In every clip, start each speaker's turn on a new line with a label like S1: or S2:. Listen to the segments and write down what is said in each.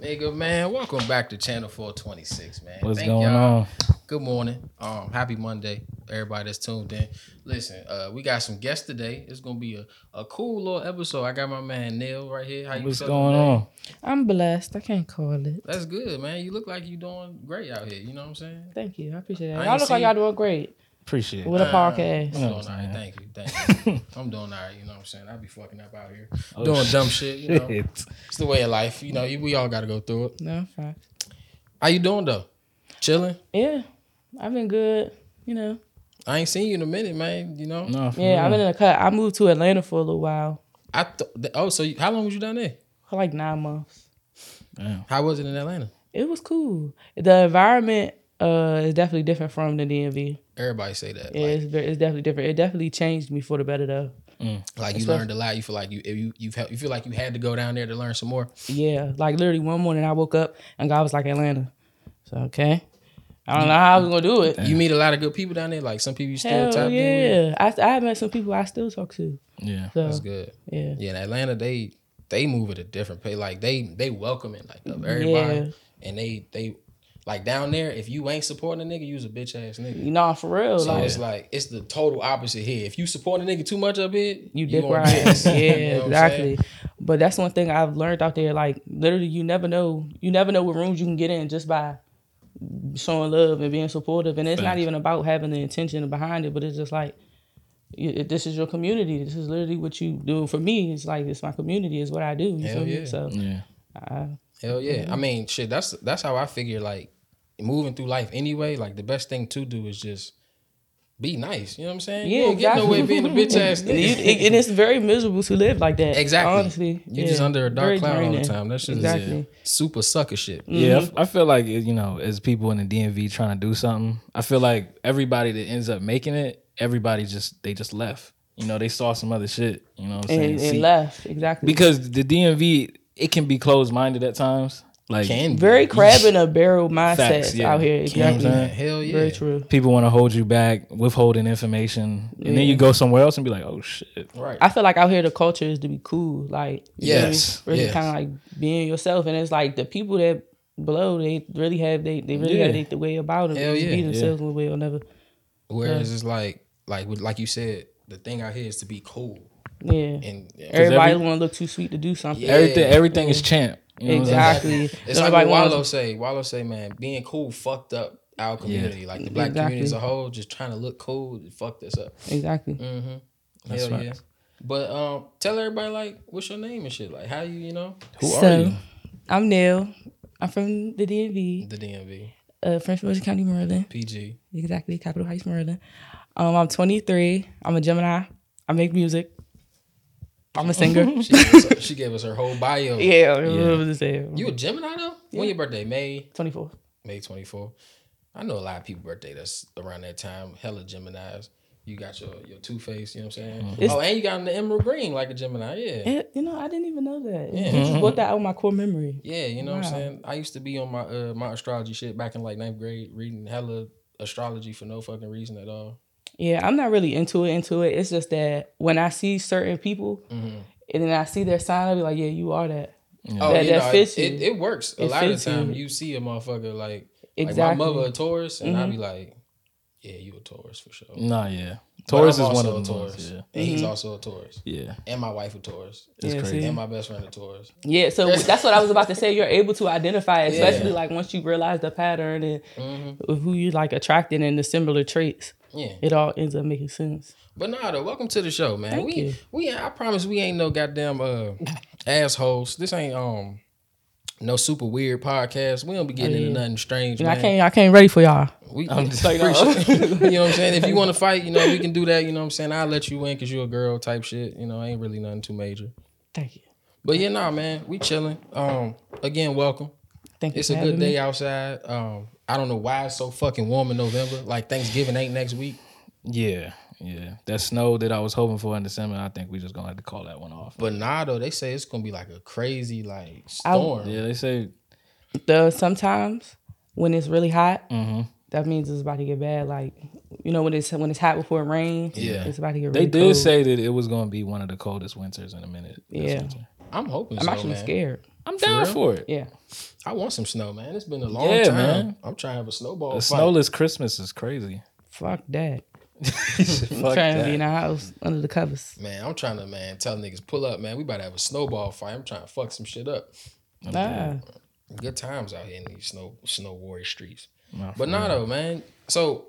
S1: Nigga, man, welcome back to Channel 426, man.
S2: What's
S1: Thank
S2: going
S1: y'all.
S2: on?
S1: Good morning. Um, happy Monday, everybody that's tuned in. Listen, uh, we got some guests today. It's gonna be a, a cool little episode. I got my man Neil right here. How you
S2: What's
S1: feeling
S2: going
S1: today?
S2: on?
S3: I'm blessed. I can't call it.
S1: That's good, man. You look like you doing great out here. You know what I'm saying?
S3: Thank you. I appreciate
S1: I
S3: that.
S1: ain't
S3: Y'all look
S1: seen-
S3: like y'all doing great
S2: Appreciate it.
S3: with a
S1: Uh, I'm
S3: podcast.
S1: doing
S2: know
S1: all
S2: what I'm
S1: right.
S2: saying?
S1: Thank you. Thank you. I'm doing all right. You know what I'm saying? I be fucking up out here,
S2: Oh,
S1: doing dumb shit. You know,
S2: shit.
S1: it's the way of life. You know, you- we all got to go through it.
S3: No, I'm fine.
S1: How you doing though? Chilling.
S3: Yeah, I've been good. You know,
S1: I ain't seen you in a minute, man. You know.
S2: No, for
S3: yeah, I've been
S2: real.
S3: in a cut. I moved to Atlanta for a little while,
S1: I th- oh, so you, how long was you down there?
S3: for like nine months.
S2: Damn.
S1: How was it in Atlanta?
S3: It was cool. The environment uh is definitely different from the DMV.
S1: Everybody say that.
S3: Yeah,
S1: Like,
S3: it's, very, it's definitely different. It definitely changed me for the better though.
S1: like you learned a lot. You feel like you you you've helped, you feel like you had to go down there to learn some more.
S3: Yeah, like literally one morning I woke up and God was like Atlanta. So okay, I don't know how we're gonna do it.
S1: You meet a lot of good people down there. Like some people you still
S3: Hell
S1: tapped in with.
S3: yeah, I I met some people I still talk to.
S2: Yeah.
S3: So
S1: That's good.
S3: yeah.
S1: Yeah, in Atlanta they they move at a different pace. Like they they welcoming like of
S3: Yeah.
S1: everybody, and they they like down there. If you ain't supporting a nigga, you's a bitch ass nigga.
S3: You know, for real.
S1: So
S3: like,
S1: it's like it's the total opposite here. If you support a nigga too much up here,
S3: you dick
S1: gonna
S3: right.
S1: piss.
S3: yeah,
S1: You know what I'm saying?
S3: exactly. But that's one thing I've learned out there. Like, literally, you never know. You never know what rooms you can get in just by showing love and being supportive. And it's not
S2: Facts.
S3: even about having the intention behind it, but it's just like, you, this is your community. This is literally what you do. For me, it's like, it's my community, it's what I do. You
S1: Hell
S3: feel me?
S1: yeah.
S3: So,
S2: Yeah.
S1: Hell yeah.
S3: Mm-hmm.
S1: I mean, shit, that's that's how I figure like moving through life anyway, like the best thing to do is just be nice. You know what I'm saying? you
S3: Yeah,
S1: don't get nowhere being a bitch ass
S3: and, you-
S1: nigga.
S3: it- and it's very miserable to live like that.
S1: Exactly.
S3: Honestly.
S1: You
S3: yeah.
S1: just under a dark
S3: Very
S1: cloud all the
S3: draining.
S1: time. That shit is
S3: Exactly. Mm.
S1: super sucker shit.
S2: Yeah, I f- I feel like you know, as people in the DMV trying to do something, I feel like everybody that ends up making it, everybody just they just left. You know, they saw some other shit. You know what I'm saying?
S3: And,
S2: See,
S3: and left. Exactly.
S2: Because the DMV, it can be closed minded at times. Like
S1: Can be.
S3: very crab in a barrel mindset
S2: Facts, yeah.
S3: out
S2: You know
S3: here.
S2: what I'm
S3: Exactly.
S2: saying?
S1: Hell yeah.
S3: Very true.
S2: people want to hold you back, withholding information, and then you go somewhere else and be like, oh shit.
S1: Right.
S3: I feel like out here the culture is to be cool, like you know,
S1: Yes,
S3: really
S1: yes.
S3: kind of like being yourself, and it's like the people that blow, they really have they they really
S2: Yeah.
S3: have they, the way about them.
S1: Hell
S3: They
S1: yeah,
S3: be
S1: yeah.
S3: themselves in a way or never.
S1: Whereas it's like like with like you said, the thing out here is to be cool.
S3: Yeah,
S1: And yeah.
S3: everybody
S2: every-
S3: want to look too sweet to do something.
S1: Yeah.
S2: Everything everything is champ. You know what I'm saying?
S3: Exactly.
S1: it's like what
S3: Nobody wanna-
S1: Wallow say. Wallow say, man, being cool fucked up our community. Like the black community as a whole, just trying to look cool, it fucked us up.
S3: Exactly.
S2: Mm. That's
S1: Hell
S2: right.
S1: yeah. But um, tell everybody like what's your name and shit. Like how you you know
S2: Who
S3: So-
S2: are you?
S3: I'm Nell. I'm from the DMV,
S1: the DMV
S3: uh, French William County, Maryland.
S1: PG.
S3: Exactly, Capital Heights, Maryland. Um, I'm 23. I'm a Gemini. I make music. I'm a singer.
S1: She gave us her, she gave us her whole bio.
S3: yeah, yeah. What was it?
S1: You a Gemini though? When your birthday? May
S3: 24.
S1: May twenty four. I know a lot of people birthday that's around that time. Hella Gemini's. You got your your two face. You know what I'm saying? Oh, and you got the emerald green like a Gemini. Yeah.
S3: Eh, you know, I didn't even know that. You
S1: Mm-hmm.
S3: just brought that out of my core memory.
S1: Yeah, you know what I'm saying? I used to be on my uh, my astrology shit back in like ninth grade, reading hella astrology for no fucking reason at all.
S3: Yeah, I'm not really into it. Into it. It's just that when I see certain people,
S1: Mm-hmm.
S3: and then I see their sign, I'll be like, yeah, you are that.
S1: Oh,
S3: That-
S1: you
S3: that
S1: know,
S3: fits
S1: it, it,
S3: you.
S1: it works. A
S3: It
S1: lot of
S3: fits you.
S1: time you see a motherfucker like, like
S3: Exactly. Mm-hmm.
S1: my mother a Taurus, and i be like, yeah, you a Taurus for sure.
S2: Nah, yeah.
S1: But
S2: Mm, Taurus is
S1: I'm
S2: one
S1: also
S2: of the
S1: a
S2: Taurus.
S1: And
S2: Yeah.
S1: he's also a Taurus.
S2: Yeah.
S1: And my wife a Taurus.
S2: It's
S3: Mm-hmm. Yeah,
S2: crazy.
S3: see?
S1: And my best friend a Taurus.
S3: Yeah, so that's what I was about to say. You're able to identify, especially like once you realize the pattern and
S1: Mm-hmm.
S3: of who you like attracting and the similar traits.
S1: Yeah.
S3: It all ends up making sense.
S1: But Nada, welcome to the show, man.
S3: Thank
S1: we
S3: you.
S1: we I promise we ain't no goddamn uh assholes. This ain't um no super weird podcast. We don't be getting into nothing strange.
S3: And I
S1: man.
S3: can't, I can't ready for y'all.
S1: We, I'm just like, you know what I'm saying? If you want to fight, you know, we can do that. You know what I'm saying? I'll let you win because you're a girl type shit. You know, ain't really nothing too major.
S3: Thank you.
S1: But yeah, nah, man, we chilling. Um, again, welcome.
S3: Thank you.
S1: It's
S3: for
S1: a
S3: having
S1: good
S3: me.
S1: day outside. Um, I don't know why it's so fucking warm in November. Like Thanksgiving ain't next week.
S2: Yeah. Yeah. That snow that I was hoping for in December, I think we just gonna have to call that one off.
S1: But nah, though, they say it's gonna be like a crazy like storm.
S2: Yeah, they say
S3: the sometimes when it's really hot,
S2: Mm-hmm.
S3: that means it's about to get bad. Like you know when it's when it's hot before it rains,
S1: Yeah.
S3: it's about to get.
S2: they
S3: really
S2: did
S3: cold.
S2: say that it was gonna be one of the coldest winters in a minute. this
S3: Yeah.
S2: winter.
S1: I'm hoping.
S3: I'm
S1: so,
S3: actually
S1: man.
S3: scared.
S2: I'm down
S1: real?
S2: for it.
S3: Yeah.
S1: I want some snow, man. It's been a long
S2: Yeah,
S1: time.
S2: man.
S1: I'm trying to have a snowball.
S2: A
S1: fight.
S2: snowless Christmas is crazy.
S3: Fuck that. I'm
S2: Fuck
S3: trying to
S2: that.
S3: be in the house under the covers.
S1: Man, I'm trying to man tell niggas pull up, man. We about to have a snowball fight. I'm trying to fuck some shit up.
S3: Nah.
S1: Good times out here in these snow snow warrior streets.
S2: Nah, for
S1: But nah though, man. So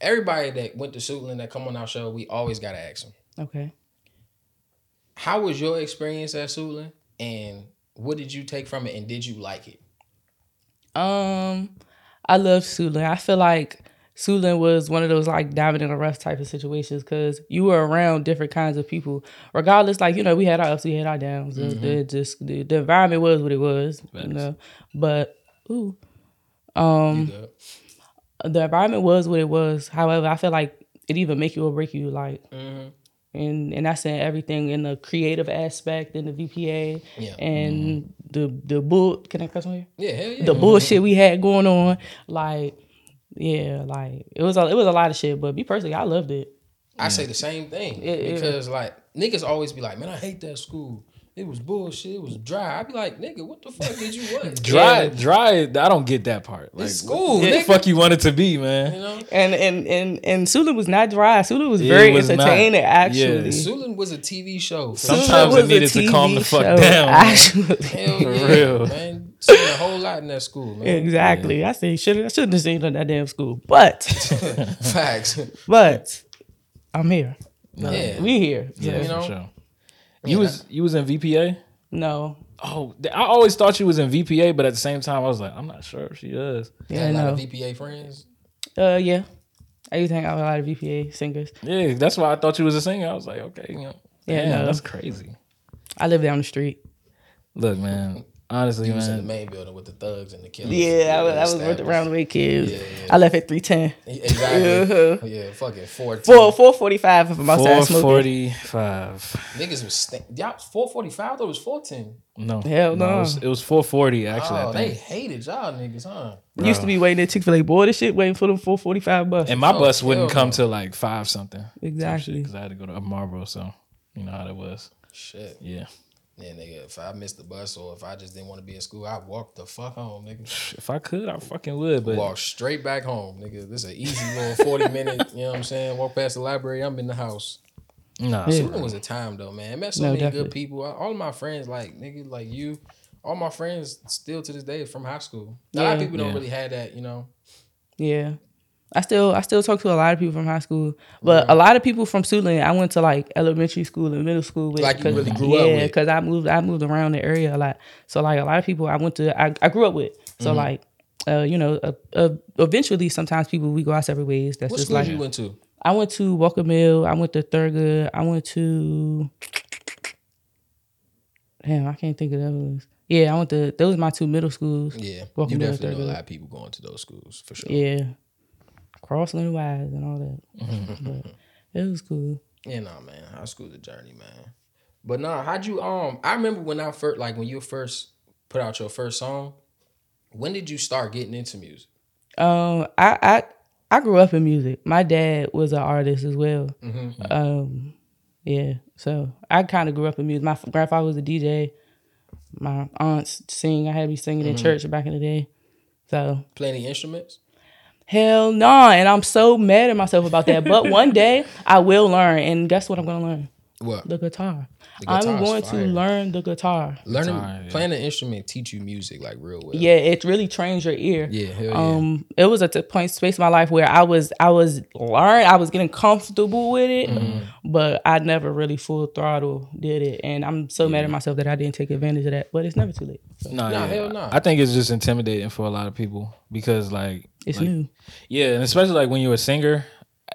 S1: everybody that went to Suitland that come on our show, we always gotta ask them.
S3: Ah, Okay.
S1: How was your experience at Suitland, and what did you take from it, and did you like it?
S3: Um, I love Suitland. I feel like Suitland was one of those like diamond in the rough type of situations because you were around different kinds of people. Regardless, like you know, we had our ups, we had our downs. The- The, just the, the environment was what it was, you know. But ooh,
S1: You
S3: um, Mm.
S1: good?
S3: the environment was what it was. However, I feel like it either make you or break you. Like, and and I said everything in the creative aspect and the VPA
S1: Yeah.
S3: and the the bull. Can I cuss on here?
S1: Yeah, hell yeah.
S2: Mm-hmm.
S3: the bullshit we had going on. Like, yeah, like it was a, it was a lot of shit. But me personally, I loved it.
S1: I say the same thing
S3: yeah.
S1: because like niggas always be like, man, I hate that school. It was bullshit. It was dry. I be like, nigga, what the fuck did you want?
S2: Dry,
S1: Yeah,
S2: dry. I don't get that part. Like,
S1: It's school,
S2: What the
S1: nigga.
S2: fuck you want it to be, man?
S1: you know,
S3: And and and and Sula was not dry. Sula was
S2: Yeah,
S3: very
S2: it was not.
S3: entertaining.
S2: Yeah.
S3: Actually, Sula
S1: Suitland was a TV show. for
S2: Some- Sometimes
S3: was
S2: it needed
S3: a
S2: to calm the
S3: TV
S2: fuck
S3: show,
S2: down, man.
S3: Actually,
S1: Hell
S2: For
S1: yeah,
S2: real.
S1: man. Seen a whole lot in that school, man.
S3: exactly. I said should I shouldn't have seen her in that damn school, but
S1: Facts.
S3: but I'm here.
S1: Yeah.
S3: We here.
S2: Yeah,
S1: You know?
S2: for sure. You was you was in VPA.
S3: No,
S2: Oh, th- I always thought you was in VPA, but at the same time, I was like, I'm not sure if she does.
S1: Had
S3: yeah,
S1: a lot
S3: no.
S1: of VPA friends.
S3: Uh, yeah. I used to hang out with a lot of VPA singers.
S2: Yeah, that's why I thought you was a singer. I was like, okay, you know,
S3: Yeah,
S2: damn,
S3: no.
S2: that's crazy.
S3: I live down the street.
S2: Look, man, honestly,
S1: He was in the
S2: man,
S1: main building with the thugs and the killers.
S3: Yeah, I was, I was with
S1: established.
S3: the round way kids.
S1: Yeah, yeah.
S3: I left at three ten. Yeah.
S1: Exactly. yeah, fucking 14.
S3: Four four forty five if I'm outside
S2: four
S3: smoking.
S2: forty-five.
S1: Niggas was st- y'all 445 I thought it was 14.
S2: No,
S3: Hell
S2: it
S3: no.
S2: was, it was four forty actually.
S1: Oh,
S2: I
S1: they
S2: think.
S1: hated y'all niggas, huh?
S3: Used to be waiting at Chick Fil A board and shit, waiting for them four forty five bus.
S2: And my
S1: Oh,
S2: bus wouldn't
S1: hell
S2: come
S1: no.
S2: till like five something
S3: Exactly.
S2: because I had to go to Marlboro, so you know how that was.
S1: Shit.
S2: Yeah,
S1: Yeah, nigga, if I missed the bus or if I just didn't want to be in school, I walked the fuck home, nigga.
S2: if I could, I fucking would, but
S1: Walk straight back home, nigga. This is an easy little 40 minute, you know what I'm saying? Walk past the library, I'm in the house.
S2: nah,
S3: Yeah.
S1: Suitland was a time though, man. I met so
S3: No,
S1: many
S3: definitely.
S1: good people. I- All my friends, like nigga, like you, all my friends still to this day from high school. A lot of
S3: Yeah.
S1: people don't
S2: Yeah.
S1: really have that, you know.
S3: Yeah. I still I still talk to a lot of people from high school, but a lot of people from Suitland I went to like elementary school and middle school with.
S1: Like you
S3: 'cause-
S1: really grew up
S3: yeah,
S1: with.
S3: because I moved I moved around the area a lot, so like a lot of people I went to I, I grew up with. So
S2: Mm-hmm.
S3: like, uh, you know, uh, uh, eventually sometimes people we go our separate ways. That's
S1: What
S3: just
S1: school
S3: like
S1: you went to?
S3: I went to Walker Mill. I went to Thurgood. I went to. Damn, I can't think of those. Yeah, I went to. Those are my two middle schools.
S1: Yeah,
S3: Walker
S1: you
S3: Mill,
S1: definitely know a
S3: Thurgood.
S1: lot of people going to those schools for sure. Yeah,
S3: Yeah. Crossland Wise and all that. but it was cool.
S1: nah, man, high school's a journey, man. But nah, how'd you um? I remember when I first, like when you first put out your first song. When did you start getting into music?
S3: Um, I I I grew up in music. My dad was an artist as well.
S1: Uh,
S3: Um, yeah. So I kind of grew up in music. My f- grandfather was a DJ. My aunts sing. I had me singing in church back in the day. So
S1: Play any instruments?
S3: Hell no. And I'm so mad at myself about that. But one day I will learn. And guess what I'm going to learn?
S1: What
S3: The guitar. I'm
S1: guitar's
S3: going
S1: fire.
S3: to learn the guitar.
S1: learning?
S2: Guitar, yeah.
S1: Playing an instrument teach you music like real well.
S3: Yeah, it really trains your ear.
S1: yeah, hell yeah.
S3: Um, it was a t- point space in my life where I was I was learn I was getting comfortable with it, but I never really full throttle did it, and I'm so mad at myself that I didn't take advantage of that. But it's never too late. So
S2: No,
S1: Nah,
S2: yeah.
S1: hell nah.
S2: I think it's just intimidating for a lot of people because, like,
S3: it's
S2: like-
S3: new.
S2: yeah, and especially like when you're a singer.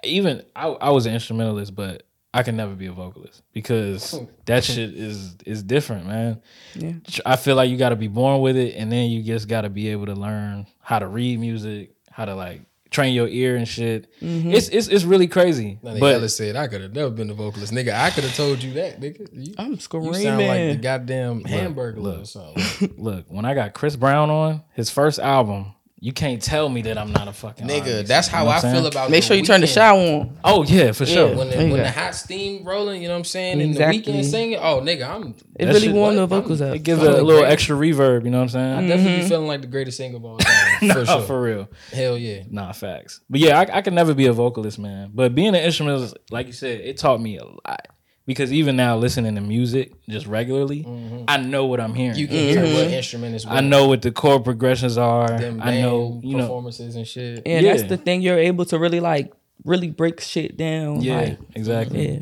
S2: Even I, I was an instrumentalist, but I can never be a vocalist because
S1: Oh.
S2: that shit is is different, man.
S3: Yeah.
S2: I feel like you got to be born with it, and then you just got to be able to learn how to read music, how to like train your ear and shit. It's, it's it's really crazy,
S1: Mm-hmm. Now, but
S2: but
S1: Ella said I could have never been a vocalist, nigga. I could have told you that, nigga. You,
S3: I'm
S1: you
S3: screaming.
S1: sound like the goddamn hamburger or
S2: look.
S1: something.
S2: Look, when I got Chris Brown on his first album, You can't tell me that I'm not a fucking
S1: Nigga,
S2: artist,
S1: that's
S2: you know
S1: how
S2: what
S1: I
S2: I'm saying?
S1: feel about
S3: Make
S1: the
S3: sure you turn the
S1: Weeknd.
S3: shower on.
S2: Oh yeah, for sure.
S1: When the,
S3: There you
S1: when
S3: go.
S1: the hot steam rolling, you know what I'm saying? And
S3: Exactly. Mm-hmm.
S1: the weekend singing, oh nigga, I'm
S3: It
S2: That
S3: really
S2: shit-
S3: warmed the
S1: what?
S3: vocals up.
S2: It gives
S1: I'm
S2: it a
S1: the
S2: little
S1: greatest.
S2: extra reverb. You know what I'm saying?
S1: definitely be feeling like the greatest singer of all time. Mm. for
S2: Oh,
S1: sure.
S2: for real.
S1: Hell yeah.
S2: Nah, facts. But yeah, I, I could never be a vocalist, man. But being an instrumentalist, like you said, it taught me a lot. Because even now, listening to music just regularly,
S3: Mm-hmm.
S2: I know what I'm hearing.
S1: You can hear what instrument is what.
S2: I know what the chord progressions are.
S1: Them
S2: I know,
S1: band
S2: you know.
S1: performances and shit.
S3: and that's
S2: Yeah.
S3: the thing you're able to really like really break shit down.
S2: Yeah,
S3: Like,
S2: exactly.
S3: yeah.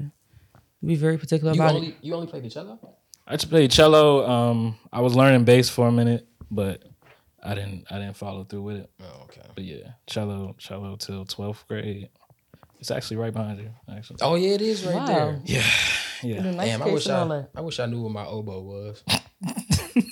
S3: Be very particular
S1: You
S3: about it.
S1: only you only play the cello?
S2: I just played cello. Um, I was learning bass for a minute, but I didn't. I didn't follow through with it.
S1: Oh, okay.
S2: But yeah, cello, cello till twelfth grade. It's actually right behind you. Actually,
S1: Oh yeah, it is right
S3: Wow.
S1: there.
S2: yeah.
S1: Damn, I wish I, I wish I knew what my oboe was.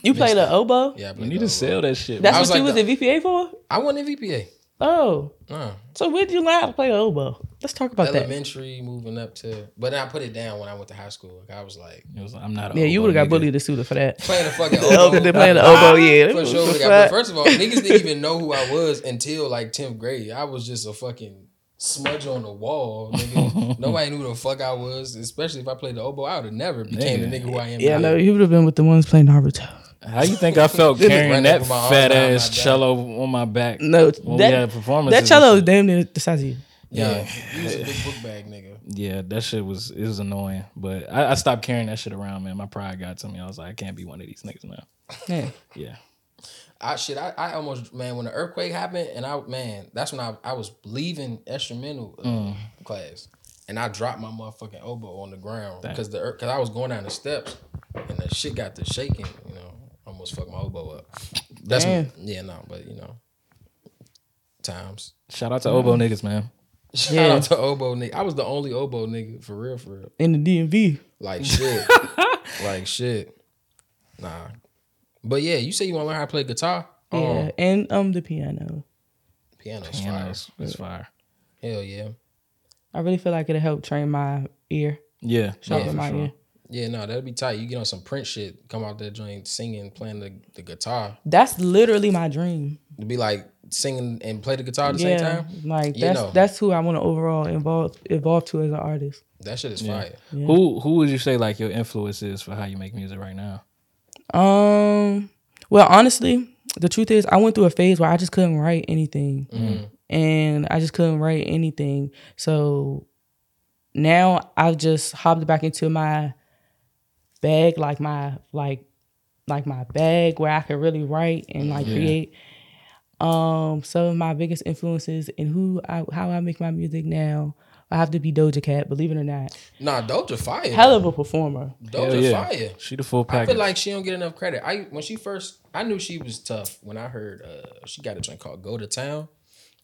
S3: You play the oboe?
S1: Yeah, I
S2: You
S1: played
S2: need
S1: the
S2: to
S1: oboe.
S2: sell that shit.
S3: oh, That's
S1: I
S3: what
S1: was
S3: you
S1: like
S3: was in VPA for?
S1: I went in VPA.
S3: Oh.
S1: Uh,
S3: So when did you learn how to play the oboe? Let's talk about that.
S1: elementary, moving up to, but then I put it down when I went to high school. Like I was like
S2: It was like, I'm not. a
S3: Yeah, you would
S2: oboe
S3: have got
S2: nigga.
S3: bullied to Suda for that.
S1: playing the fucking
S3: Oh,
S1: oboe.
S3: they playing the oboe, yeah.
S1: For sure, we got, but first of all, niggas didn't even know who I was until like tenth grade. I was just a fucking smudge on the wall. Nigga. Nobody knew who the fuck I was, especially if I played the oboe. I would have never became the
S2: Nigga.
S1: nigga who I am.
S3: yeah,
S1: now.
S3: no, you would have been with the ones playing Naruto.
S2: How you think I felt
S1: Just
S2: carrying
S1: run
S2: that
S1: over my arm
S2: fat
S1: down my
S2: ass
S1: back.
S2: cello on my back?
S3: No,
S2: When we
S3: that
S2: had performances,
S3: that
S2: and
S3: cello is
S2: shit?
S3: damn near the size of you.
S1: yeah, he was a big book bag nigga.
S2: Yeah, that shit was it was annoying, but I, I stopped carrying that shit around, man. My pride got to me. I was like, I can't be one of these niggas now.
S3: Yeah.
S2: Yeah,
S1: I shit, I, I almost man when the earthquake happened and I man, that's when I, I was leaving instrumental uh,
S3: Mm.
S1: class and I dropped my motherfucking oboe on the ground because the because I was going down the steps and the shit got to shaking, you know, almost fucked my oboe up. That's
S3: Damn.
S1: yeah, no, but you know, times.
S2: shout out to oboe niggas, man.
S1: Shout
S3: Yeah.
S1: out to oboe nigga. I was the only oboe nigga for real, for real.
S3: In the DMV.
S1: Like shit, like shit. Nah, but yeah, you say you want to learn how to play guitar.
S2: Oh.
S3: Yeah.
S1: Um,
S3: And um the piano.
S1: piano's
S2: You know,
S1: fire.
S2: it's, it's fire.
S1: Hell yeah.
S3: I really feel like it'll help train my ear.
S2: Yeah,
S3: Sharpen
S2: yeah,
S3: my
S2: for sure.
S3: ear.
S1: Yeah, no, that'd be tight. You get on some print shit, come out that joint singing, playing the, the guitar.
S3: That's literally my dream.
S1: To be like singing and play the guitar at the
S3: yeah,
S1: same time.
S3: like
S1: You
S3: that's
S1: know.
S3: that's who I want to overall involve evolve to as an artist.
S1: That shit is fire.
S2: Who who would you say like your influence is for how you make music right now?
S3: Um, well, honestly, the truth is, I went through a phase where I just couldn't write anything, and I just couldn't write anything. So now I've just hopped back into my bag, like my like like my bag where I could really write and like create. Um, some of my biggest influences and who I how I make my music now. I have to be Doja Cat, believe it or not.
S1: Nah, Doja fire.
S3: Hell of a performer.
S2: Hell
S1: Doja
S2: yeah.
S1: fire.
S2: She the full
S1: I feel
S2: package.
S1: like she don't get enough credit. I when she first I knew she was tough when I heard uh she got a joint called Go to Town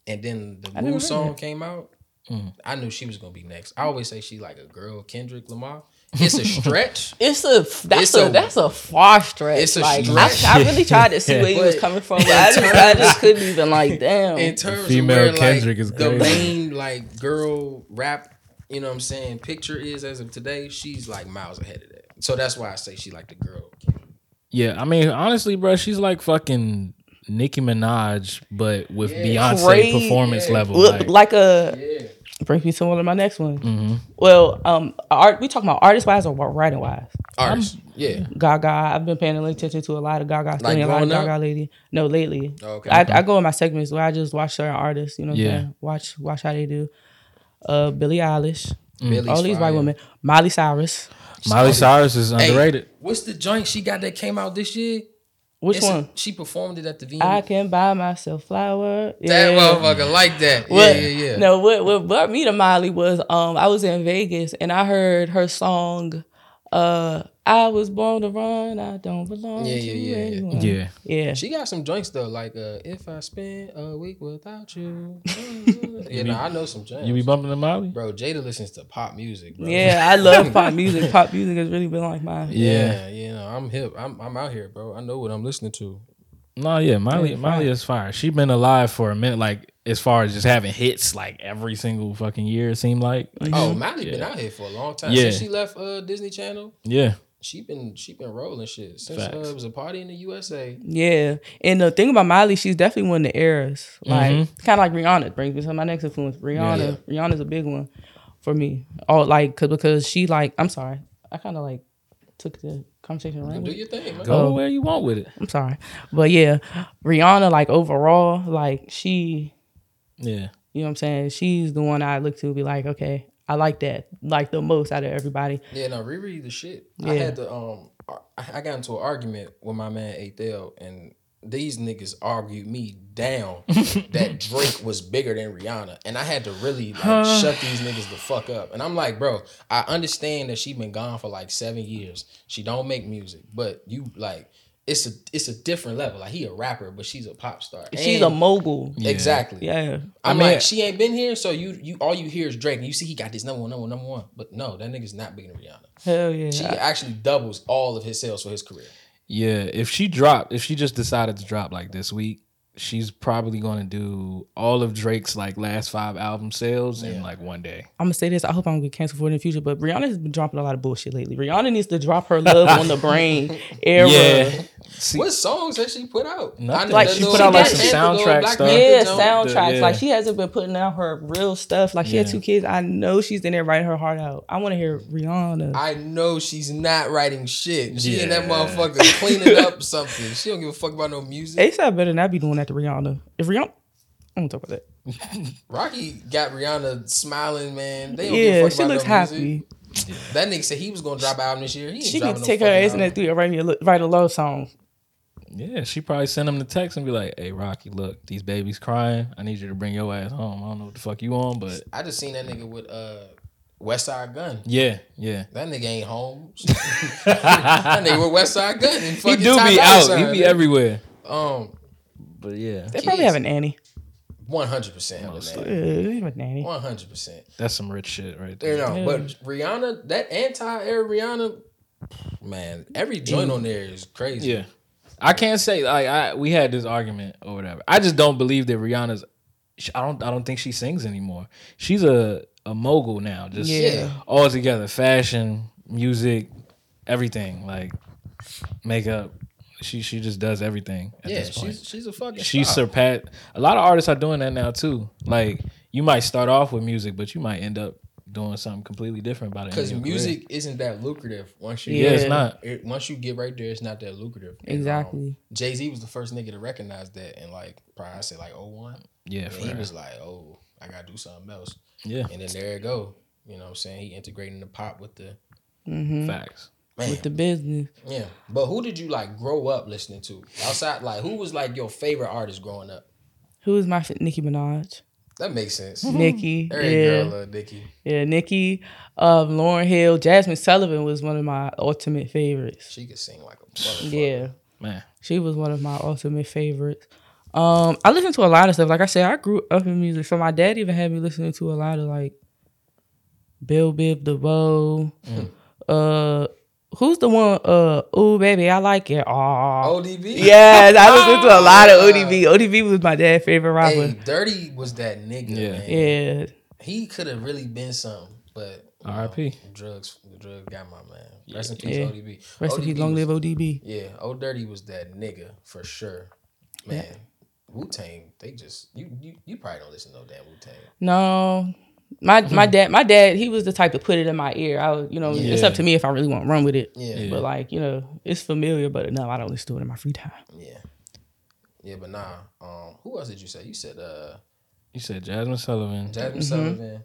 S1: and then the
S3: never
S1: Move
S3: heard
S1: song
S3: that.
S1: came out. I knew she was gonna be next. I always say she like a girl Kendrick Lamar. It's a stretch.
S3: It's a that's
S1: It's
S3: a,
S1: a-
S3: that's a far stretch.
S1: it's a
S3: like,
S1: stretch.
S3: I, I really tried to see where you was
S1: But-
S3: coming from, but I just, I just couldn't even like damn.
S1: in terms
S2: female
S1: of where, like,
S2: Kendrick is
S1: the
S2: crazy.
S1: main like girl rap, you know what I'm saying, picture is as of today, she's like miles ahead of that. So that's why I say she like the girl.
S2: yeah, I mean honestly, bro, she's like fucking Nicki Minaj, but with Beyonce
S3: Crazy.
S2: performance level.
S3: Look,
S2: Like,
S3: like a
S1: Yeah.
S3: brings me to one of my next one.
S1: Mm-hmm.
S3: Well, um, art. We talking about artist wise or writing wise?
S1: Artist. yeah.
S3: Gaga. I've been paying attention to a lot of Gaga, studying a lot of
S1: growing up? Oh,
S3: Gaga lady. No, lately.
S1: Okay.
S3: I, I go in my segments where I just watch certain artists. You know, what
S2: Yeah.
S3: I'm saying? watch watch how they do. Uh, Billie Eilish,
S1: Billy's
S3: all these white
S1: fire.
S3: women, Miley Cyrus.
S2: Miley Cyrus is
S1: Hey,
S2: underrated.
S1: What's the joint she got that came out this year?
S3: Which
S1: It's a-
S3: one?
S1: she performed it at the VMA.
S3: I can buy myself flower.
S1: that
S3: Yeah.
S1: motherfucker like that.
S3: What-
S1: yeah, yeah, yeah.
S3: No, what what brought me to Miley was um I was in Vegas and I heard her song uh I was born to run, I don't belong
S1: Yeah,
S3: to
S1: yeah, yeah, yeah.
S3: anyone.
S2: Yeah.
S3: Yeah.
S1: She got some joints though, like uh, if I spend a week without you. you know, I know some joints.
S2: You be bumping to Miley?
S1: bro, Jada listens to pop music, bro.
S3: Yeah, I love pop music. Pop music has really been like my
S1: Yeah, you know, I'm hip. I'm I'm out here, bro. I know what I'm listening to.
S2: No, yeah, Miley, Miley is fire. She been alive for a minute, like as far as just having hits like every single fucking year. It seemed like,
S1: Oh, Miley been out here for a long time.
S2: Mm-hmm. Yeah.
S1: Since she left uh, Disney Channel,
S2: yeah,
S1: she been she been rolling shit since uh,
S2: Facts.
S1: it was a party in the USA.
S3: Yeah, and the thing about Miley, she's definitely one of the eras. Like
S1: Mm-hmm.
S3: kind of like Rihanna brings me to my next influence. Rihanna, Rihanna's a big one for me. All like cause, because she like I'm sorry, I kind of like took the conversation around.
S1: Do your thing, man.
S2: Go where you want with it.
S3: I'm sorry, but yeah, Rihanna like overall like she,
S2: Yeah.
S3: you know what I'm saying. She's the one I look to be like okay. I like that, like the most out of everybody.
S1: Yeah, no, reread the shit. I had to um, I I got into an argument with my man Athel, and these niggas argued me down that Drake was bigger than Rihanna, and I had to really like shut these niggas the fuck up. And I'm like, bro, I understand that she been gone for like seven years. She don't make music, but you like. It's a it's a different level. Like he a rapper, but she's a pop star.
S3: She's a
S1: And-
S3: mogul.
S1: exactly.
S3: Yeah,
S1: I'm like, she ain't been here, so you you all you hear is Drake, and you see he got this number one, number one, number one. But no, that nigga's not bigger than Rihanna.
S3: hell yeah.
S1: She actually doubles all of his sales for his career.
S2: Yeah. If she dropped, if she just decided to drop like this week, she's probably gonna do all of Drake's like last five album sales in like one day.
S3: I'm gonna say this. I hope I don't get canceled for it in the future, but Rihanna has been dropping a lot of bullshit lately. Rihanna needs to drop her love on the brain era. Yeah,
S2: See,
S1: What songs has she put out?
S2: Nothing.
S1: I know
S2: Like,
S1: that
S3: she
S1: little
S3: put out, like,
S1: Black
S3: some
S1: Panther, little
S2: soundtrack
S1: Black
S2: stuff.
S1: Panther
S2: Yeah,
S1: joint.
S3: soundtracks.
S2: yeah.
S3: Like she hasn't been putting out her real stuff. Like she had two kids. I know she's in there writing her heart out. I want to hear Rihanna.
S1: I know she's not writing shit. She and that
S2: Yeah.
S1: motherfucker cleaning up something. She don't give a fuck about no music.
S3: ASAP better not be doing that to Rihanna. If Rihanna, I don't talk about that.
S1: Rocky got Rihanna smiling, man. They don't give
S3: Yeah,
S1: a fuck
S3: she
S1: about
S3: looks
S1: no music.
S3: happy.
S1: That nigga said he was gonna drop an album this year. He ain't
S3: She
S1: dropping
S3: could
S1: no
S3: take her
S1: fucking
S3: ass in
S1: album.
S3: that theater, and write me a li- write a love song.
S2: yeah, she probably sent him the text and be like, "Hey, Rocky, look, these babies crying. I need you to bring your ass home. I don't know what the fuck you on, but
S1: I just seen that nigga with uh West Side Gun.
S2: yeah, yeah."
S1: That nigga ain't home. that nigga with West Side Gun. And
S2: He
S1: fucking
S2: do
S1: Ty
S2: be
S1: Dolla
S2: out.
S1: Sign.
S2: He be everywhere.
S1: um
S2: But yeah,
S3: They probably have an nanny.
S1: one hundred percent on
S3: Yeah,
S1: that.
S3: they have a nanny.
S1: One hundred percent.
S2: that's some rich shit right
S1: You
S2: there.
S1: know, but Rihanna, that anti air Rihanna, man, every joint on there is crazy.
S2: Yeah. I can't say like I we had this argument or whatever. I just don't believe that Rihanna's sh- I don't I don't think she sings anymore. She's a a mogul now. Just
S3: Yeah.
S2: all together. Fashion, music, everything. Like makeup. She she just does everything at
S1: Yeah,
S2: this point.
S1: she's she's a fucking
S2: She
S1: star.
S2: surpassed a lot of artists are doing that now too. Like you might start off with music, but you might end up doing something completely different by the end of
S1: because
S2: your
S1: music
S2: career.
S1: isn't that lucrative once you
S2: Yeah, it's
S3: Yeah.
S2: not.
S1: it, once you get right there, it's not that lucrative.
S3: Exactly.
S1: Jay Z was the first nigga to recognize that and like probably I say like oh one.
S2: Yeah,
S1: And
S2: for
S1: he
S2: real.
S1: was like, Oh, I gotta do something else.
S2: yeah.
S1: And then there it go. You know what I'm saying? He integrating the pop with the
S2: Facts.
S1: man.
S3: With the business.
S1: yeah. But who did you like grow up listening to? Outside like who was like your favorite artist growing up?
S3: Who is my f- Nicki Minaj?
S1: That makes sense.
S3: Nicki.
S1: Mm-hmm. There you
S3: Mm-hmm. yeah.
S1: go, little Dicky.
S3: Yeah, Nikki, um, Lauren Hill, Jasmine Sullivan was one of my ultimate favorites.
S1: She could sing like a motherfucker.
S3: Yeah,
S2: Man.
S3: she was one of my ultimate favorites. Um, I listened to a lot of stuff. Like I said, I grew up in music, so my dad even had me listening to a lot of like Bill Biv DeVoe. Uh, who's the one? Uh, ooh, baby, I like it. Oh,
S1: ODB.
S3: yes, I listened to a lot of ODB. ODB was my dad's favorite
S1: Hey,
S3: rapper.
S1: Dirty was that nigga,
S2: Yeah.
S1: man.
S3: Yeah,
S1: He could have really been something, but you know,
S2: R.I.P..
S1: drugs, the drug got my man. Rest in peace,
S3: Yeah.
S1: ODB.
S3: rest in
S1: ODB
S3: peace. Long
S1: was-
S3: live ODB.
S1: Yeah, Old Dirty was that nigga for sure, man. Wu Tang, they just you, you you probably don't listen to no damn Wu Tang.
S3: No. My my dad my dad he was the type to put it in my ear. I was, you know it's up to me if I really want to run with it.
S1: Yeah.
S3: But like you know it's familiar, but no, I don't listen to it in my free time.
S1: Yeah, yeah, but nah. Um, who else did you say? You said uh,
S2: You said Jasmine Sullivan.
S3: Mm-hmm.
S1: Jasmine Sullivan,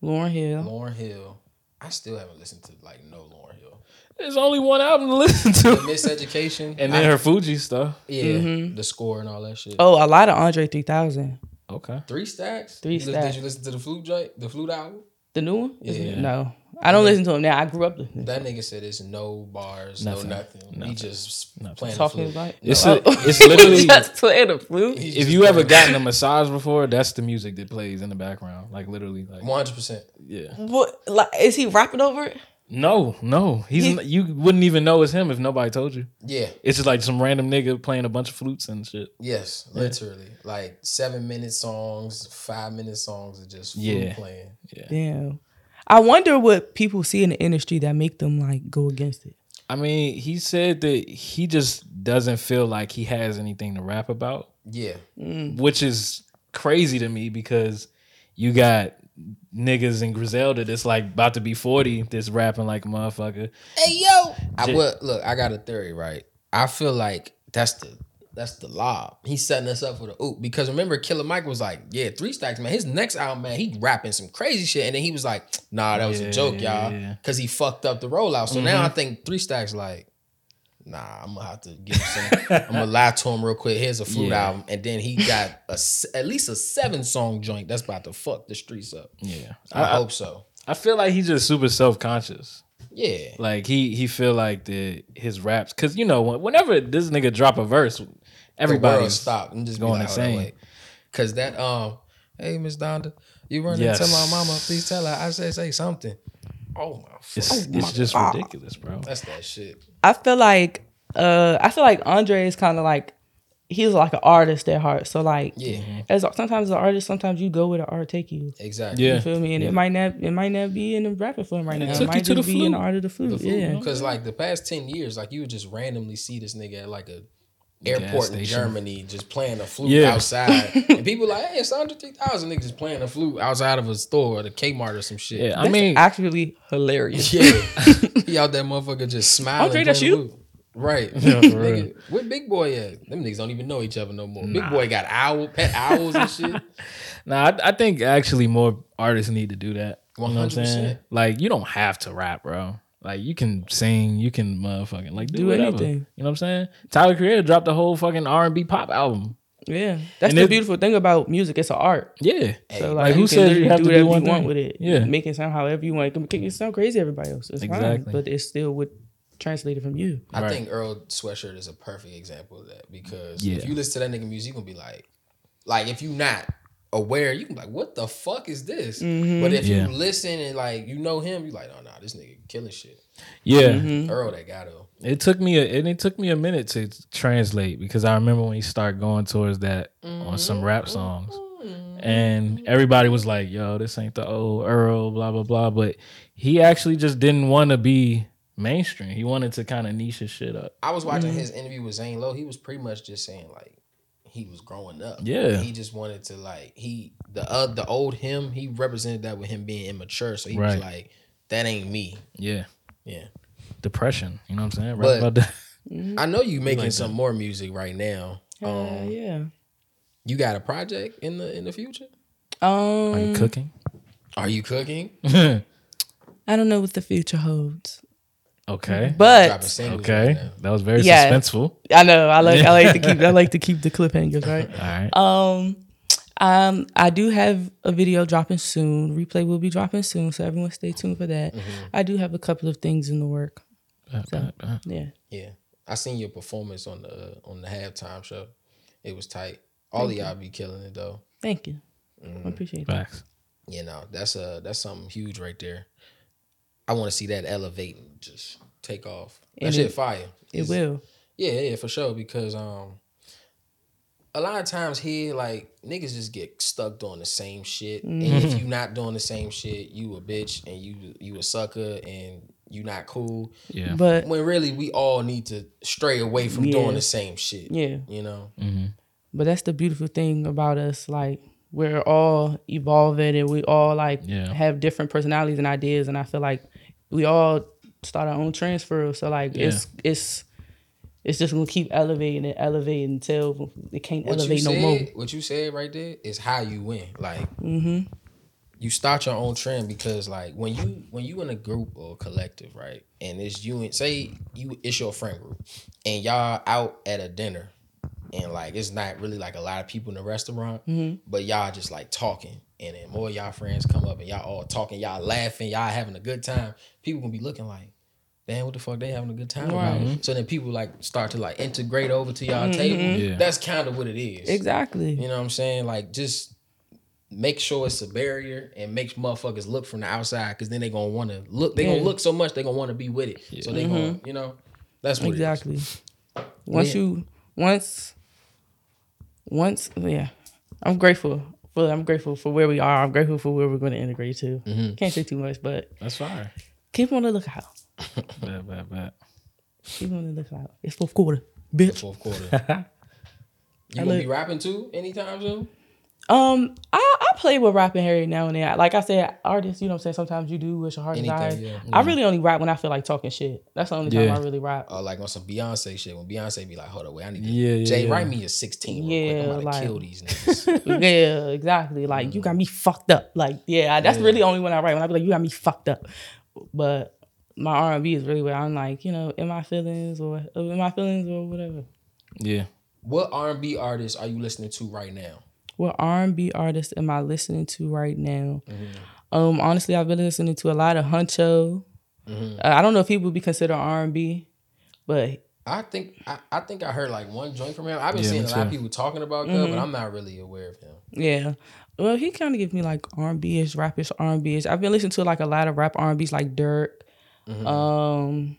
S3: Lauren Hill.
S1: Lauren Hill. I still haven't listened to like no Lauren Hill.
S2: There's only one album to listen to.
S1: Miseducation,
S2: And
S1: I-
S2: then her Mm-hmm. Fuji stuff.
S1: yeah, the score and all that shit.
S3: Oh, a lot of Andre three thousand.
S2: Okay.
S1: Three stacks.
S3: Three
S1: You lis-
S3: Stacks.
S1: Did you listen to the flute joint, the flute album?
S3: The new one? Is it-
S2: Yeah.
S3: No, I don't listen to him now. I grew up listening.
S1: That nigga said it's no bars,
S2: Nothing.
S1: no nothing. He
S2: Nothing.
S1: just
S2: Nothing.
S1: playing
S3: Talking
S1: the flute.
S3: about
S2: It's
S3: No,
S2: a-
S3: oh.
S2: it's literally-
S3: just playing the flute.
S1: He's
S2: If
S1: just
S2: you ever
S1: playing-
S2: gotten a massage before, that's the music that plays in the background. Like literally, like
S1: 100%.
S2: yeah.
S3: What like is he rapping over it?
S2: No, no, he's
S3: He-
S2: n you wouldn't even know it's him if nobody told you.
S1: Yeah,
S2: It's just like some random nigga playing a bunch of flutes and shit.
S1: yes, literally. Like seven minute songs, five minute songs are just flute
S2: Yeah.
S1: playing.
S3: Damn. I wonder what people see in the industry that make them like go against it.
S2: I mean, he said that he just doesn't feel like he has anything to rap about,
S1: Yeah.
S2: which is crazy to me because you got niggas in Griselda that's like about to be 40 that's rapping like a motherfucker.
S1: Hey yo. I
S2: J-
S1: well, look, I got a theory, right? I feel like that's the that's the lob. He's setting us up for the oop. Because remember, Killer Mike was like, yeah, three stacks, man. His next album, man, he rapping some crazy shit. And then he was like, nah, that was
S2: Yeah,
S1: a joke,
S2: yeah,
S1: y'all.
S2: yeah. Mm-hmm.
S1: Cause he fucked up the rollout. So now I think three stacks like, nah, I'm gonna have to give him some. I'm gonna lie to him real quick. Here's a flute
S2: Yeah.
S1: album. And then he got a s at least a seven song joint that's about to fuck the streets up.
S2: Yeah.
S1: I,
S2: I, I,
S1: hope so.
S2: I feel like he's just super self-conscious.
S1: Yeah.
S2: Like he he feel like that his raps cuz you know when- whenever this nigga drop a verse
S1: everybody
S2: everybody's
S1: stop and just
S2: going
S1: going be like,
S2: insane.
S1: insane. Because that um, hey Miss Donda, you run
S2: Yes.
S1: into my mama. Please tell her I said say something. Oh my, fuck.
S2: It's, it's just ridiculous, bro.
S1: that's that shit.
S3: I feel like uh I feel like Andre is kind of like he's like an artist at heart. So like
S1: Yeah,
S2: Mm-hmm.
S3: as sometimes as an artist, sometimes you go where the art take you.
S1: exactly.
S2: Yeah.
S3: You feel me? And it might not it might not be in the rapping form right now.
S2: took
S3: It
S2: you
S3: might
S2: to
S3: just
S2: the
S3: be in the
S2: flute.
S3: art of the flute. yeah.
S1: Because like the past ten years, like you would just randomly see this nigga at like a airport in
S2: station.
S1: Germany just playing a flute
S2: Yeah.
S1: outside, and people like, hey, it's under three thousand niggas playing a flute outside of a store, or the Kmart or some shit.
S2: Yeah, I
S3: That's
S2: mean
S3: actually hilarious.
S1: Yeah, he out that motherfucker just smiling.
S3: Andre,
S1: playing
S3: that's
S1: the
S3: you?
S1: flute. Right.
S2: Yeah, for real.
S1: Nigga, where Big Boy at? Them niggas don't even know each other no more. Big Boy got owl, pet owls and shit.
S2: Nah, I, I think actually more artists need to do that. You know what I'm saying?
S1: 100%.
S2: Like, you don't have to rap, bro. Like, you can sing, you can motherfucking like do,
S3: Do
S2: whatever.
S3: anything.
S2: You know what I'm saying? Tyler Creator dropped the whole fucking R and B pop album.
S3: Yeah. That's
S2: And
S3: the
S2: it-
S3: beautiful thing about music. It's an art.
S2: Yeah,
S3: So
S2: Like, who
S3: can
S2: says you
S3: literally
S2: have to do
S3: whatever
S2: one
S3: you want
S2: thing?
S3: with it?
S2: Yeah.
S3: Make it sound however you want. It can make it sound crazy to everybody else. It's
S2: Exactly.
S3: fine. But it's still what translated from you.
S1: I
S2: Right.
S1: think Earl Sweatshirt is a perfect example of that because
S2: Yeah.
S1: if you listen to that nigga music, you gonna be like, like if you not aware, you can be like, what the fuck is this?
S2: Mm-hmm.
S1: But if
S2: Yeah.
S1: you listen and like you know him, you like, oh nah, this nigga killing shit.
S2: yeah.
S1: Earl that got him.
S2: It took me a, and it took me a minute to translate because I remember when he started going towards that on some rap songs, and everybody was like, "Yo, this ain't the old Earl," blah blah blah. But he actually just didn't want to be mainstream. He wanted to kind of niche his shit up.
S1: I was watching
S2: Mm-hmm.
S1: his interview with Zane Lowe. He was pretty much just saying like he was growing up.
S2: Yeah.
S1: he just wanted to like he the uh, the old him. He represented that with him being immature. So he
S2: Right.
S1: was like, "That ain't me."
S2: Yeah,
S1: Yeah,
S2: depression. You know what I'm saying? Right
S1: But-
S2: about that.
S1: I know you making some more music right now.
S3: Uh,
S1: Um,
S3: Mm-hmm. yeah.
S1: you got a project in the in the future?
S3: Um
S2: Are you cooking?
S1: Are you cooking?
S3: I don't know what the future holds.
S2: okay.
S1: Dropping
S3: But
S1: singles right
S2: Okay.
S1: now.
S2: That was very
S3: Yeah.
S2: suspenseful.
S3: I know I like I like to keep I like to keep the cliffhangers, right?
S2: All right.
S3: Um um I do have a video dropping soon. Replay will be dropping soon, so everyone stay tuned for that. I do have a couple of things in the work.
S2: Uh, uh, uh.
S3: Yeah.
S1: Yeah, I seen your performance on the uh, on the halftime show. It was tight. All of y'all be killing it though.
S3: Thank you. I appreciate that.
S2: Facts.
S1: you know that's a that's something huge right there i want to see that elevate and just take off that
S3: And
S1: shit
S3: it-
S1: fire
S3: It
S1: It's-
S3: will.
S1: yeah yeah for sure because um a lot of times here like niggas just get stuck doing the same shit and
S3: Mm-hmm.
S1: if you not doing the same shit you a bitch and you you a sucker and you not cool
S2: Yeah.
S3: But
S1: when really we all need to stray away from
S3: Yeah.
S1: doing the same shit
S3: yeah.
S1: you know
S2: Mm-hmm.
S3: But that's the beautiful thing about us. Like we're all evolving and we all like
S2: Yeah.
S3: have different personalities and ideas. And I feel like we all start our own transfer. So like it's it's it's just gonna keep elevating and elevating until it can't
S1: what you
S3: elevate no
S1: said,
S3: more. Mm-hmm.
S1: What you said right there is how you win. Like you start your own trend because like when you when you in a group or collective, right? And it's you and say you it's your friend group and y'all out at a dinner and like it's not really like a lot of people in the restaurant,
S3: Mm-hmm.
S1: but y'all just like talking. And then more of y'all friends come up and y'all all talking, y'all laughing, y'all having a good time. People gonna be looking like, damn, what the fuck they having a good time about? So then people like start to like integrate over to
S3: Mm-hmm.
S1: y'all table.
S2: Yeah.
S1: That's kind of what it is.
S3: Exactly.
S1: You know what I'm saying? Like just make sure it's a barrier and make motherfuckers look from the outside because then they gonna wanna look they gonna
S3: Yeah.
S1: look so much they gonna wanna be with it. So they gonna, you know, that's what exactly.
S3: Exactly. Once
S1: Yeah.
S3: you once once yeah. I'm grateful. For, I'm grateful for where we are. I'm grateful for where we're going to integrate
S1: Mm-hmm.
S3: to. Can't say too much, but
S2: That's fire.
S3: keep on the lookout.
S2: Bad, bad, bad.
S3: Even when it looks like it's fourth quarter, bitch.
S1: Fourth quarter. You gonna be rapping too anytime soon?
S3: Um, I, I play with rap and Harry now and then. Like I said, artists, you know what I'm saying? Sometimes you do what your heart
S1: Anything,
S3: desires.
S1: yeah.
S3: I really only rap when I feel like talking shit. That's the only
S2: Yeah.
S3: time I really rap.
S1: Or Oh, like on some Beyonce shit when Beyonce be like, hold up, wait, I need to
S2: Yeah, yeah,
S1: Jay,
S2: yeah.
S1: write me a 16 real quick. I'm
S3: Yeah,
S1: about to
S3: like-
S1: kill these niggas.
S3: yeah, exactly. Like you got me fucked up. Like yeah, I- that's really only when I write. When I be like, you got me fucked up. But my R and B is really where I'm like, you know, in my feelings or uh, in my feelings or whatever.
S2: Yeah.
S1: what R and B artists are you listening to right now?
S3: What R and B artist am I listening to right now? Um, honestly, I've been listening to a lot of Huncho.
S1: Mm-hmm.
S3: Uh, I don't know if he would be considered R and B, but
S1: I think I, I think I heard like one joint from him. I've been
S2: Yeah,
S1: seeing a
S2: me
S1: lot of
S2: too. Mm-hmm.
S1: people talking about that, but I'm not really aware of him.
S3: Yeah. Well, he kind of gives me like R and B ish, rap ish, R and B ish. I've been listening to like a lot of rap R and B's like Dirk.
S2: Mm-hmm.
S3: Um,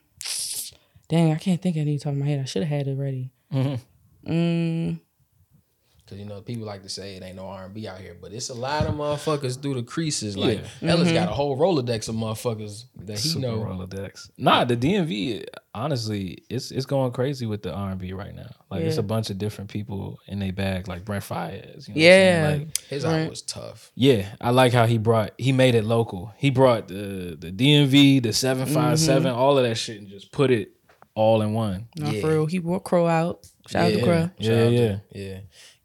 S3: dang, I can't think of any top of my head. I should have had it ready.
S2: Mm-hmm.
S3: Mm,
S1: Cause you know people like to say it ain't no R and B out here, but it's a lot of motherfuckers through the creases. Like Ellis got a whole rolodex of motherfuckers that he
S2: Mm-hmm. Super
S1: know.
S2: Rolodex. Nah, the DMV. Honestly, it's it's going crazy with the R and B right now. Like it's
S3: Yeah.
S2: a bunch of different people in their bag, like Brent Fires. You know What I'm
S3: yeah.
S2: saying? Like,
S1: His album was tough.
S2: yeah, I like how he brought. He made it local. He brought the the DMV, the seven five seven,
S1: Mm-hmm.
S2: all of that shit, and just put it all in one.
S3: Not
S1: Yeah.
S3: for real. He brought Crow out. Shout out to Crow.
S2: Yeah,
S1: Shout out
S2: yeah.
S1: to- yeah.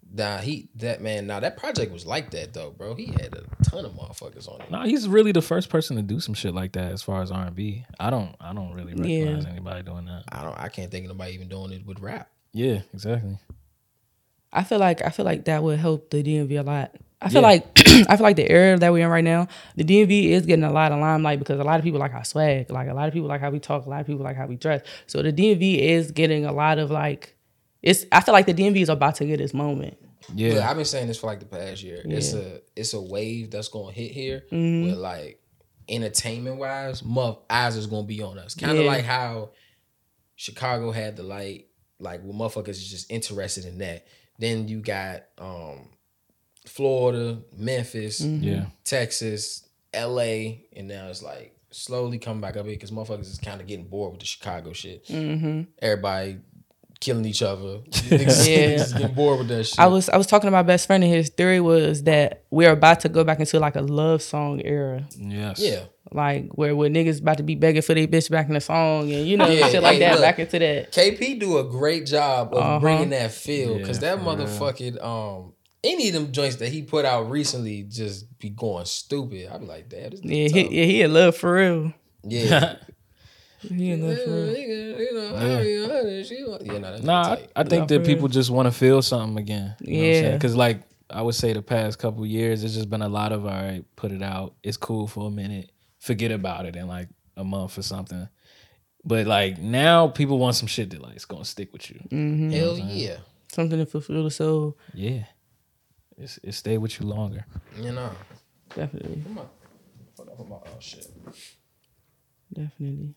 S1: Nah, he that man. Nah, that project was like that though, bro. He had a ton of motherfuckers on it.
S2: No, he's really the first person to do some shit like that as far as R and B. I don't I don't really recognize anybody doing that.
S1: I don't. I can't think of nobody even doing it with rap.
S2: Yeah, exactly.
S3: I feel like I feel like that would help the DMV a lot. I feel
S2: Yeah.
S3: like I feel like the era that we're in right now, the DMV is getting a lot of limelight because a lot of people like our swag, like a lot of people like how we talk, a lot of people like how we dress. So the DMV is getting a lot of like, it's. I feel like the DMV is about to get its moment.
S2: Yeah.
S1: Look, I've been saying this for like the past year. It's a it's a wave that's gonna hit here.
S3: Mm-hmm.
S1: Where like entertainment wise, muff eyes is gonna be on us. Kind of
S3: Yeah.
S1: like how Chicago had the light, like well, motherfuckers is just interested in that. Then you got um Florida, Memphis,
S3: Mm-hmm.
S2: Yeah.
S1: Texas, LA, and now it's like slowly coming back up here because motherfuckers is kind of getting bored with the Chicago shit.
S3: Mm. Mm-hmm.
S1: Everybody killing each other. Niggas-
S3: Yeah.
S1: niggas getting bored with that shit.
S3: I was I was talking to my best friend and his theory was that we're about to go back into like a love song era,
S2: Yes.
S1: yeah.
S3: like where where niggas about to be begging for their bitch back in the song and you know
S1: Yeah,
S3: shit like
S1: hey,
S3: that
S1: look.
S3: back into that.
S1: KP do a great job of
S3: Uh-huh.
S1: bringing that feel because
S2: Yeah,
S1: that
S2: for real.
S1: motherfucking um any of them joints that he put out recently just be going stupid. I be like, damn, this
S3: Yeah,
S1: nigga
S3: he,
S1: tough.
S3: yeah, he in love for real.
S1: yeah.
S3: He in love for real.
S1: Nigga, you know, I be honest, you know. Yeah, nah, that's
S2: Nah,
S1: tight.
S2: I, I think
S3: Yeah,
S2: that
S3: for
S2: people just want to feel something again. You know what I'm saying?
S3: Yeah.
S2: Cause like I would say the past couple years, it's just been a lot of all right, put it out. It's cool for a minute. Forget about it in like a month or something. But like now people want some shit that like it's gonna stick with you.
S1: Mm. Hell yeah.
S3: Something to fulfill the soul,
S2: Yeah. It's it stay with you longer.
S1: You know.
S3: definitely,
S1: Come on. Hold up, hold up. Oh, shit.
S3: definitely.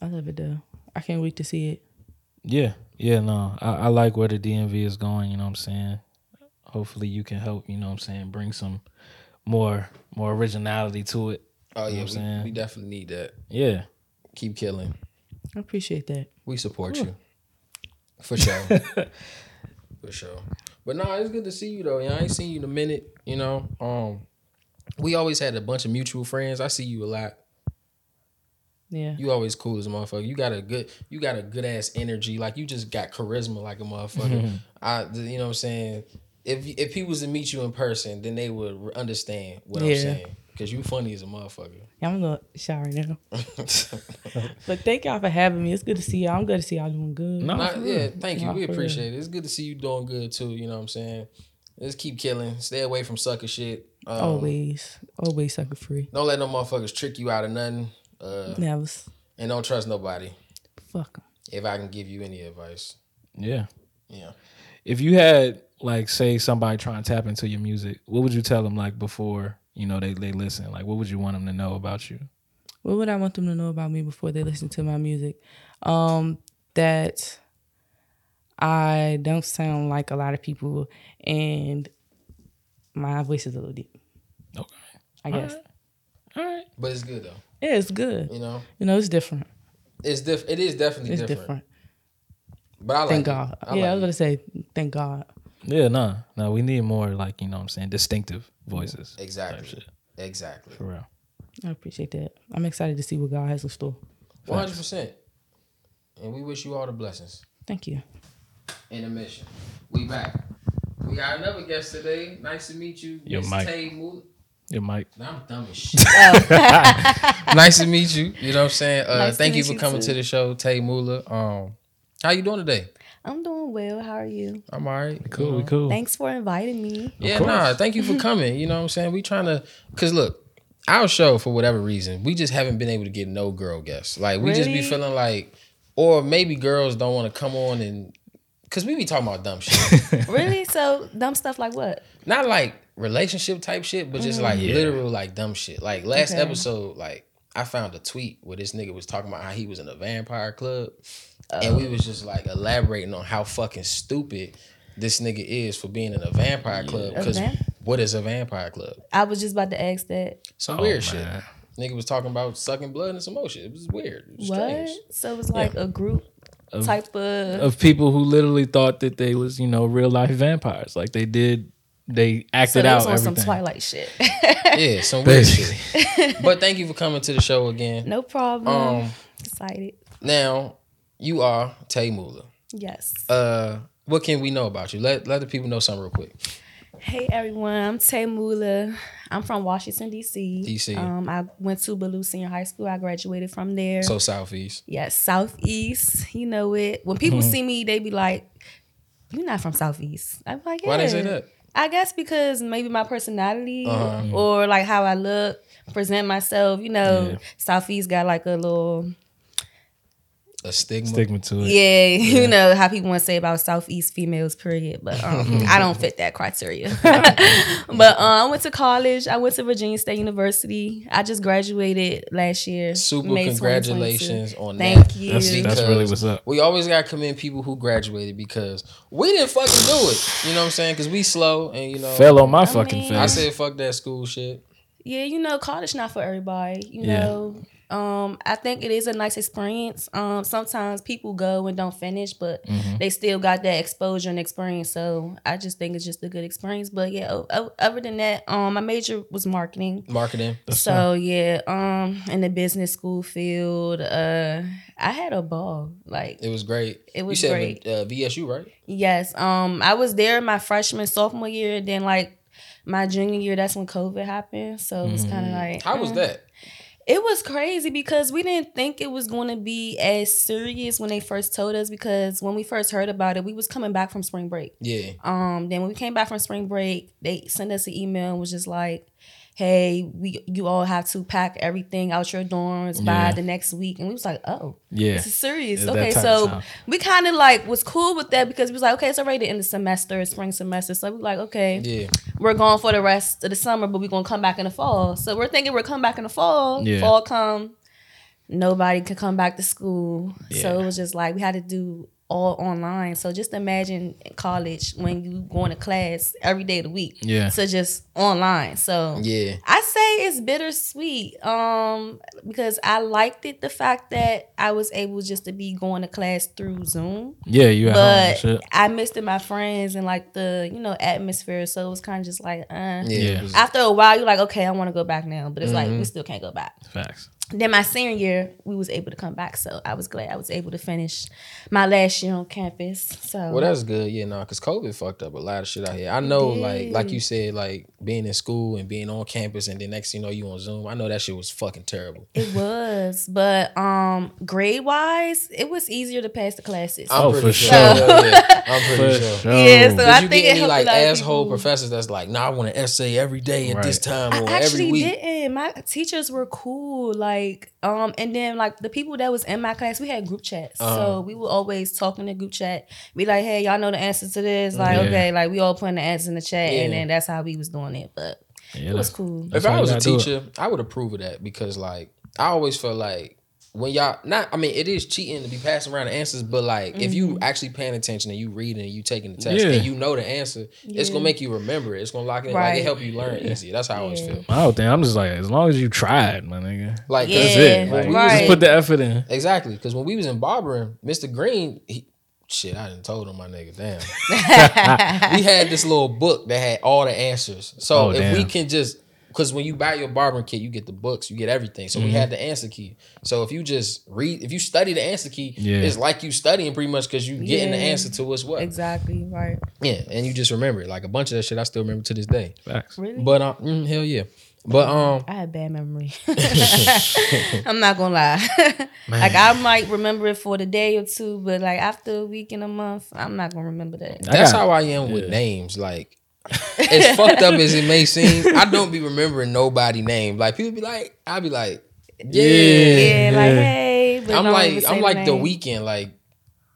S3: I love it though. I can't wait to see it.
S2: Yeah, yeah, no. I, I like where the DMV is going, you know what I'm saying? Hopefully you can help, you know what I'm saying, bring some more more originality to it.
S1: Oh
S2: You know
S1: yeah,
S2: what I'm saying?
S1: we, we definitely need that.
S2: Yeah.
S1: Keep killing.
S3: I appreciate that.
S1: We support you. For sure. For sure. But nah, it's good to see you though. Yeah, I ain't seen you in a minute, you know. Um we always had a bunch of mutual friends. I see you a lot.
S3: Yeah,
S1: You always cool as a motherfucker. You got a good you got a good ass energy. Like you just got charisma like a motherfucker. I you know what I'm saying? If if he was to meet you in person, then they would understand what I'm
S3: Yeah.
S1: saying. Cause you funny as a motherfucker.
S3: Yeah, I'm gonna shower now. But thank y'all for having me. It's good to see y'all. I'm glad to see y'all doing good.
S2: No,
S1: Nah,
S2: for real.
S1: yeah, thank you.
S3: Nah,
S1: we
S3: for real.
S1: appreciate it. It's good to see you doing good too. You know what I'm saying? Just keep killing. Stay away from sucker shit. Um,
S3: always, always sucker free.
S1: Don't let no motherfuckers trick you out of nothing. Uh,
S3: Never. s-
S1: and don't trust nobody.
S3: Fuck 'em.
S1: If I can give you any advice,
S2: Yeah.
S1: yeah.
S2: If you had like say somebody trying to tap into your music, what would you tell them like before, you know, they they listen? Like what would you want them to know about you?
S3: What would I want them to know about me before they listen to my music? Um, that I don't sound like a lot of people, and my voice is a little deep.
S2: Okay.
S3: I guess.
S2: All right.
S1: But it's good though.
S3: Yeah, it's good.
S1: You know,
S3: You know, it's different.
S1: It's diff. It is definitely
S4: It's
S1: different.
S4: different.
S1: But I like.
S4: Thank
S1: it.
S4: God.
S1: I
S4: yeah, I was
S1: like
S4: gonna say thank God.
S2: Yeah, nah, nah. We need more like you know what I'm saying distinctive voices.
S1: it. exactly. Exactly.
S2: For real.
S4: I appreciate that. I'm excited to see what God has in store.
S1: One hundred percent. And we wish you all the blessings.
S4: Thank you.
S1: Intermission. We back. We got another guest today. Nice to meet you,
S2: Yo,
S1: Miss
S2: Mike.
S1: Tay Moot.
S2: Your mic.
S1: I'm dumb as shit.
S3: Oh.
S1: nice to meet you. You know what I'm saying? Uh,
S3: Nice to
S1: thank you
S3: meet
S1: for
S3: you
S1: coming
S3: too.
S1: to the show, Tay Moolah. Um, how you doing today?
S3: I'm doing well. How are you?
S1: I'm all right.
S2: Cool.
S1: You know?
S2: We cool.
S3: Thanks for inviting me.
S1: Yeah,
S2: course.
S1: nah, thank you for coming. You know what I'm saying? We trying to cause look, our show for whatever reason, we just haven't been able to get no girl guests. Like we just be
S3: Really?
S1: feeling like or maybe girls don't want to come on and cause we be talking about dumb shit.
S3: really? So dumb stuff like what?
S1: Not like relationship type shit, but just
S2: Mm-hmm.
S1: like literal like dumb shit. Like last
S3: Okay.
S1: episode, like I found a tweet where this nigga was talking about how he was in a vampire club. And
S3: Oh.
S1: we was just like elaborating on how fucking stupid this nigga is for being in a vampire club.
S3: A
S1: Cause
S3: vamp-
S1: what is a vampire club?
S3: I was just about to ask that.
S1: Some
S2: Oh,
S1: weird
S2: man.
S1: shit. Nigga was talking about sucking blood and some more shit. It was weird. It was
S3: What?
S1: strange.
S3: So it was like a group
S2: Of-
S3: type of.
S2: Of people who literally thought that they was you know real life vampires, like they did. They
S3: So
S2: acted
S3: they was
S2: out
S3: on
S2: everything.
S3: some Twilight shit.
S1: Yeah, some weird shit. But thank you for coming to the show again.
S3: no problem.
S1: Um,
S3: Excited.
S1: now you are Tay Moolah.
S3: Yes.
S1: Uh, what can we know about you? Let let the people know something real quick.
S3: Hey everyone, I'm Tay Mula. I'm from Washington D.C.
S1: DC.
S3: Um, I went to Ballou Senior High School. I graduated from there.
S1: So Southeast.
S3: Yes, Southeast. You know it. When
S1: Mm-hmm.
S3: people see me, they be like, "You're not from Southeast." I'm like, yeah.
S1: Why they say that?
S3: I guess because maybe my personality
S1: Uh-huh.
S3: or like how I look, present myself. You know, Southeast got like a little,
S1: A stigma.
S2: Stigma to it.
S3: yeah, You know how people want to say about Southeast females, period. But um, I don't fit that criteria. but uh, I went to college. I went to Virginia State University. I just graduated last year.
S1: Super
S3: May 2022.
S1: congratulations on
S3: Thank
S1: that.
S3: you.
S2: That's that's really what's up.
S1: We always gotta commend people who graduated because we didn't fucking do it. You know what I'm saying? Because we slow and you know.
S2: Fell on my fucking
S3: mean-
S2: face.
S1: I said fuck that school shit.
S3: yeah, you know, college not for everybody. You
S2: Yeah.
S3: know, um, I think it is a nice experience. Um, sometimes people go and don't finish, but
S1: Mm-hmm.
S3: they still got that exposure and experience. So I just think it's just a good experience. But yeah, o- o- other than that, um, my major was marketing.
S1: Marketing.
S3: so yeah, um, in the business school field, uh, I had a ball. Like
S1: It was great.
S3: It was
S1: you said
S3: great.
S1: Uh, VSU, right?
S3: Yes. Um, I was there my freshman, sophomore year, and then like my junior year, that's when COVID happened. So it was kind of like
S1: Mm-hmm. How was
S3: eh.
S1: that?
S3: It was crazy because we didn't think it was going to be as serious when they first told us. Because when we first heard about it, we was coming back from spring break.
S1: Yeah.
S3: Um, then when we came back from spring break, they sent us an email and was just like, "Hey, we you all have to pack everything out your dorms
S2: Yeah.
S3: by the next week." And we was like, "Oh,
S2: yeah.
S3: this is serious."
S2: It's that
S3: okay,
S2: type of
S3: so
S2: time.
S3: we kind of like was cool with that because we was like, "Okay, it's already the end of semester, it's spring semester," so we like, "Okay,
S1: Yeah.
S3: we're going for the rest of the summer, but we're gonna come back in the fall." So we're thinking we're coming back in the fall.
S2: Yeah.
S3: Fall come, nobody could come back to school, so
S2: Yeah.
S3: it was just like we had to do all online. So just imagine college when you going to class every day of the week.
S2: Yeah.
S3: So just online. So
S1: Yeah.
S3: I say it's bittersweet um, because I liked it the fact that I was able just to be going to class through Zoom,
S2: Yeah, you at home and
S3: but
S2: shit.
S3: I missed it, my friends and like the you know atmosphere. So it was kind of just like, uh.
S1: Yeah.
S2: Yeah.
S1: It was-
S3: After a while, you're like, okay, I want to go back now, but it's
S1: Mm-hmm.
S3: like we still can't go back.
S2: Facts.
S3: Then my senior year, we was able to come back, so I was glad I was able to finish my last year on campus. So
S1: Well, that's good. Yeah, no, because COVID fucked up a lot of shit out here. I know, like, like you said, like being in school and being on campus, and then next thing you know, you on Zoom. I know that shit was fucking terrible.
S3: it was, but um, grade wise, it was easier to pass the classes.
S1: I'm
S2: Oh,
S1: pretty
S2: for
S1: Yeah, yeah. I'm pretty
S2: For
S1: sure.
S2: sure.
S3: Yeah, so I
S1: Did you
S3: think
S1: get
S3: it
S1: any
S3: helped
S1: like
S3: a lot of
S1: asshole
S3: people.
S1: professors that's like, nah, I want an essay every day at this
S2: Right.
S1: time
S3: I
S1: or
S3: actually
S1: every week?
S3: didn't. My teachers were cool, like, um, and then like the people that was in my class, we had group chats,
S1: Uh-huh.
S3: so we were always talking to group chat. Be like, hey, y'all know the answer to this, like,
S2: Yeah.
S3: okay, like we all putting the answer in the chat, and
S1: Yeah.
S3: then that's how we was doing it. But
S2: Yeah,
S3: it was
S2: that's,
S3: cool.
S1: If
S2: how
S1: I
S2: you
S1: was a
S2: gotta do it.
S1: teacher, I would approve of that because, like, I always feel like when y'all not I mean it is cheating to be passing around the answers, but like if you actually paying attention and you reading and you taking the test
S2: Yeah.
S1: and you know the answer, it's gonna make you remember it. It's gonna lock it in. Like
S3: Right.
S1: it help you learn easier. That's how I always feel.
S2: My whole thing, I'm just like, as long as you tried, my nigga.
S1: Like 'cause-
S2: That's
S3: Yeah,
S2: it. Like, you Just
S3: right.
S2: put the effort in.
S1: exactly. Cause when we was in barbering, Mr. Green, he, shit, I didn't told him my nigga, damn. we had this little book that had all the answers. So
S2: Oh,
S1: if
S2: damn.
S1: we can just because when you buy your barbering kit, you get the books, you get everything. So
S2: Mm-hmm.
S1: we had the answer key. So if you just read, if you study the answer key,
S2: Yeah.
S1: it's like you studying pretty much because you getting the
S3: Yeah.
S1: answer to what's what.
S3: exactly. Right.
S1: Yeah, and you just remember it. Like a bunch of that shit, I still remember to this day.
S2: Facts.
S3: Really?
S1: But um, mm, hell yeah. But um,
S3: I have bad memory. I'm not gonna lie. like I might remember it for the day or two, but like after a week and a month, I'm not gonna remember that.
S2: I
S1: that's
S2: got-
S1: how I am
S2: yeah.
S1: with names. Like as fucked up as it may seem, I don't be remembering nobody name. Like people be like, I be like, yeah.
S3: Yeah,
S2: Yeah.
S3: like hey, but
S1: I'm
S3: don't
S1: like
S3: even say
S1: I'm like the
S3: name.
S1: weekend. Like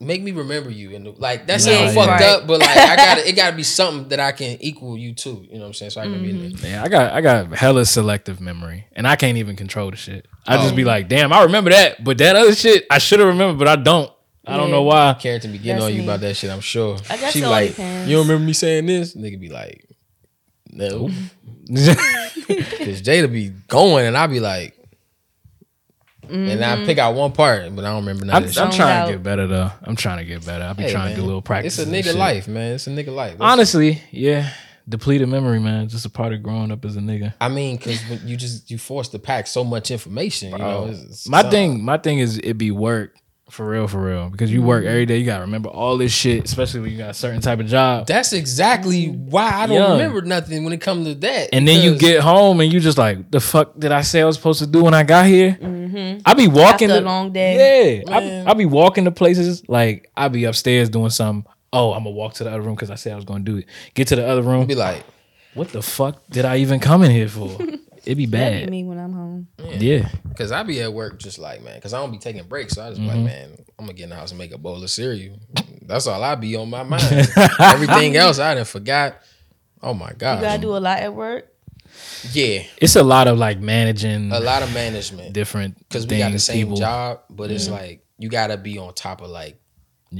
S1: make me remember you and like that
S2: Nah,
S1: sounds
S2: yeah.
S1: fucked
S3: Right.
S1: up, but like I got to it. Got to be something that I can equal you to. You know what I'm saying? So I can be
S3: Mm-hmm.
S1: in there.
S2: Yeah, I got I got hella selective memory, and I can't even control the shit. I just be
S1: Oh.
S2: like, damn, I remember that, but that other shit I should have remembered, but I don't. I don't know why.
S1: Carrington be getting
S3: That's
S1: on you
S3: me.
S1: about that shit. I'm sure.
S3: I guess
S1: she
S3: it
S1: be
S3: all
S1: like,
S3: depends.
S1: you don't remember me saying this? Nigga be like, no, because Jada be going and I be like, and
S3: Mm-hmm.
S1: I pick out one part, but I don't remember
S2: I'm,
S1: nothing.
S2: I'm
S3: zoned
S2: trying
S3: out.
S2: to get better though. I'm trying to get better. I be trying to do a little practice.
S1: It's a
S2: and
S1: nigga
S2: shit.
S1: life, man. It's a nigga life. That's-
S2: Honestly, yeah, depleted memory, man. Just a part of growing up as a nigga.
S1: I mean, because you just you forced to pack so much information. You know, It's- it's
S2: Oh, My
S1: something.
S2: thing, my thing is it be work for real, for real. Because you
S1: Mm-hmm.
S2: work every day, you gotta remember all this shit, especially when you got a certain type of job.
S1: That's exactly
S3: Mm.
S1: why I don't
S2: Young.
S1: remember nothing when it comes to that.
S2: and then you
S1: because-
S2: get home and you just like, the fuck did I say I was supposed to do when I got here?
S1: Mm-hmm.
S2: I be walking
S3: After a
S2: to-
S3: long day.
S2: Yeah, I, I be walking to places like I be upstairs doing something. Oh, I'm gonna walk to the other room because I said I was gonna do it. Get to the other room.
S1: be like,
S2: what the fuck did I even come in here for? It'd be
S3: That'd be
S2: bad.
S3: me when I'm home.
S2: Yeah.
S1: Cause I be at work just like man, cause I don't be taking breaks, so I just be
S2: Mm-hmm.
S1: like man, I'm gonna get in the house and make a bowl of cereal. That's all I be on my mind. Everything else I done forgot. Oh my
S3: You gotta
S1: god,
S3: do a lot at work.
S1: yeah,
S2: It's a lot of like managing
S1: a lot of management
S2: different
S1: because we
S2: things,
S1: got the same
S2: people.
S1: job, but
S3: Mm-hmm.
S1: it's like you gotta be on top of like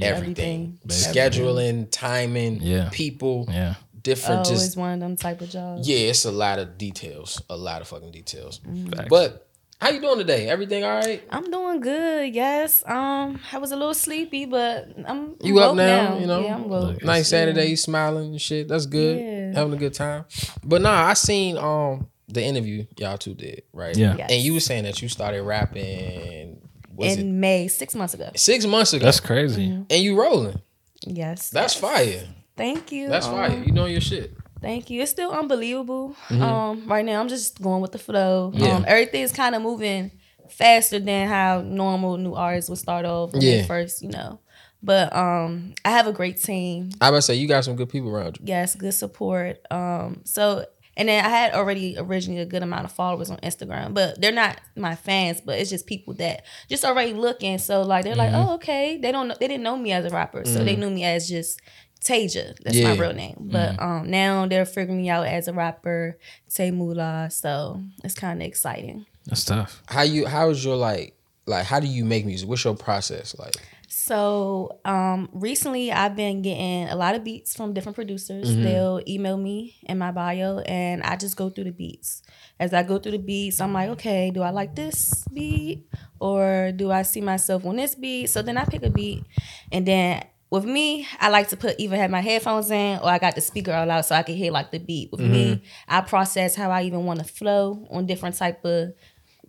S1: everything,
S3: Everything.
S1: scheduling, timing,
S2: Yeah.
S1: people,
S2: Yeah.
S1: different
S3: Oh,
S1: just
S3: it's one of them type of jobs.
S1: Yeah, it's a lot of details, a lot of fucking details.
S3: Mm-hmm.
S1: But how you doing today? Everything all right?
S3: I'm doing good. Yes. Um, I was a little sleepy, but I'm
S1: You
S3: woke
S1: up now, you know?
S3: Yeah, I'm woke.
S2: Look,
S1: Nice Saturday, you smiling and shit. That's good.
S3: Yeah.
S1: Having a good time. But nah, I seen um the interview y'all two did, right?
S2: Yeah.
S3: Yes.
S1: And you were saying that you started rapping was
S3: in May, six months ago.
S1: it six months ago
S2: That's crazy.
S3: Mm-hmm.
S1: and you rolling.
S3: Yes.
S1: That's
S3: yes.
S1: fire.
S3: Thank you.
S1: That's
S3: Um,
S1: fire. You doing your shit.
S3: Thank you. It's still unbelievable. Um, right now I'm just going with the flow.
S1: Yeah.
S3: Um, everything's kind of moving faster than how normal new artists would start off when
S1: Yeah.
S3: they first, you know. But um, I have a great team.
S1: I about to say you got some good people around you.
S3: Yes, good support. Um, so and then I had already originally a good amount of followers on Instagram, but they're not my fans, but it's just people that just already looking. So like they're like, oh okay, they don't know, they didn't know me as a rapper, so they knew me as just Taja. That's my
S1: Yeah.
S3: real name, but um now they're figuring me out as a rapper, Tay Moolah. So it's kind of exciting.
S2: That's tough.
S1: How you how is your like like how do you make music? What's your process like?
S3: So um, recently, I've been getting a lot of beats from different producers.
S1: Mm-hmm.
S3: They'll email me in my bio, and I just go through the beats. As I go through the beats, I'm like, okay, do I like this beat, or do I see myself on this beat? So then I pick a beat, and then with me, I like to put either have my headphones in or I got the speaker all out so I can hear like the beat. With
S1: Mm-hmm.
S3: me, I process how I even want to flow on different type of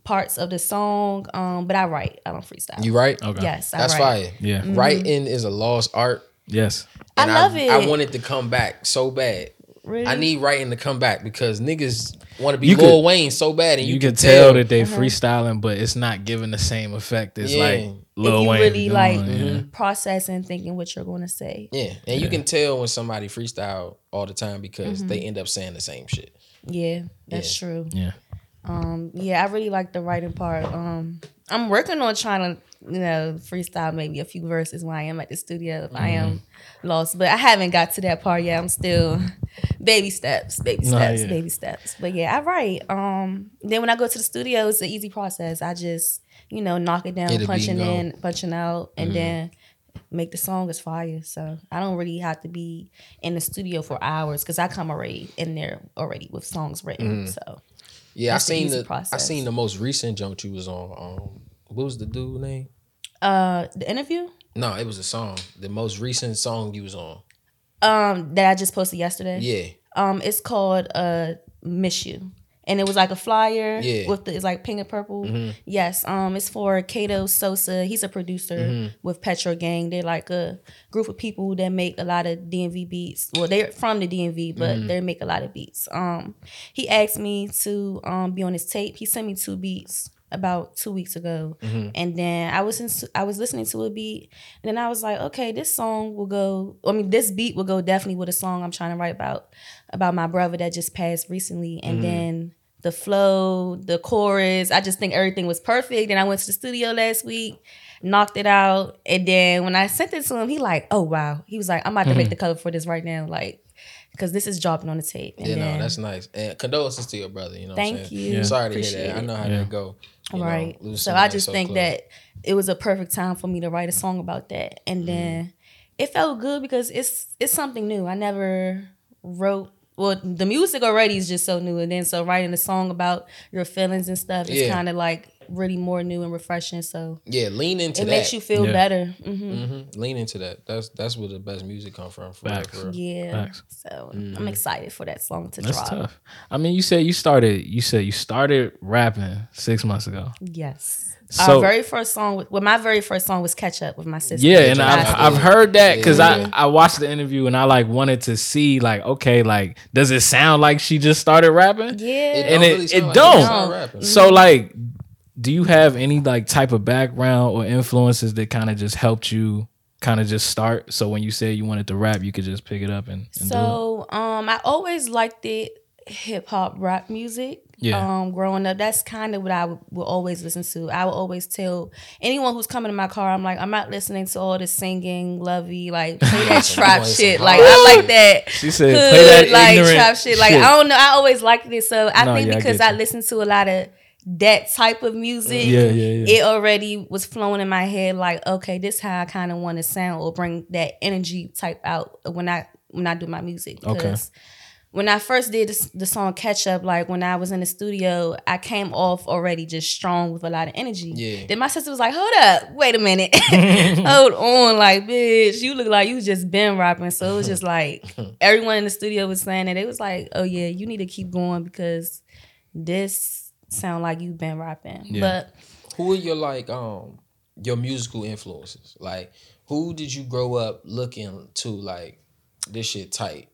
S3: parts of the song. Um, but I write, I don't freestyle.
S1: You right?
S2: Okay.
S3: yes, I
S1: That's
S3: write.
S1: fire.
S3: Mm-hmm.
S2: Yeah.
S1: Writing is a lost art.
S2: Yes.
S3: I
S1: And
S3: love it.
S1: I want it to come back so bad.
S3: Really?
S1: I need writing to come back because niggas want to be
S2: You
S1: Lil
S2: could-
S1: Wayne so bad, and
S2: You,
S1: you,
S2: can tell, that they
S3: Mm-hmm.
S2: freestyling, but it's not giving the same effect as
S1: Yeah.
S2: like
S3: if
S2: Lil
S3: you
S2: Wayne.
S3: really
S2: doing,
S3: like
S2: yeah.
S3: processing, thinking what you're going to say.
S1: yeah, and you can tell when somebody freestyle all the time because
S3: Mm-hmm.
S1: they end up saying the same shit.
S3: Yeah, that's true.
S2: yeah.
S3: Um, yeah, I really like the writing part. Um, I'm working on trying to, you know, freestyle maybe a few
S2: Mm-hmm.
S3: verses when I am at the studio if I am lost, but I haven't got to that part yet. I'm still baby steps, baby
S2: Nah,
S3: steps,
S2: yeah.
S3: baby steps. But yeah, I write. Um, then when I go to the studio, it's an easy process. I just you know knock it down,
S1: Get a Mm-hmm. beat
S3: punching
S1: going.
S3: in, punching out, and then make the song as fire. So I don't really have to be in the studio for hours because I come already in there already with songs written.
S1: Mm-hmm.
S3: So
S1: Yeah, I
S3: That's the
S1: seen
S3: easy
S1: the I
S3: process.
S1: seen the most recent jump you was on. Um, what was the dude name?
S3: uh, the interview
S1: No, it was a song. The most recent song you was on.
S3: um that I just posted yesterday.
S1: Yeah,
S3: Um, it's called uh Miss You. And it was like a flyer
S1: Yeah.
S3: with the, it's like pink and purple. Yes. Um, it's for Kato Sosa. He's a producer with Petro Gang. They're like a group of people that make a lot of DMV beats. Well, they're from the DMV, but they make a lot of beats. Um, he asked me to um be on his tape. He sent me two beats about two weeks ago, and then I was in, I was listening to a beat, and then I was like, okay, this song will go. I mean, this beat will go definitely with a song I'm trying to write about about my brother that just passed recently, and then the flow, the chorus, I just think everything was perfect. And I went to the studio last week, knocked it out, and then when I sent it to him, he like, oh wow, he was like, I'm about to make the cover for this right now, like. Because this is dropping on the tape. And
S1: you know
S3: then-
S1: that's nice. And condolences to your brother. You know, what I'm
S3: Thank
S1: saying?
S3: you. Yeah.
S1: Sorry to
S3: Appreciate
S1: hear that. I
S3: it.
S1: know how
S2: Yeah.
S1: that go. you know,
S3: right.
S1: losing
S3: so I
S1: somebody
S3: just
S1: so
S3: think
S1: close.
S3: that it was a perfect time for me to write a song about that,
S1: Mm-hmm.
S3: and then it felt good because it's it's something new. I never wrote. Well, the music already is just so new, and then so writing a song about your feelings and stuff is
S1: Yeah.
S3: kind of like really more new and refreshing. So
S1: yeah, lean into
S3: it
S1: that.
S3: makes you feel
S2: Yeah.
S3: better. hmm
S1: hmm Lean into that. That's that's where the best music come from. For real,
S2: Facts.
S1: for real.
S3: Yeah.
S2: Facts.
S3: So I'm
S1: Mm-hmm.
S3: excited for that song to
S2: That's
S3: drop.
S2: tough. I mean, you said you started. You said you started rapping six months ago.
S3: Yes.
S2: So-
S3: Our very first song, with, well, my very first song was "Catch Up" with my sister.
S2: Yeah, and I've
S1: I
S2: I've
S1: did.
S2: heard that because
S1: Yeah.
S2: I I watched the interview and I like wanted to see like okay like does it sound like she just started rapping?
S3: yeah.
S1: It
S2: And
S1: don't
S2: it-
S1: really
S2: it
S1: sound like
S2: don't.
S1: she started rapping.
S2: So like, do you have any like type of background or influences that kind of just helped you kind of just start? So when you said you wanted to rap, you could just pick it up and, and do it.
S3: So um, I always liked it hip hop rap music.
S2: Yeah.
S3: Um, growing up, that's kind of what I would, would always listen to. I would always tell anyone who's coming in my car, I'm like, I'm not listening to all this singing, lovey, like play that trap
S1: Boys,
S3: shit.
S1: huh?
S3: Like I like that.
S2: She said, "Play that
S3: like
S2: ignorant
S3: trap shit. Like
S2: shit.
S3: I don't know. I always liked it. So I
S2: No,
S3: think
S2: yeah, I
S3: because
S2: get
S3: I, listen to a lot of that type of music,
S2: Yeah, yeah, yeah.
S3: it already was flowing in my head like okay this how i kind of want to sound or bring that energy type out when i when i do my music
S2: Okay.
S3: because when i first did this, the song catch up like when i was in the studio i came off already just strong with a lot of energy
S1: Yeah.
S3: then my sister was like hold up wait a minute hold on like bitch you look like you just been rapping so it was just like everyone in the studio was saying that it was like oh yeah you need to keep going because this sound like you've been rapping
S2: Yeah.
S3: but
S1: who are your like um your musical influences? Like who did you grow up looking to like this shit tight?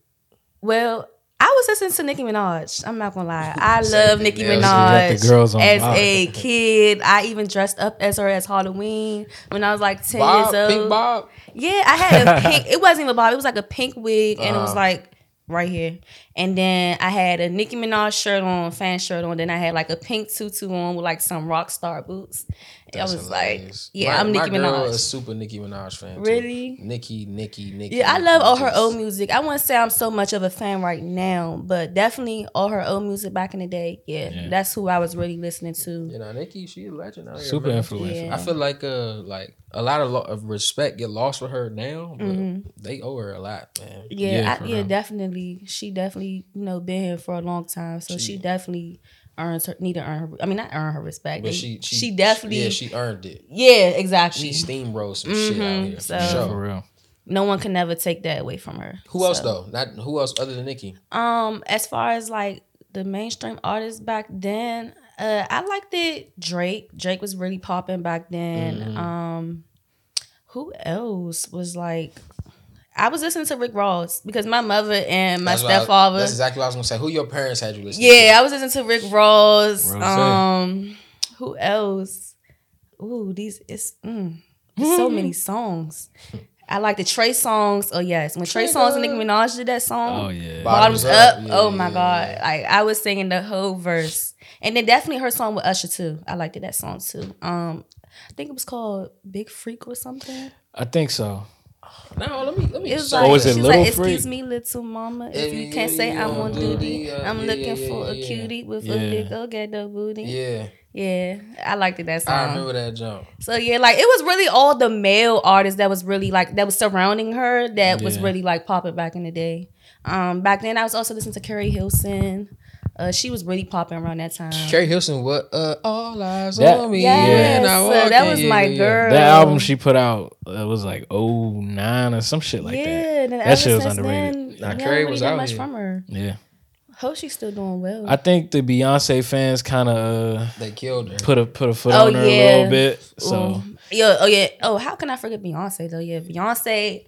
S3: Well, I was listening to Nicki Minaj. I'm not gonna lie. I
S1: Same
S3: love
S1: thing
S3: Nicki
S1: there. She
S2: got
S3: Minaj
S2: the girls on
S3: as
S2: lock.
S3: a kid. I even dressed up as her as Halloween when I was like 10
S1: Bob,
S3: years
S1: Pink
S3: old.
S1: Bob.
S3: Yeah, I had a pink. it wasn't even bob. It was like a pink wig, and it was
S1: Uh-huh.
S3: like right here. And then I had a Nicki Minaj shirt on, fan shirt on. Then I had like a pink tutu on with like some rock star boots. And I
S1: That's
S3: was like,
S1: hilarious.
S3: yeah,
S1: My-
S3: I'm Nicki
S1: my Girl
S3: Minaj.
S1: is super Nicki Minaj fan. too.
S3: Really?
S1: Nicki, Nicki, Nicki.
S3: Yeah, I love all her
S1: Just-
S3: old music. I wouldn't say I'm so much of a fan right now, but definitely all her old music back in the day. Yeah,
S2: Yeah.
S3: that's who I was really listening to.
S1: You know, Nicki, she a legend out here.
S2: Super
S1: man.
S2: influential.
S3: Yeah.
S1: I feel like uh like a lot of, lo- of respect get lost with her now, but they owe her a lot, man.
S3: Mm-hmm. Yeah,
S2: Yeah,
S3: yeah,
S2: for
S3: I, yeah
S2: real.
S3: definitely. She definitely, you know, been here for a long time, so she, definitely earns her need to earn. Her, I mean, not earn her respect,
S1: But
S3: they-
S1: she she,
S3: definitely,
S1: yeah
S3: yeah,
S1: she earned it.
S3: exactly.
S1: She steamrolled some shit out
S3: Mhm,
S1: here.
S3: so-
S1: for
S2: Yeah,
S1: sure.
S2: for real.
S3: no one can never take that away from her.
S1: Who else
S3: So,
S1: though? Not who else other than Nicki?
S3: Um, as far as like the mainstream artists back then, uh, I liked it. Drake. Drake was really popping back then.
S1: Mm-hmm.
S3: Um, who else was like? I was listening to Rick Ross because my mother and my
S1: That's what I-
S3: stepfather.
S1: that's exactly what I was gonna say. Who your parents had you listen?
S3: yeah, I was listening to Rick Ross.
S2: Rosé.
S3: Um, who else? Ooh, these it's mm, there's so many songs. I like the Trey songs. Oh yes, when Trey songs and Nicki Minaj did that song.
S2: Oh yeah.
S1: Bye. Bottoms
S3: Bottoms up.
S1: Up. Yeah,
S3: oh my
S1: yeah,
S3: god.
S1: yeah.
S3: Like I was singing the whole verse. And then definitely her song with Usher too. I liked that song too. Um I think it was called Big Freak or something.
S2: I think so.
S1: No, let me let me.
S3: It's
S1: search
S3: like,
S2: Oh, is it
S1: that.
S3: she's
S2: Lil
S3: like,
S2: Freak?
S3: excuse me, little mama. If
S1: Yeah,
S3: you can't
S1: yeah,
S3: say
S1: yeah,
S3: I'm on
S1: yeah,
S3: duty,
S1: yeah,
S3: I'm
S1: yeah,
S3: looking
S1: yeah,
S3: for a
S1: yeah.
S3: cutie with
S2: Yeah.
S3: a big old ghetto booty. Yeah.
S1: Yeah,
S3: I liked it that song.
S1: I remember that jump.
S3: So yeah, like it was really all the male artists that was really like that was surrounding her that was
S2: Yeah.
S3: really like popping back in the day. Um, back then I was also listening to Carrie Hilson. Uh, she was really popping around that time.
S1: Carrie Hilson, what? Uh, all eyes
S2: That-
S1: on me.
S3: Uh-huh. Yes,
S1: when I
S3: so
S1: walk
S3: that
S1: in.
S3: was my girl.
S2: That album she put out uh, was like oh nine or some shit like that.
S3: yeah, then
S2: That
S3: ever
S2: shit was
S3: since
S2: underrated.
S3: then,
S1: Nah,
S3: we
S1: Carrie
S3: haven't
S1: was
S3: really done
S1: out
S3: much
S1: here.
S3: from her.
S2: Yeah,
S3: Hope she's still doing well.
S2: I think the Beyonce fans kind of uh,
S1: They killed her.
S2: put a put a foot
S3: Oh,
S2: on her
S3: yeah.
S2: a little bit. So
S3: Ooh. yeah, oh yeah, oh how can I forget Beyonce though? Yeah, Beyonce.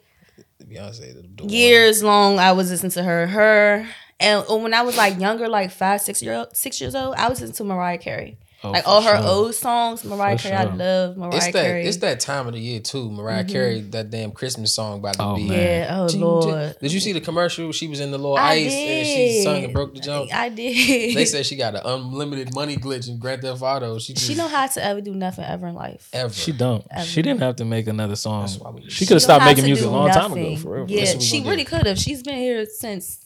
S1: Beyonce, the, the one.
S3: years long I was listening to her. Her and when I was like younger, like five, six year old, six years old, I was listening to Mariah Carey.
S2: oh,
S3: like
S2: for
S3: all her
S2: sure.
S3: old songs, Mariah
S2: For
S3: Carey. I
S2: sure.
S3: love Mariah
S1: It's that
S3: Carey.
S1: it's that time of the year too. Mariah Carey, that damn Christmas song by the
S2: Oh,
S1: beat.
S2: man.
S3: Mm-hmm. yeah, oh
S1: Ding, ding.
S3: Lord.
S1: Did you see the commercial? She was in the little
S3: I
S1: ice and she sung
S3: did.
S1: and broke the jump.
S3: I did.
S1: They said she got an unlimited money glitch in Grand Theft Auto. She just
S3: she know how to ever do nothing ever in life.
S1: ever.
S2: She don't. She didn't have to make another song.
S1: That's why we-
S2: She
S1: She
S2: could have
S3: She know
S2: stopped
S3: how
S2: making
S3: to
S2: music a
S3: do
S2: long time ago.
S3: nothing.
S2: For real.
S3: Yeah,
S1: That's what we
S3: she
S1: gonna
S3: really could have. She's been here since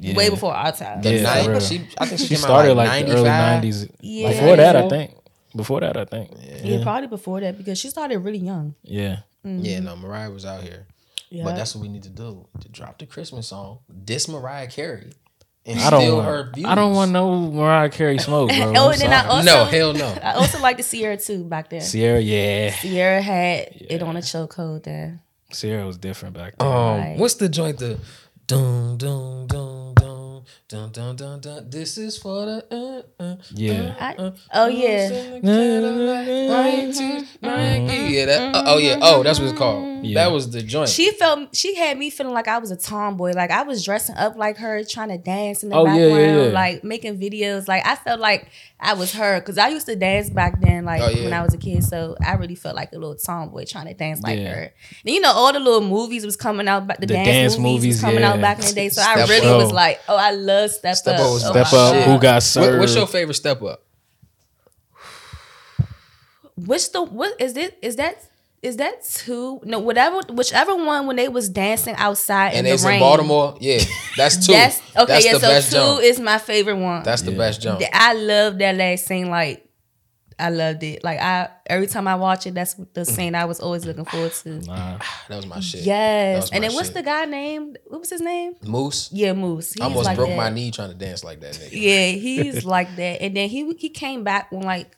S2: Yeah.
S3: way before our time.
S1: the
S2: Yeah, for
S1: night,
S2: real.
S1: she, I think she,
S2: She
S1: came
S2: started
S1: out like,
S2: like, the early
S1: 95.
S2: nineties.
S3: Yeah.
S2: Before that, I
S1: 94?
S2: think. Before that, I think.
S3: Yeah,
S2: Yeah.
S3: probably before that because she started really young. Mm.
S2: Yeah.
S1: Yeah, no, Mariah was out here.
S3: Yeah.
S1: But that's what we need to do: to drop the Christmas song, diss Mariah Carey, and
S2: I
S1: steal
S2: don't
S1: her
S2: want.
S1: views.
S2: I don't want no Mariah Carey smoke, bro.
S3: Oh,
S2: I'm
S3: and then I
S2: sorry.
S3: also
S1: no, hell no.
S3: I also like the Sierra too back there.
S2: Sierra, yeah.
S3: Sierra had it on a chokehold there.
S2: Sierra was different back then.
S1: Um,
S3: Right.
S1: what's the joint? The dun dun dun dun dun dun dun dun. This is for the uh, uh,
S2: Yeah.
S3: I, oh yeah,
S1: Oh.
S3: Mm-hmm.
S1: yeah, that, oh yeah, oh that's what it's called.
S2: Yeah.
S1: That was the joint.
S3: she felt she had me feeling like I was a tomboy. Like I was dressing up like her, trying to dance in the
S2: Oh, yeah, yeah,
S3: background,
S2: yeah.
S3: like making videos. Like I felt like I was her because I used to dance back then, like
S1: Oh, yeah.
S3: when I was a kid. So I really felt like a little tomboy trying to dance like
S2: Yeah.
S3: her. And you know, all the little movies was coming out, but the,
S2: The
S3: dance,
S2: dance
S3: movies,
S2: movies,
S3: was coming out
S2: yeah.
S3: back in the day. So I
S1: Step
S3: really
S2: Up.
S3: was like, oh, I love Step,
S1: Step
S3: Up.
S1: Up was
S3: Oh,
S2: Step
S3: my
S2: up.
S3: God.
S2: Who got
S1: What-
S2: served?
S1: what's your favorite step up?
S3: Which the what is this? Is that is that two? No, whatever, whichever one when they was dancing outside in
S1: And
S3: the
S1: it's
S3: rain.
S1: in Baltimore. Yeah, that's two.
S3: That's okay.
S1: That's
S3: yeah,
S1: the
S3: so
S1: best
S3: two
S1: jump.
S3: is my favorite one.
S1: That's the
S2: Yeah.
S1: best jump.
S3: Th- I love that last scene. Like I loved it. Like I every time I watch it, that's the scene I was always looking forward to.
S2: Nah.
S1: That was Mm-hmm. my shit. That
S3: Yes,
S1: was
S3: and
S1: my
S3: then what's
S1: shit.
S3: the guy name? What was his name?
S1: Moose.
S3: Yeah, Moose. He's
S1: I almost
S3: like
S1: broke
S3: that.
S1: my knee trying to dance like that. Nigga.
S3: Yeah, he's like that. And then he he came back when like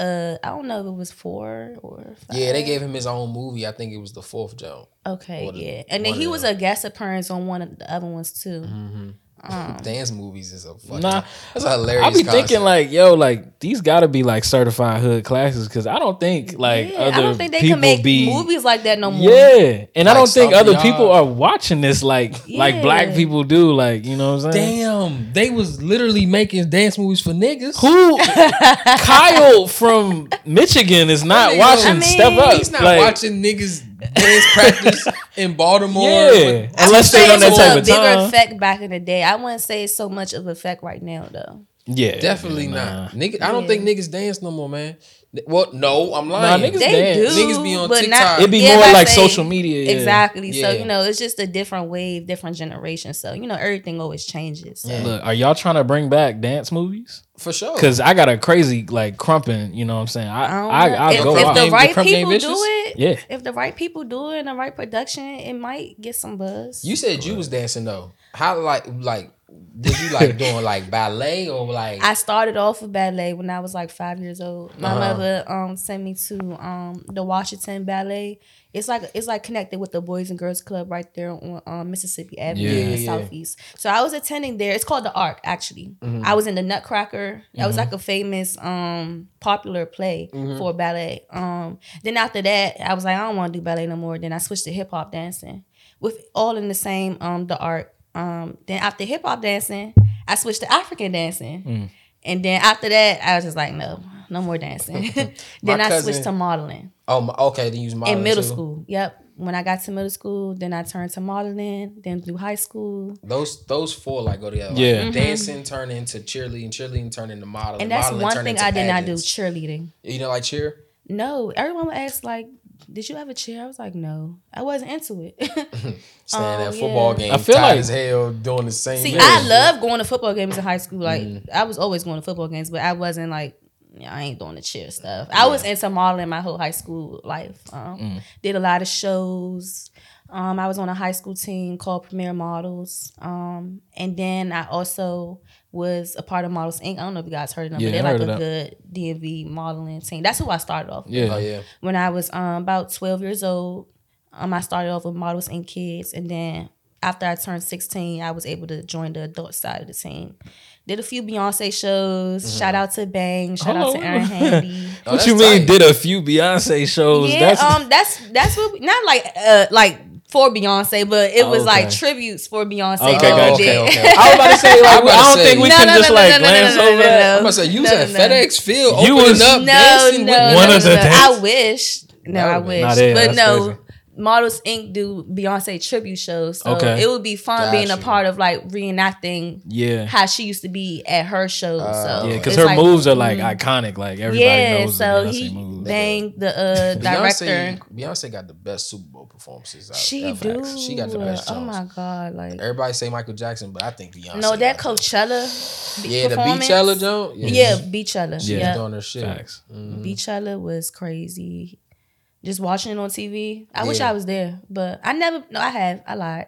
S3: uh I don't know if it was four or five.
S1: Yeah, they gave him his own movie. I think it was the fourth jump.
S3: Okay,
S1: Or the-
S3: yeah, and then
S1: one
S3: he
S1: of
S3: was
S1: them.
S3: a guest appearance on one of the other ones too.
S1: Mm-hmm.
S3: Um,
S1: Dance movies is a fucking.
S2: Nah.
S1: that's a hilarious.
S2: I be
S1: concept.
S2: thinking like, yo, like these gotta be like certified hood classes because I don't think like
S3: yeah,
S2: other
S3: I don't think they
S2: people
S3: can make
S2: be
S3: movies like that no more.
S2: Yeah, and I
S1: Like
S2: don't think
S1: South
S2: other
S1: Yard.
S2: people are watching this like like black
S3: Yeah.
S2: people do. Like you know what I'm saying?
S1: damn, they was literally making dance movies for niggas.
S2: Who Kyle from Michigan is not
S1: Nigga,
S2: watching
S1: I mean,
S2: Step Up?
S1: He's not
S2: like,
S1: watching niggas dance practice in Baltimore.
S2: Yeah,
S1: But-
S2: unless
S3: Say
S2: they on
S3: it
S2: that
S3: was
S2: type
S3: a
S2: of
S3: bigger
S2: time.
S3: effect back in the day. I wouldn't say it's so much of an effect right now though.
S2: yeah,
S1: Definitely
S2: yeah, nah.
S1: not. Nigga, I don't think niggas dance no more, man. N- Well, no, I'm lying.
S2: niggas
S3: They
S2: dance.
S3: do,
S1: Niggas be on
S3: but
S1: TikTok.
S3: Not,
S2: It'd be
S3: Yeah,
S2: more
S3: I
S2: like
S3: say-
S2: social media. yeah.
S3: Exactly. So
S1: Yeah.
S3: you know, it's just a different wave, different generation. So you know, everything always changes. So.
S1: Yeah. Oh.
S2: Look, are y'all trying to bring back dance movies?
S1: for sure.
S2: Because I got a crazy like crumping. You know what I'm saying?
S3: I
S2: I
S3: don't
S2: I,
S3: know.
S2: I,
S3: if,
S2: go
S3: if
S2: out.
S3: the
S1: Name-
S3: right
S1: Crump Game
S3: people do
S1: Bitches?
S3: it,
S2: yeah,
S3: if the right people do it and the right production, it might get some buzz.
S1: you said you was dancing though. How like like did you like doing like ballet or like
S3: I started off with ballet when I was like five years old. My
S1: Uh-huh.
S3: mother um sent me to um the Washington Ballet. It's like it's like connected with the Boys and Girls Club right there on um, Mississippi Avenue
S2: Yeah.
S3: in the
S1: Yeah, yeah, yeah.
S3: Southeast. So I was attending there. It's called the Arc actually.
S1: Mm-hmm.
S3: I was in the Nutcracker. That was like a famous um popular play
S1: Mm-hmm.
S3: for ballet. Um then after that I was like I don't want to do ballet no more. Then I switched to hip hop dancing with all in the same um the art. Um then after hip hop dancing, I switched to African dancing.
S1: Mm.
S3: And then after that, I was just like, no, no more dancing.
S1: My
S3: then I
S1: cousin-
S3: switched to modeling
S1: oh my, okay then you was modeling
S3: in middle
S1: too.
S3: school. Yep. When I got to middle school, then I turned to modeling, then through high school.
S1: Those those four like go together. Like,
S2: Yeah.
S1: dancing turned into cheerleading, cheerleading turned into modeling,
S3: Mm-hmm. And that's
S1: modeling
S3: one
S1: turned
S3: thing
S1: into
S3: I did not do
S1: pageants.
S3: cheerleading.
S1: You know, like cheer.
S3: No, everyone would ask, like, did you have a chair? I was like, no, I wasn't into it.
S1: Staying
S3: Oh,
S1: at football
S3: yeah.
S1: game,
S2: I feel
S1: tired
S2: like-
S1: as hell, doing the same.
S3: See,
S1: thing.
S3: I love going to football games in high school. Like
S2: Mm.
S3: I was always going to football games, but I wasn't like yeah, I ain't doing the cheer stuff. I was into modeling my whole high school life. Um,
S2: Mm.
S3: Did a lot of shows. Um, I was on a high school team called Premier Models, um, and then I also was a part of Models Inc. I don't know if you guys heard of them,
S2: Yeah,
S3: but they're
S2: I
S3: like a
S2: heard of
S3: good DMV modeling team. That's who I started off. with
S2: Yeah.
S1: Oh yeah,
S3: when I was um, about 12 years old. Um, I started off with models and kids, and then after I turned 16, I was able to join the adult side of the team. Did a few Beyonce shows.
S2: Mm-hmm.
S3: Shout out to Bang. Shout out
S2: Hold
S3: to
S2: on.
S3: Aaron Handy.
S1: Oh,
S2: what
S1: that's
S2: you
S1: tight.
S2: mean? Did a few Beyonce shows?
S3: yeah,
S2: that's
S3: um, that's that's what we- not like uh like for Beyonce, but it was like
S2: Oh, Okay.
S3: tributes for Beyonce.
S2: Okay,
S3: that we
S2: gotcha.
S3: did.
S1: Okay, okay.
S2: I was about to say. Like, I,
S1: I was about
S2: don't
S1: to
S2: think
S1: say-
S2: we
S3: No,
S2: can
S3: no,
S2: just
S3: no, no,
S2: like
S3: no, no,
S2: glance
S3: no, no,
S2: over
S3: no,
S2: that.
S3: no.
S1: I'm gonna say you was
S3: No,
S1: at
S3: no.
S1: FedEx Field
S2: You
S1: opening
S2: was-
S1: up,
S3: No,
S1: dancing
S3: no,
S1: with
S3: no,
S2: One
S3: no,
S2: of the
S3: no.
S2: dance-
S3: I wish. No,
S1: That
S3: I
S1: would've been-
S3: wish.
S2: Nah, yeah,
S3: but
S2: that's
S3: no,
S2: crazy.
S3: Models Inc. do Beyonce tribute shows. So
S2: Okay.
S3: it would be fun being a
S1: Gotcha.
S3: part of like reenacting
S2: Yeah,
S3: how she used to be at her show.
S1: Uh,
S3: so
S2: yeah, because
S3: Oh, it's
S2: her
S3: like-
S2: moves are like
S3: Mhm.
S2: iconic. Like everybody
S3: Yeah,
S2: knows
S3: so
S2: the Beyonce
S3: he
S2: moves.
S3: banged the uh, director.
S1: Beyonce, Beyonce got the best Super Bowl performances. Out
S3: She
S1: ever.
S3: do.
S1: She got the best.
S3: Oh
S1: songs.
S3: my god! Like
S1: Everybody say Michael Jackson, but I think Beyonce.
S3: no, that
S1: got
S3: Coachella.
S1: the-
S3: be-
S1: Yeah, the
S3: performance.
S1: Beachella joint.
S3: Yeah, Beachella.
S1: she
S2: Yeah.
S3: Yeah,
S1: was doing her shit.
S2: Facts.
S1: Mhm.
S3: Beachella was crazy. Just watching it on TV. I wish
S1: Yeah.
S3: I was there, but I never. No, I have. I lied.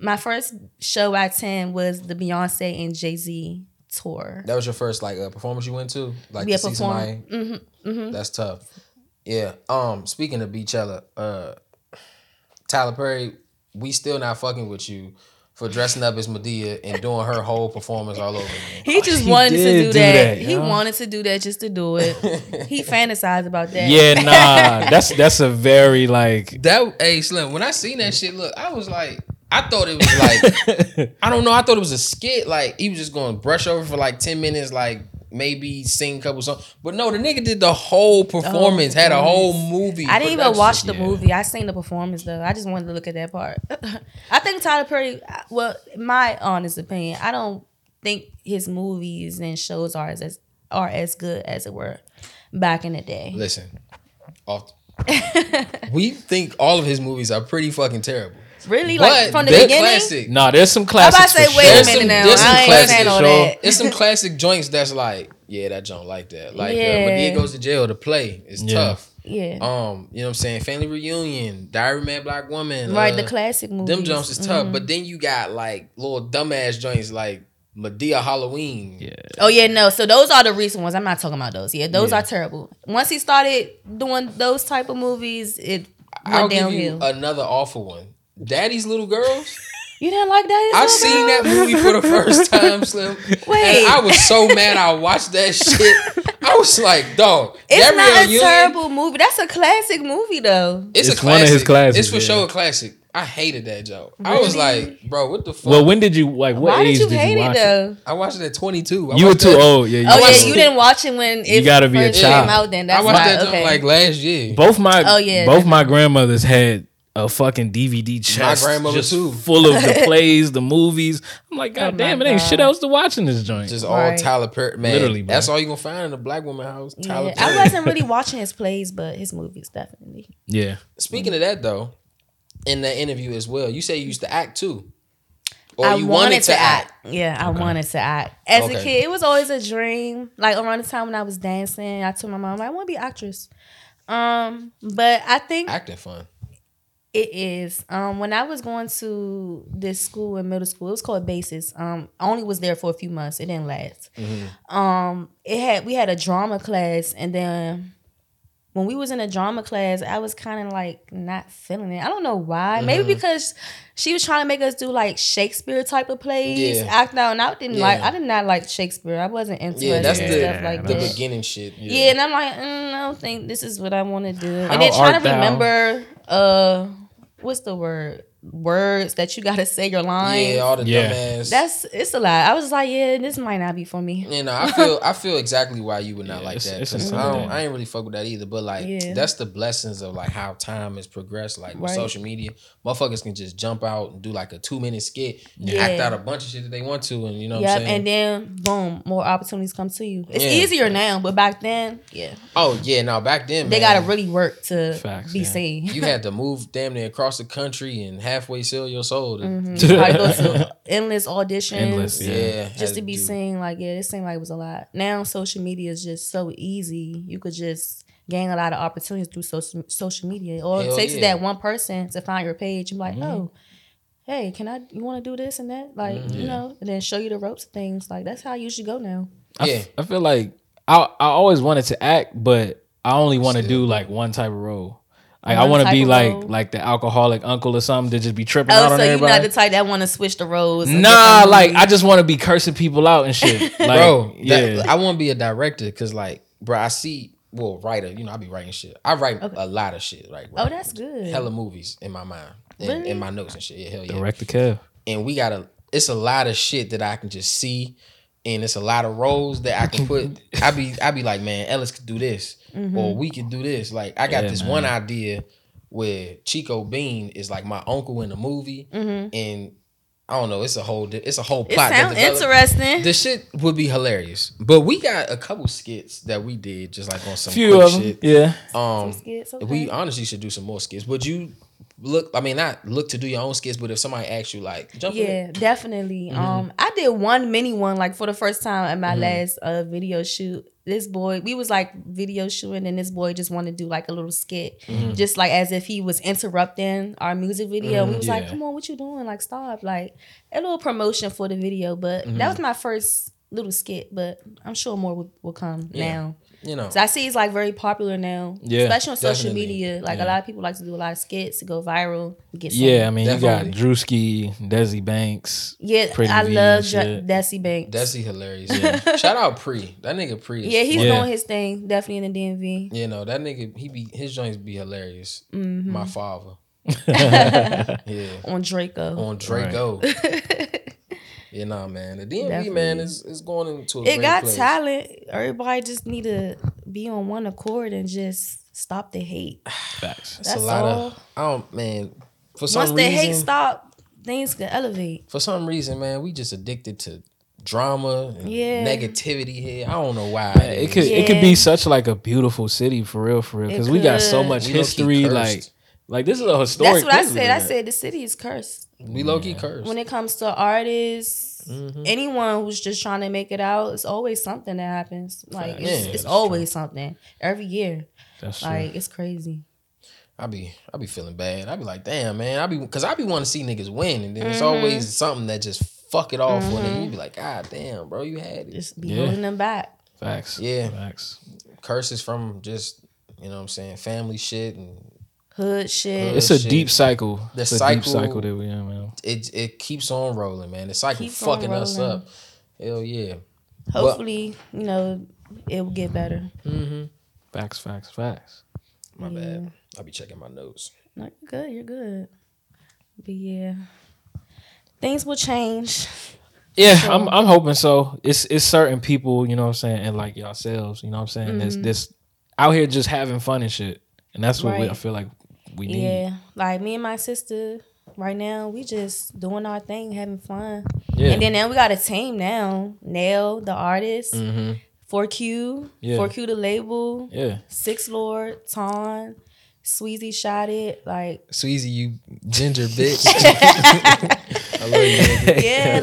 S3: My first show I attended was the Beyonce and Jay Z tour.
S1: That was your first like uh, performance you went to, like to
S3: We had
S1: see somebody.
S3: performed. Mm-hmm, mm-hmm.
S1: That's tough. Yeah. Um. Speaking of Beachella, uh, Tyler Perry, we still not fucking with you for dressing up as Medea and doing her whole performance all over again.
S3: Mm-hmm. He just
S2: He
S3: wanted to
S2: did
S3: do,
S2: do
S3: that.
S2: that,
S3: He
S2: yeah.
S3: wanted to do that just to do it. he fantasized about that.
S2: Yeah, nah, that's that's a very like.
S1: That hey Slim, when I seen that shit, look, I was like, I thought it was like, I don't know, I thought it was a skit. Like he was just going to brush over for like ten minutes, like maybe sing a couple songs. But no, the nigga did the whole performance, had a whole movie.
S3: I didn't even
S1: production.
S3: watch the
S2: yeah.
S3: movie. I seen the performance though. I just wanted to look at that part. I think Tyler Perry. Well, my honest opinion, I don't think his movies and shows are as are as good as it were back in the day.
S1: Listen, off. we think all of his movies are pretty fucking terrible,
S3: Really,
S1: but
S3: like from the
S1: they're
S3: beginning.
S1: classic.
S2: Nah, there's some
S3: I'm about to
S2: classics.
S3: say,
S2: for
S3: wait
S2: sure.
S3: a
S1: There's
S3: minute
S1: some-
S3: now.
S1: there's some
S3: I ain't
S1: classic
S3: saying all
S2: show.
S3: that.
S1: It's some classic joints that's like, yeah, that joint like that. Like uh,
S3: Yeah.
S1: when he goes to jail to play, it's
S2: Yeah.
S1: tough.
S3: yeah,
S1: Um, you know what I'm saying? Family reunion, Diary Man, Black Woman,
S3: right.
S1: uh,
S3: The classic movies. Mm-hmm.
S1: Them jumps is tough, but then you got like little dumbass joints like Medea Halloween.
S2: Yeah.
S3: Oh yeah, no. So those are the recent ones. I'm not talking about those. Yeah, those are terrible. Once he started doing those type of movies, it went
S1: I'll give you
S3: downhill. You,
S1: another awful one. Daddy's Little Girls.
S3: didn't like that?
S1: I
S3: Isabel?
S1: seen that movie for the first time, Slim.
S3: Wait.
S1: and I was so mad. I watched that shit. I was like, dog.
S3: It's
S1: Gabrielle
S3: not a
S1: Union,
S3: terrible movie. That's a classic movie though.
S1: It's,
S2: It's
S1: a
S2: one of his
S1: classic. It's
S2: classics,
S1: for
S2: yeah.
S1: sure a classic. I hated that joke. I was
S3: Really?
S1: like, bro, what the fuck?
S2: Well, when did you like? What
S3: Why
S2: age
S3: did you hate it
S2: watch it?
S3: though?
S1: I watched it at 22. I
S2: You were
S1: watched
S2: too
S1: that-
S2: old. Yeah.
S3: Oh
S1: watched
S3: yeah, you
S1: it.
S3: didn't watch it when it
S2: gotta be a
S3: first
S2: child.
S3: came out. Then
S1: I
S3: that's
S1: watched
S3: why.
S1: that joint
S3: okay.
S1: like last year.
S2: Both my
S3: Oh, yeah,
S2: both my grandmothers had a fucking DVD chest.
S1: grandmother
S2: just
S1: too.
S2: Full of the plays, the movies. I'm like, god
S3: Oh my
S2: damn, it ain't
S3: God.
S2: shit else to watch in this joint.
S1: Just all
S3: Right.
S1: Tyler Perry. Man,
S2: Literally, bro.
S1: that's all you gonna find in a black woman house. Tyler
S3: yeah,
S1: Perry.
S3: I wasn't really watching his plays, but his movies definitely.
S2: yeah.
S1: Speaking of that though, in the interview as well, you say you used to act too, or
S3: I
S1: Oh, you
S3: wanted to act. Yeah, I wanted to act. As
S1: Okay.
S3: a kid, it was always a dream. Like around the time when I was dancing, I told my mom I want to be an actress. Um, but I think
S1: Acting fun.
S3: it is. Um, when I was going to this school in middle school, it was called Basis. Um, I only was there for a few months. It didn't last.
S1: Mm-hmm.
S3: Um, it had we had a drama class, and then when we was in a drama class, I was kind of like not feeling it. I don't know why.
S1: Mm-hmm.
S3: Maybe because she was trying to make us do like Shakespeare type of plays,
S1: Yeah.
S3: act out, and I didn't like.
S1: Yeah.
S3: I did not like Shakespeare. I wasn't into
S1: Yeah,
S3: it
S1: that's
S3: and
S1: the-
S3: stuff like
S1: The
S2: Yeah.
S3: that.
S1: beginning shit.
S3: Yeah, and I'm like, mm, I don't think this is what I want to do.
S2: How
S3: and then trying
S2: art
S3: to
S2: thou?
S3: remember, uh, what's the word? words that you gotta say your lines.
S1: Yeah, all the
S2: Yeah.
S1: dumbass.
S3: That's it's a lot. I was like, yeah, this might not be for me.
S1: you know, I feel I feel exactly why you would not
S2: Yeah,
S1: like
S2: it's-
S1: that.
S2: it's
S1: 'cause I don't,
S2: intimidating.
S1: I ain't really fuck with that either. But like,
S3: Yeah.
S1: that's the blessings of like how time has progressed. Like with
S3: Right.
S1: social media, motherfuckers can just jump out and do like a two minute skit,
S3: Yeah.
S1: act out a bunch of shit that they want to, and you know what
S3: yep,
S1: I'm saying.
S3: and then boom, more opportunities come to you. It's
S1: Yeah.
S3: easier now, but back then, yeah,
S1: oh yeah, now back then
S3: they
S1: man,
S3: gotta really work to
S2: Facts,
S3: be
S2: yeah.
S3: seen.
S1: you had to move damn near across the country and halfway sell your soul. To,
S3: Mhm. I go to endless auditions.
S2: Endless,
S1: Yeah,
S2: Yeah.
S1: had
S3: Just to be
S1: do-
S3: seen, like yeah, it seemed like it was a lot. Now social media is just so easy. You could just gain a lot of opportunities through social social media. All
S1: Hell
S3: it takes is
S1: yeah.
S3: that one person to find your page and be like,
S2: Mhm.
S3: oh, hey, can I? You want to do this and that? Like
S1: Mhm.
S3: you
S2: Yeah.
S3: know, and then show you the ropes of things. Like that's how you should go now.
S2: I,
S1: Yeah.
S2: f- I feel like I I always wanted to act, but I only want to
S1: Still.
S2: do like one type of role. Like I
S3: One
S2: want to
S3: type
S2: be
S3: of
S2: like
S3: role.
S2: like the alcoholic uncle or something to just be tripping out
S3: Oh,
S2: on
S3: so you're not
S2: everybody.
S3: the type that want to switch the roles? and
S2: nah,
S3: different
S2: like I
S3: movies.
S2: just want to be cursing people out and shit. Like,
S1: bro.
S2: yeah,
S1: that- I want to be a director because, like, bro, I see. Well, writer, you know, I be writing shit. I write
S3: Okay.
S1: a lot of shit, right?
S3: Oh, that's good.
S1: Hella movies in my mind, in,
S3: Really?
S1: in my notes and shit. Yeah, hell yeah.
S2: direct the Kev.
S1: And we gotta. It's a lot of shit that I can just see, and it's a lot of roles that I can put. I be, I be like, man, Ellis could do this,
S3: Mm-hmm.
S1: or we could do this. Like, I got
S2: Yeah,
S1: this
S2: man.
S1: one idea where Chico Bean is like my uncle in the movie, and I don't know. It's a whole, di- it's a whole
S3: Mm-hmm. It
S1: plot. that
S3: sounds
S1: developed.
S3: interesting.
S1: The shit would be hilarious, but we got a couple skits that we did just like on some
S2: Few
S1: quick
S2: of them,
S1: shit.
S2: yeah.
S1: Um,
S3: skits,
S1: we
S3: okay.
S1: honestly should do some more skits. Would you look? I mean, not look to do your own skits, but if somebody asks you, like, jump in it.
S3: Yeah, definitely.
S2: Mm-hmm.
S3: Um, I did one mini one like for the first time at my last uh video shoot. This boy, we was like video shooting, and this boy just wanted to do like a little skit,
S2: Mm-hmm.
S3: just like as if he was interrupting our music video. we was like,
S2: yeah.
S3: "Come on, what you doing? Like, stop!" Like a little promotion for the video, but
S2: Mm-hmm.
S3: that was my first little skit. But I'm sure more will, will come
S1: Yeah.
S3: now.
S1: you know,
S3: So I see it's like very popular now,
S2: Yeah,
S3: especially on social
S1: definitely.
S3: media. Like
S2: Yeah.
S3: a lot of people like to do a lot of skits to go viral, get some-
S2: Yeah, I mean,
S1: Definitely.
S2: you got Drewski, Desi Banks.
S3: Yeah,
S2: Pretty
S3: I
S2: V
S3: love
S2: and
S3: Dra-
S2: shit.
S3: Desi Banks.
S1: that's the hilarious. Shout out Pre. That nigga Pre. Is,
S3: yeah, he's
S2: Yeah.
S3: doing his thing, definitely in the DMV.
S1: You know that nigga. He be his joints be hilarious.
S3: Mm-hmm.
S1: My father. Yeah,
S3: On Draco.
S1: on Draco. you know, man. The DMV man
S3: Definitely.
S1: is is going into a
S3: It
S1: great
S3: got
S1: place.
S3: talent. Everybody just need to be on one accord and just stop the hate.
S2: Facts.
S1: It's
S3: That's
S1: a lot
S3: all.
S1: of. I don't man. For some
S3: Once the hate
S1: reason-
S3: stop, things can elevate.
S1: for some reason, man, we just addicted to drama and
S3: Yeah.
S1: negativity here. I don't know why.
S2: It could it could be such like a beautiful city for real, for real.
S3: It
S2: Because we got so
S3: could.
S2: much
S1: We low-key
S2: history.
S1: cursed.
S2: Like like this is a
S3: That's
S2: historic.
S3: what I
S2: place we
S3: said. I
S2: got.
S3: said the city is cursed.
S1: we low key cursed.
S3: When it comes to artists,
S1: Mm-hmm.
S3: anyone who's just trying to make it out, it's always something that happens. Like
S1: Yeah,
S3: it's,
S1: that's
S3: it's
S1: true.
S3: always something. Every year.
S2: That's true.
S3: Like it's crazy.
S1: I be I be feeling bad. I be like, damn, man. I be because I be want to see niggas win, and then it's
S3: Mm-hmm.
S1: always something that just fuck it off for them. You be like, god damn, bro, you had it.
S3: Just be
S2: Yeah.
S3: holding them back.
S2: Facts.
S1: Yeah.
S2: Facts.
S1: Curses from just you know what I'm saying family shit, and
S3: Hood shit.
S2: It's a
S1: shit.
S2: deep cycle.
S1: The
S2: it's a deep
S1: cycle-
S2: cycle that we in, man.
S1: it it keeps on rolling, man. The cycle
S3: Keeps on
S1: fucking us
S3: rolling.
S1: up. Hell yeah. Well-
S3: Hopefully, you know, it will get better.
S2: Facts, facts, facts.
S1: My bad. I be checking my notes.
S3: No, you're good. You're good. But yeah, things will change.
S2: Yeah, I'm I'm hoping so. It's it's certain people, you know what I'm saying, and like yourselves, you know what I'm saying.
S3: Mm-hmm.
S2: This this out here just having fun and shit, and that's what we, I
S3: Right.
S2: feel like we need. Yeah,
S3: Yeah, like me and my sister right now, we just doing our thing, having fun. And then now we got a team now. Nail the artist,
S1: Mm-hmm.
S3: 4Q,
S2: Mm. Yeah.
S3: 4Q the label,
S2: yeah.
S3: Six Lord, Ton, Sweezy shot it. Like
S1: Sweezy, you ginger bitch. I love you. nigga.
S3: yeah,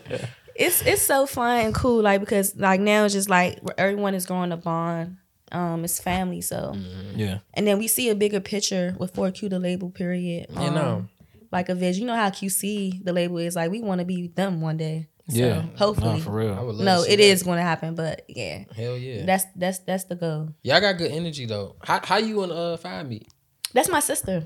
S3: like it's it's so fun and cool. Like because like now it's just like everyone is growing a bond. Um, it's family, so.
S2: yeah.
S3: And then we see a bigger picture with 4Q, the label, period. Um,
S1: You know.
S3: Like a vision. You know how QC, the label, is like, we want to be them one day. So
S2: Yeah.
S3: hopefully.
S2: Nah, for real.
S1: I would love
S3: No,
S1: to see
S3: it
S1: that.
S3: is going to happen, but yeah.
S1: Hell yeah.
S3: That's that's that's the goal.
S1: Y'all got good energy though. How how you and uh find me?
S3: That's my sister.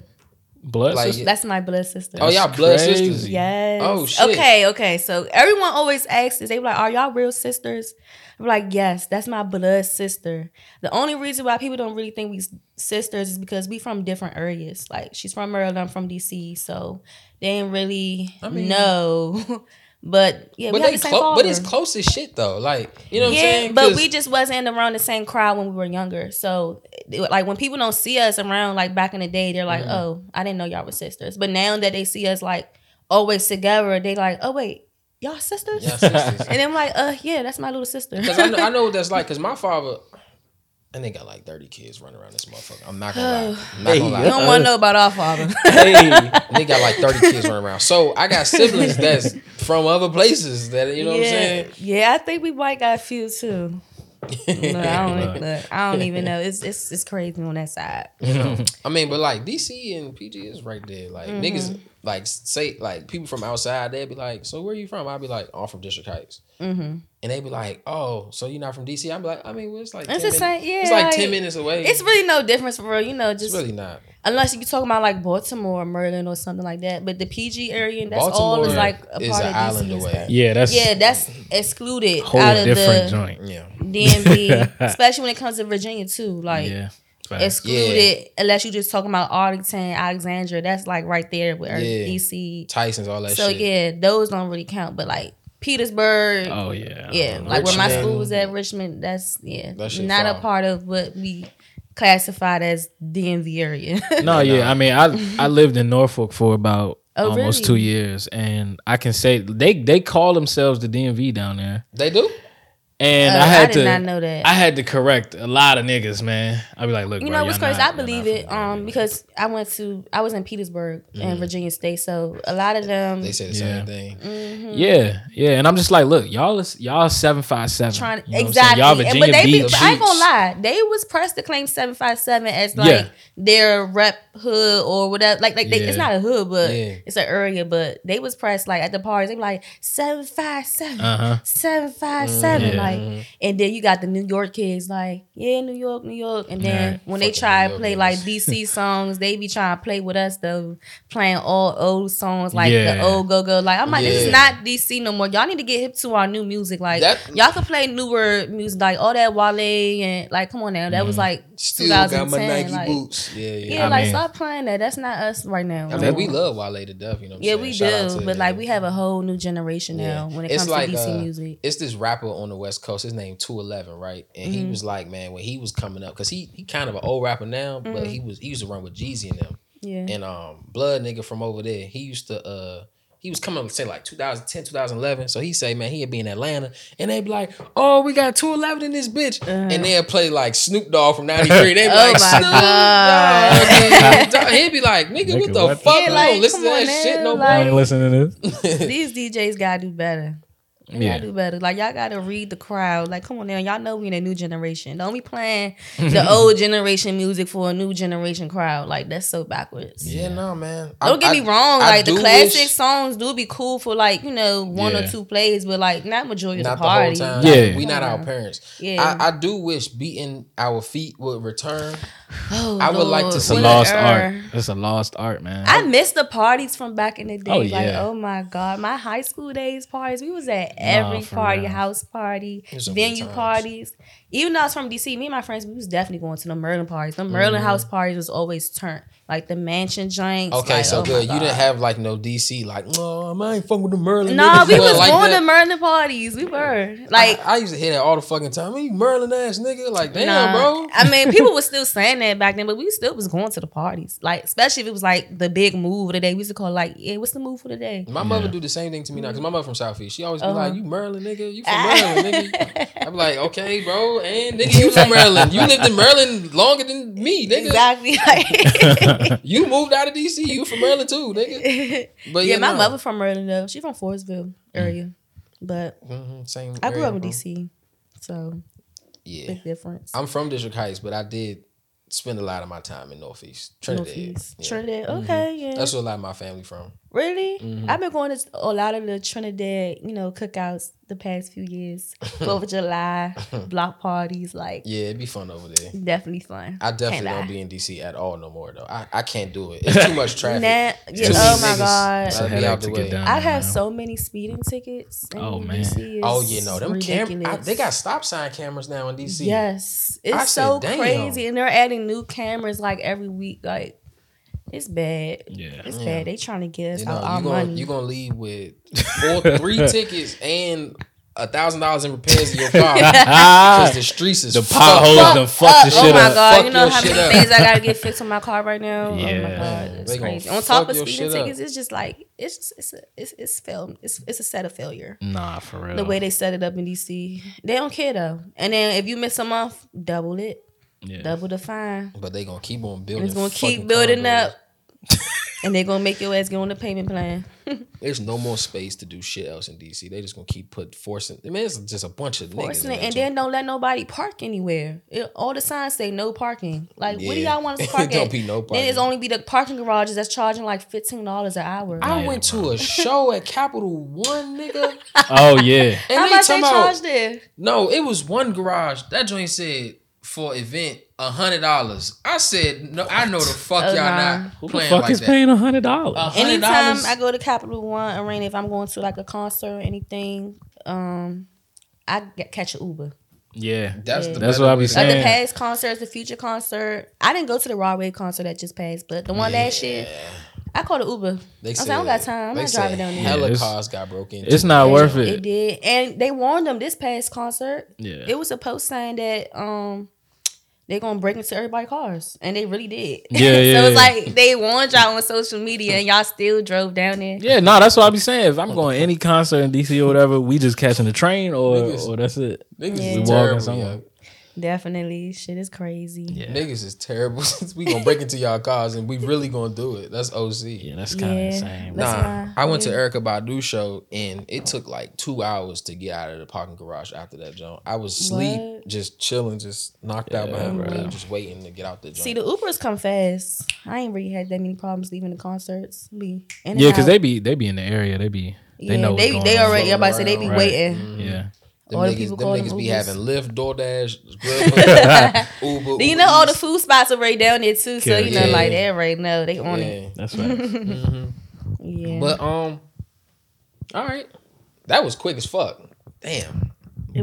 S2: Blood
S1: Like,
S2: sisters?
S3: That's my blood sister.
S1: Oh, y'all blood
S2: crazy.
S1: sisters.
S3: Yes.
S1: Oh, shit.
S3: Okay, okay. So everyone always asks this. They be like, "Are y'all real sisters?" I'm like, "Yes, that's my blood sister." The only reason why people don't really think we s- sisters is because we from different areas. Like she's from Maryland, I'm from DC, so they didn't really
S1: I mean-
S3: know. but yeah,
S1: But
S3: we have
S1: they
S3: the same
S1: close. But it's
S3: father.
S1: close as shit though. Like you know what
S3: yeah,
S1: I'm saying?
S3: but
S1: 'Cause-
S3: we just wasn't around the same crowd when we were younger. So, it- like when people don't see us around, like back in the day, they're like,
S1: Mhm.
S3: "Oh, I didn't know y'all were sisters." But now that they see us like always together, they like, "Oh wait, y'all sisters?"
S1: Y'all sisters.
S3: And I'm like, "Uh, yeah, that's my little sister."
S1: Because I know, I know what that's like. Because my father, I think got like 30 kids running around this motherfucker. I'm not gonna lie. I'm not gonna
S3: you
S1: lie.
S3: don't want to know about our father.
S2: Hey.
S1: And they got like 30 kids running around. So I got siblings that's from other places that, you know
S3: yeah.
S1: what I'm saying?
S3: Yeah, I think we might got a few too. No, I don't,
S2: Right.
S3: look, I don't even know. It's it's it's crazy on that side.
S1: I mean, but like DC and PG is right there. Like
S3: Mm-hmm.
S1: niggas, like say, like people from outside, they'd be like, "So where you from?" I'd be like, "I'm from District Heights,"
S3: hmm
S1: and they'd be like, "Oh, so you're not from DC?" I'd be like, "I mean, well, it's like
S3: It's
S1: 10
S3: the
S1: minutes-
S3: same. Yeah,
S1: It's like ten minutes away.
S3: It's really no difference for real. You know,
S1: It's
S3: just
S1: really not.
S3: unless you talking about like Baltimore or Maryland or something like that. But the PG area, and that's all is
S1: Baltimore
S3: like a
S1: is
S3: part
S1: an
S3: of DC
S1: island
S3: and
S1: away.
S3: stuff.
S2: Yeah, that's
S3: Yeah, that's excluded
S2: whole
S3: out of
S2: different
S3: the
S2: joint.
S1: Yeah,
S3: DMV, especially when it comes to Virginia too. Like
S2: yeah. Facts.
S3: excluded unless you just talking about Arlington, Alexandria. That's like right there with
S1: Yeah.
S3: DC.
S1: Tyson's all that
S3: So
S1: shit.
S3: yeah, those don't really count. But like Petersburg.
S2: Oh yeah.
S3: Yeah, like where my
S1: Richmond.
S3: school was at Richmond, that's yeah,
S1: That shit
S3: not a
S1: far.
S3: part of what we classified as DMV area.
S2: No,
S1: Yeah,
S2: yeah.
S1: nah.
S2: I mean, I I lived in Norfolk for about
S3: Oh,
S2: almost
S3: really?
S2: two years, and I can say they they call themselves the DMV down there,
S1: They do.
S2: and
S3: Uh,
S2: I had
S3: did
S2: to
S3: not know that.
S2: I had to correct a lot of niggas, man. I'd be like, look,
S3: you
S2: bro,
S3: know what's
S2: y'all
S3: crazy?
S2: not-
S3: I believe
S2: y'all
S3: it.
S2: not from
S3: Um, because I went to I was in Petersburg
S2: Mm.
S3: in Virginia State, so a lot of them
S1: They say the
S2: Yeah.
S1: same thing.
S3: Mm.
S2: DMV.
S3: hmm.
S2: yeah, yeah, and I'm just like, look, y'all is y'all seven five seven,
S3: trying
S2: you know what I'm saying?
S3: exactly.
S2: y'all
S3: And-
S2: Virginia
S3: but they be,
S2: Beach.
S3: but I ain't gonna lie, they was pressed to claim seven five seven as like
S2: Yeah.
S3: their rep hood or whatever. Like like they, it's
S2: Yeah.
S3: not a hood, but
S1: Yeah.
S3: it's an area. But they was pressed like at the parties. They be like seven five seven.
S2: Uh huh.
S3: seven five seven
S2: Yeah.
S3: like and then you got the new york kids like yeah new york new york and then
S2: Right.
S3: when they
S1: Fucking
S3: try
S1: New
S3: to
S1: York
S3: play like
S1: niggas.
S3: dc songs they be trying to play with us though playing all old songs like
S2: Yeah.
S3: the old go-go like i'm like this
S1: Yeah.
S3: is not dc no more y'all need to get hip to our new music like
S1: That-
S3: y'all can play newer music like all that wale and like come on now that was like
S1: Still got my
S3: 2010,
S1: Nike
S3: like-
S1: boots. Yeah, yeah.
S3: Mm-hmm. yeah
S2: I
S3: like
S2: mean-
S3: stop playing that that's not us right now
S1: I mean, we love Wale to death. You know. What I'm
S3: yeah
S1: saying?
S3: we
S1: Shout out
S3: do
S1: to
S3: but
S1: them.
S3: like we have a whole new generation now
S1: Yeah.
S3: when it
S1: It's
S3: comes
S1: like,
S3: to dc
S1: uh,
S3: music
S1: it's this rapper on the West Coast. His name Two Eleven, right? And
S3: Mm-hmm.
S1: he was like, man, when he was coming up, because he he kind of an old rapper now,
S3: Mm-hmm.
S1: but he was he used to run with Jeezy and them.
S3: yeah
S1: And um, Blood nigga from over there, he used to uh. He was coming up, say like 2010, 2011. So he say, man, he'd be in Atlanta, and they'd be like, "Oh, we got 211 in this bitch," and they'd play like Snoop Dogg from '93. They'd be
S3: Uh. Oh
S1: like,
S3: my
S1: "Snoop
S3: God.
S1: Dogg." Dogg." He'd be like, "Nigga,
S2: Nigga,
S1: what the
S2: what the-
S1: fuck?
S3: Yeah,
S1: we
S3: like,
S1: don't listen to
S3: come on
S1: that shit no
S3: now,
S1: more."
S2: I
S3: like-
S2: ain't listening to this.
S3: these DJs gotta do better. They
S2: Yeah.
S3: gotta do better. Like y'all gotta read the crowd. Like, come on now, y'all know we in a new generation. Don't be playing the old generation music for a new generation crowd. Like that's so backwards.
S1: Yeah, no, man.
S3: Don't get
S1: I-
S3: me wrong.
S1: I
S3: like
S1: do
S3: the
S1: wish-
S3: classic songs do be cool for like you know one
S2: Yeah.
S3: or two plays, but like not majority
S1: not
S3: of the
S1: the whole
S3: party.
S1: time.
S2: Yeah.
S1: we not our parents.
S3: Yeah.
S1: I, I do wish beating our feet would return.
S3: Oh,
S1: I would like to
S2: It's
S3: Lord,
S2: a
S1: see-
S3: what
S2: lost art.
S3: error.
S2: It's a lost art, man.
S3: uh, I miss the parties from back in the day.
S2: Oh,
S3: Like,
S2: yeah.
S3: oh my God. My high school days parties. We was at every
S2: for
S3: party,
S2: real.
S3: house party,
S1: Those are good
S3: venue
S1: times.
S3: parties. Even though I was from DC, me and my friends, we was definitely going to the Merlin parties. The Merlin
S2: Mm-hmm.
S3: house parties was always turned. Like the mansion joints.
S1: Okay,
S3: like,
S1: so
S3: oh my
S1: good. You
S3: God.
S1: didn't have like no DC, like, no, I ain't fucking with the Merlin.
S3: No,
S1: niggas."
S3: we
S1: You
S3: was
S1: wasn't like
S3: going
S1: that.
S3: to Merlin parties. We were. Like
S1: I, I used to hear that all the fucking time. You Merlin ass nigga. Like, damn,
S3: Nah.
S1: bro.
S3: I mean, people were still saying that back then, but we still was going to the parties. Like, especially if it was like the big move of the day. We used to call it like, yeah, what's the move for the day?
S1: My mother do the same thing to me now because my mother from Southeast. She always be
S3: Uh-huh.
S1: like, "You Merlin nigga, you from Maryland nigga." I'm like, "Okay, bro, and nigga, you from Maryland? You lived in Maryland longer than me, nigga.
S3: Exactly. Like,
S1: You moved out of DC, you from Maryland too, nigga." But
S3: yeah,
S1: yeah,
S3: my
S1: no. Mm.
S3: mother from Maryland though. She from Forestville area, but
S1: Mhm, same.
S3: I grew
S1: area,
S3: up in
S1: bro.
S3: DC, so
S1: Yeah,
S3: big difference.
S1: I'm from District Heights, but I did spend a lot of my time in Northeast Trinidad.
S3: Northeast,
S1: Yeah. Mm-hmm.
S3: Trinidad. Okay, yeah.
S1: That's where a lot of my family from.
S3: Really?
S1: Mm-hmm.
S3: I've been going to a lot of the Trinidad, you know, cookouts the past few years. Fourth of July, block parties, like
S1: Yeah, it'd be fun over there.
S3: definitely fun.
S1: I definitely
S3: Can't
S1: don't
S3: lie.
S1: be in DC at all no more though. I, I can't do it. It's too much traffic.
S3: Nah, yeah,
S1: Too many
S3: oh my
S1: niggas.
S3: god.
S2: It's
S1: I'll
S2: a
S1: be
S2: headache
S1: out
S2: to
S1: the way.
S2: get down.
S3: I have
S2: now.
S3: so many speeding tickets. in
S2: Oh, man.
S3: DC.
S1: Oh
S3: It's
S1: yeah, no, them cameras.
S3: ridiculous.
S1: They got stop sign cameras now in DC.
S3: Yes, it's
S1: I said,
S3: so
S1: "Damn."
S3: crazy, and they're adding new cameras like every week. Like it's bad.
S2: Yeah.
S3: It's
S1: Yeah.
S3: bad. They trying to get us
S1: You
S3: our,
S1: know,
S3: our
S1: you gonna
S3: money.
S1: you gonna leave with four, three tickets and a thousand dollars in repairs to your car
S2: Ah,
S1: because the streets is
S2: the
S1: fucked
S2: potholes
S1: up.
S2: done fucked the
S3: oh
S2: shit
S3: my
S2: up.
S3: god!
S1: Fuck
S3: you know
S1: your
S3: how
S1: shit
S3: many
S1: up.
S3: things I gotta get fixed on my car right now. Oh my
S2: Yeah.
S3: god, it's
S1: They gonna
S3: crazy. On top
S1: fuck
S3: of
S1: your
S3: speeding
S1: shit up.
S3: tickets, it's just like it's just, it's a, it's it's failed. It's it's a set of failure.
S2: Nah, for real.
S3: The way they set it up in DC, they don't care though. And then if you miss a month, double it,
S2: yeah.
S3: double the fine.
S1: But they gonna keep on
S3: And
S1: building.
S3: it's gonna keep
S1: fucking
S3: building
S1: condos.
S3: up, and they're gonna make your ass get on the payment plan.
S1: There's no more space to do shit else in DC. They just gonna keep put forcing. I mean, it's just a bunch of
S3: forcing
S1: niggas.
S3: it, and then don't let nobody park anywhere. It, all the signs say no parking. Like, what do
S1: Yeah.
S3: y'all want us to park
S1: Don't
S3: at?
S1: be no
S3: Then
S1: parking.
S3: it's only be the parking garages that's charging like fifteen dollars an hour.
S1: I
S2: Yeah,
S1: went to a show at Capital One, nigga, and
S2: Oh yeah.
S3: How
S1: they
S3: much they
S1: talking about-
S3: charge there?
S1: No, it was one garage. That joint said for event a hundred dollars. I said no. I know the fuck
S3: Oh,
S1: y'all
S3: nah.
S1: not
S2: Who the
S1: playing
S2: fuck
S1: like
S2: is
S1: that.
S2: paying a hundred dollars?
S1: Uh,
S3: Anytime
S1: $100?
S3: I go to Capital One Arena, if I'm going to like a concert or anything, um, I get, catch an Uber.
S2: Yeah.
S1: That's the
S2: That's
S1: better
S2: what I
S1: way
S2: be
S1: to-
S3: Like the
S2: saying.
S3: past concerts, the future concert. I didn't go to the Broadway concert that just passed, but the one last year, I called an Uber.
S1: They
S3: I was like, I don't got time. I'm
S1: they
S3: not driving
S1: said
S3: down there.
S2: Yeah,
S1: Hella
S2: it's-
S1: cars got broken.
S2: It's not worth
S3: It
S2: it.
S3: did, and they warned them this past concert.
S2: Yeah.
S3: It was a post sign that um they're gonna break into everybody's cars, and they really did.
S2: Yeah, yeah,
S3: so it's
S2: yeah.
S3: like they warned y'all on social media, and y'all still drove down there.
S2: Yeah, no, that's what I be saying. If I'm going to any concert in DC or whatever, we just catching the train or
S1: Niggas-
S2: or that's it.
S1: Niggas is
S3: Yeah. We
S2: walking
S1: terrible.
S2: somewhere.
S1: yo.
S3: Definitely, shit is crazy.
S2: Yeah,
S1: Niggas is terrible. we gonna break into y'all cars and we really gonna do it. That's OC.
S2: yeah, that's kind of
S3: Yeah.
S2: insane.
S3: That's
S1: Nah,
S3: why-
S1: I went to
S3: yeah.
S1: Erica Badu show and it took like two hours to get out of the parking garage after that joint. I was asleep,
S3: What?
S1: just chilling, just knocked out
S2: Yeah,
S1: behind my
S2: bruh.
S1: wheel, just waiting to get out the joint.
S3: See, the Ubers come fast. I ain't really had that many problems leaving the concerts. Be in and
S2: Yeah, because
S3: out.
S2: they be they be in the area. They be they
S3: Yeah,
S2: know what's
S3: they
S2: going
S3: they
S2: on.
S3: already. Everybody said they be
S1: Right.
S3: waiting.
S1: Mhm.
S2: yeah.
S1: Them
S3: All the
S1: niggas,
S3: people
S1: them
S3: call them
S1: niggas be
S3: Ubers.
S1: having Lyft, DoorDash, Grubhub, Uber.
S3: Then you know all the
S1: Uber
S3: food spots are right down there too, so
S2: Mm. Yeah,
S3: you know
S1: yeah.
S3: like they already know they
S1: Eats.
S3: on it.
S2: That's right.
S1: Yeah. Mhm.
S3: Yeah,
S1: But um, all right, that was quick as fuck. Damn,
S3: it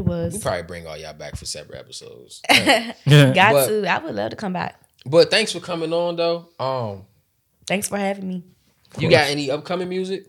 S1: we
S3: was.
S1: probably bring all y'all back for separate episodes.
S2: Yeah.
S3: Got
S1: But-
S3: to. I would love to come back.
S1: but thanks for coming on though. Um,
S3: Thanks for having me.
S1: you got any upcoming music?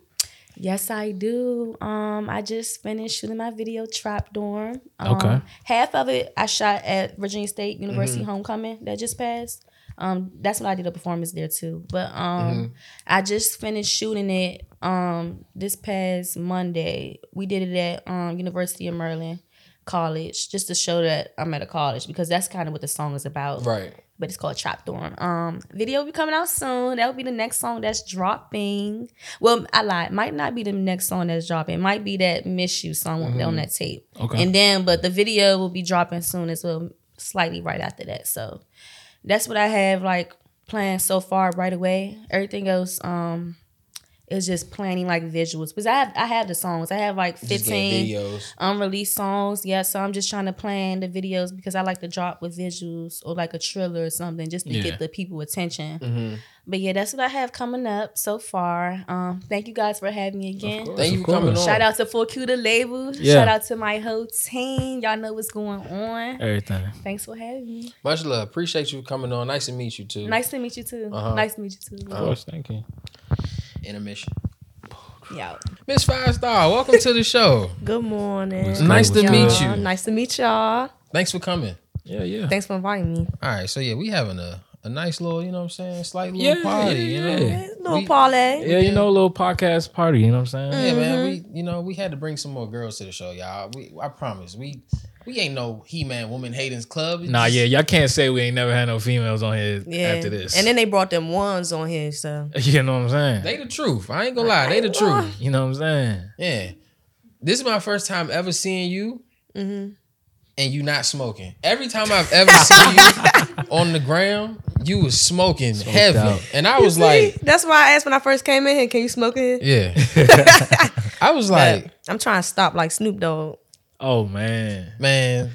S3: Yes, I do. Um, I just finished shooting my video Trap Dorm. Um,
S2: Okay.
S3: Half of it I shot at Virginia State University Homecoming that just passed. Um, that's when I did a performance there too. But um, I just finished shooting it um this past Monday. We did it at um University of Maryland College just to show that I'm at a college because that's kind of what the song is about
S1: Right.
S3: but it's called Trap Dorm. Um, video will be coming out soon. That will be the next song that's dropping. Well, I lied. Might not be the next song that's dropping. Might be that Miss You song on that tape.
S2: Okay.
S3: And then, but the video will be dropping soon as well, slightly right after that. So that's what I have like planned so far right away. Everything else, um, is just planning like visuals because I have I have the songs. I have like
S1: Just
S3: fifteen
S1: getting videos.
S3: unreleased songs. Yeah, so I'm just trying to plan the videos because I like to drop with visuals or like a trailer or something just to
S2: Yeah.
S3: get the people attention.
S1: Mhm.
S3: But yeah, that's what I have coming up so far. Um, thank you guys for having me again.
S1: Thank you
S2: Of
S1: for coming
S2: course.
S1: on.
S3: Shout out to 4Q the label.
S2: Yeah.
S3: Shout out to my whole team. Y'all know what's going on.
S2: Everything.
S3: Thanks for having me.
S1: Much love. Appreciate you coming on. Nice to meet you too.
S3: Nice to meet you too.
S1: Uh-huh.
S3: Nice to meet you too.
S2: Of course. Thank you.
S1: Intermission.
S3: Yeah.
S1: Miss Five Star, welcome to the show.
S3: Good morning.
S2: What's
S1: Nice to
S2: Y'all,
S1: meet you.
S3: Nice to meet y'all.
S1: Thanks for coming.
S2: Yeah. Yeah.
S3: Thanks for inviting me.
S1: All right, so yeah, we having a, a nice little, you know what I'm saying, slight little
S2: Yeah,
S1: party,
S2: yeah,
S1: you know.
S2: yeah.
S3: Little
S1: We-
S3: parlay.
S2: Yeah. You Mm. know, a little podcast party. You know what I'm saying?
S1: Yeah, man.
S3: Mm-hmm.
S1: We you know we had to bring some more girls to the show, y'all. We I promise we we ain't no he man woman haters club. It's
S2: Nah.
S1: just-
S2: Yeah. Y'all can't say we ain't never had no females on here
S5: Yeah.
S2: after this.
S5: And then they brought them ones on here, so
S2: you know what I'm saying?
S1: they the truth. I ain't gonna lie, they the truth.
S2: You know what I'm saying?
S1: Yeah, this is my first time ever seeing you,
S3: Mm-hmm.
S1: and you not smoking. Every time I've ever seen you on the ground, you was smoking heavy,
S2: out.
S1: and I was
S3: See,
S1: like,
S3: that's why I asked when I first came in here, can you smoke in here?
S1: yeah, I was like,
S3: I'm trying to stop like Snoop Dogg.
S2: Oh man,
S1: man,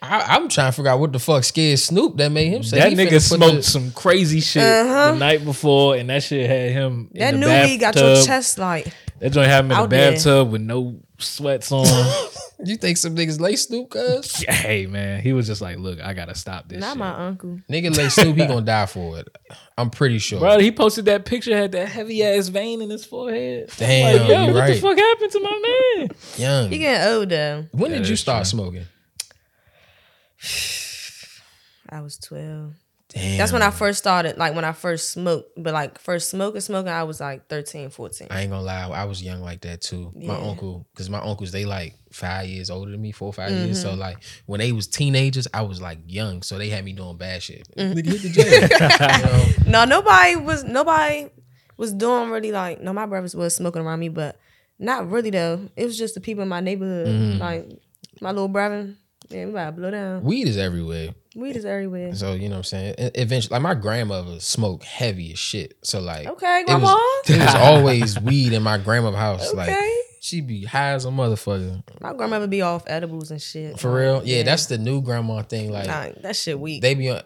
S1: I, I'm trying to figure out what the fuck scared Snoop that made him say
S2: that
S1: he
S2: nigga
S1: finna put
S2: smoked
S1: the-
S2: some crazy shit
S3: Uh-huh.
S2: the night before, and that shit had him.
S3: That
S2: in the
S3: newbie got your
S2: bathtub.
S3: chest like
S2: That joint had him in the
S3: out there.
S2: bathtub with no sweats on.
S1: You think some niggas lay Snoop, cuz?
S2: hey man, he was just like, look, I gotta stop this.
S3: not
S2: shit.
S3: my uncle.
S1: Nigga lay Snoop, he gonna die for it. I'm pretty sure.
S2: Bro, he posted that picture had that heavy ass vein in his forehead. I'm
S1: Damn,
S2: like, yo,
S1: you
S2: what the
S1: right.
S2: fuck happened to my man?
S1: Young.
S3: You getting older.
S1: when
S2: That
S1: did you
S2: is
S1: start
S2: true.
S1: smoking?
S3: I was twelve.
S1: Damn.
S3: That's when I first started, like when I first smoked, but like first smoking, smoking, I was like 13, 14.
S1: I ain't gonna lie, I was young like that too. My
S3: Yeah.
S1: uncle, because my uncles, they like five years older than me, four or 5 years.
S3: Mm-hmm.
S1: So like when they was teenagers, I was like young. So they had me doing bad shit.
S3: Mm-hmm.
S1: Nigga hit the jail. you know?
S3: No, nobody was nobody was doing really like no, my brothers was smoking around me, but not really though. It was just the people in my neighborhood, like my little brother. Yeah, we about to blow down.
S1: Weed is everywhere.
S3: Weed is everywhere.
S1: So you know what I'm saying? E- Eventually like my grandmother smoked heavy as shit. So like
S3: Okay,
S1: it
S3: grandma.
S1: was, it was always weed in my grandma's house. Like
S3: Okay.
S1: she be high as a motherfucker.
S3: My grandmother be off edibles and shit.
S1: For real? Yeah, that's the new grandma thing. Like
S3: Oh, Nah, that shit weak.
S1: they be on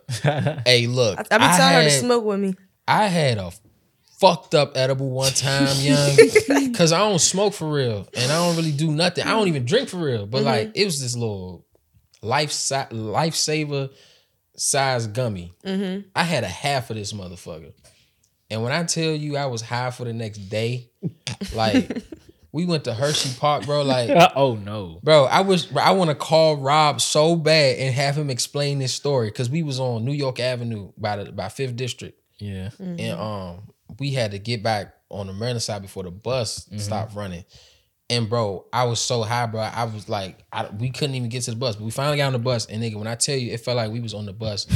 S1: Hey look.
S3: I, I be telling her to
S1: had-
S3: smoke with me.
S1: I had a fucked up edible one time, young, because I don't smoke for real and I don't really do nothing. I don't even drink for real. But like, it was this little life si- lifesaver size gummy.
S3: Mm-hmm.
S1: I had a half of this motherfucker, and when I tell you I was high for the next day, like we went to Hershey Park, bro. Like
S2: oh no.
S1: Bro, I wish bro, I want to call Rob so bad and have him explain this story because we was on New York Avenue by the by Fifth District,
S2: Yeah.
S3: mm-hmm.
S1: and um we had to get back on the Maryland side before the bus
S3: Mm-hmm.
S1: stopped running. And bro, I was so high, bro. I was like, I, we couldn't even get to the bus, but we finally got on the bus. And nigga, when I tell you, it felt like we was on the bus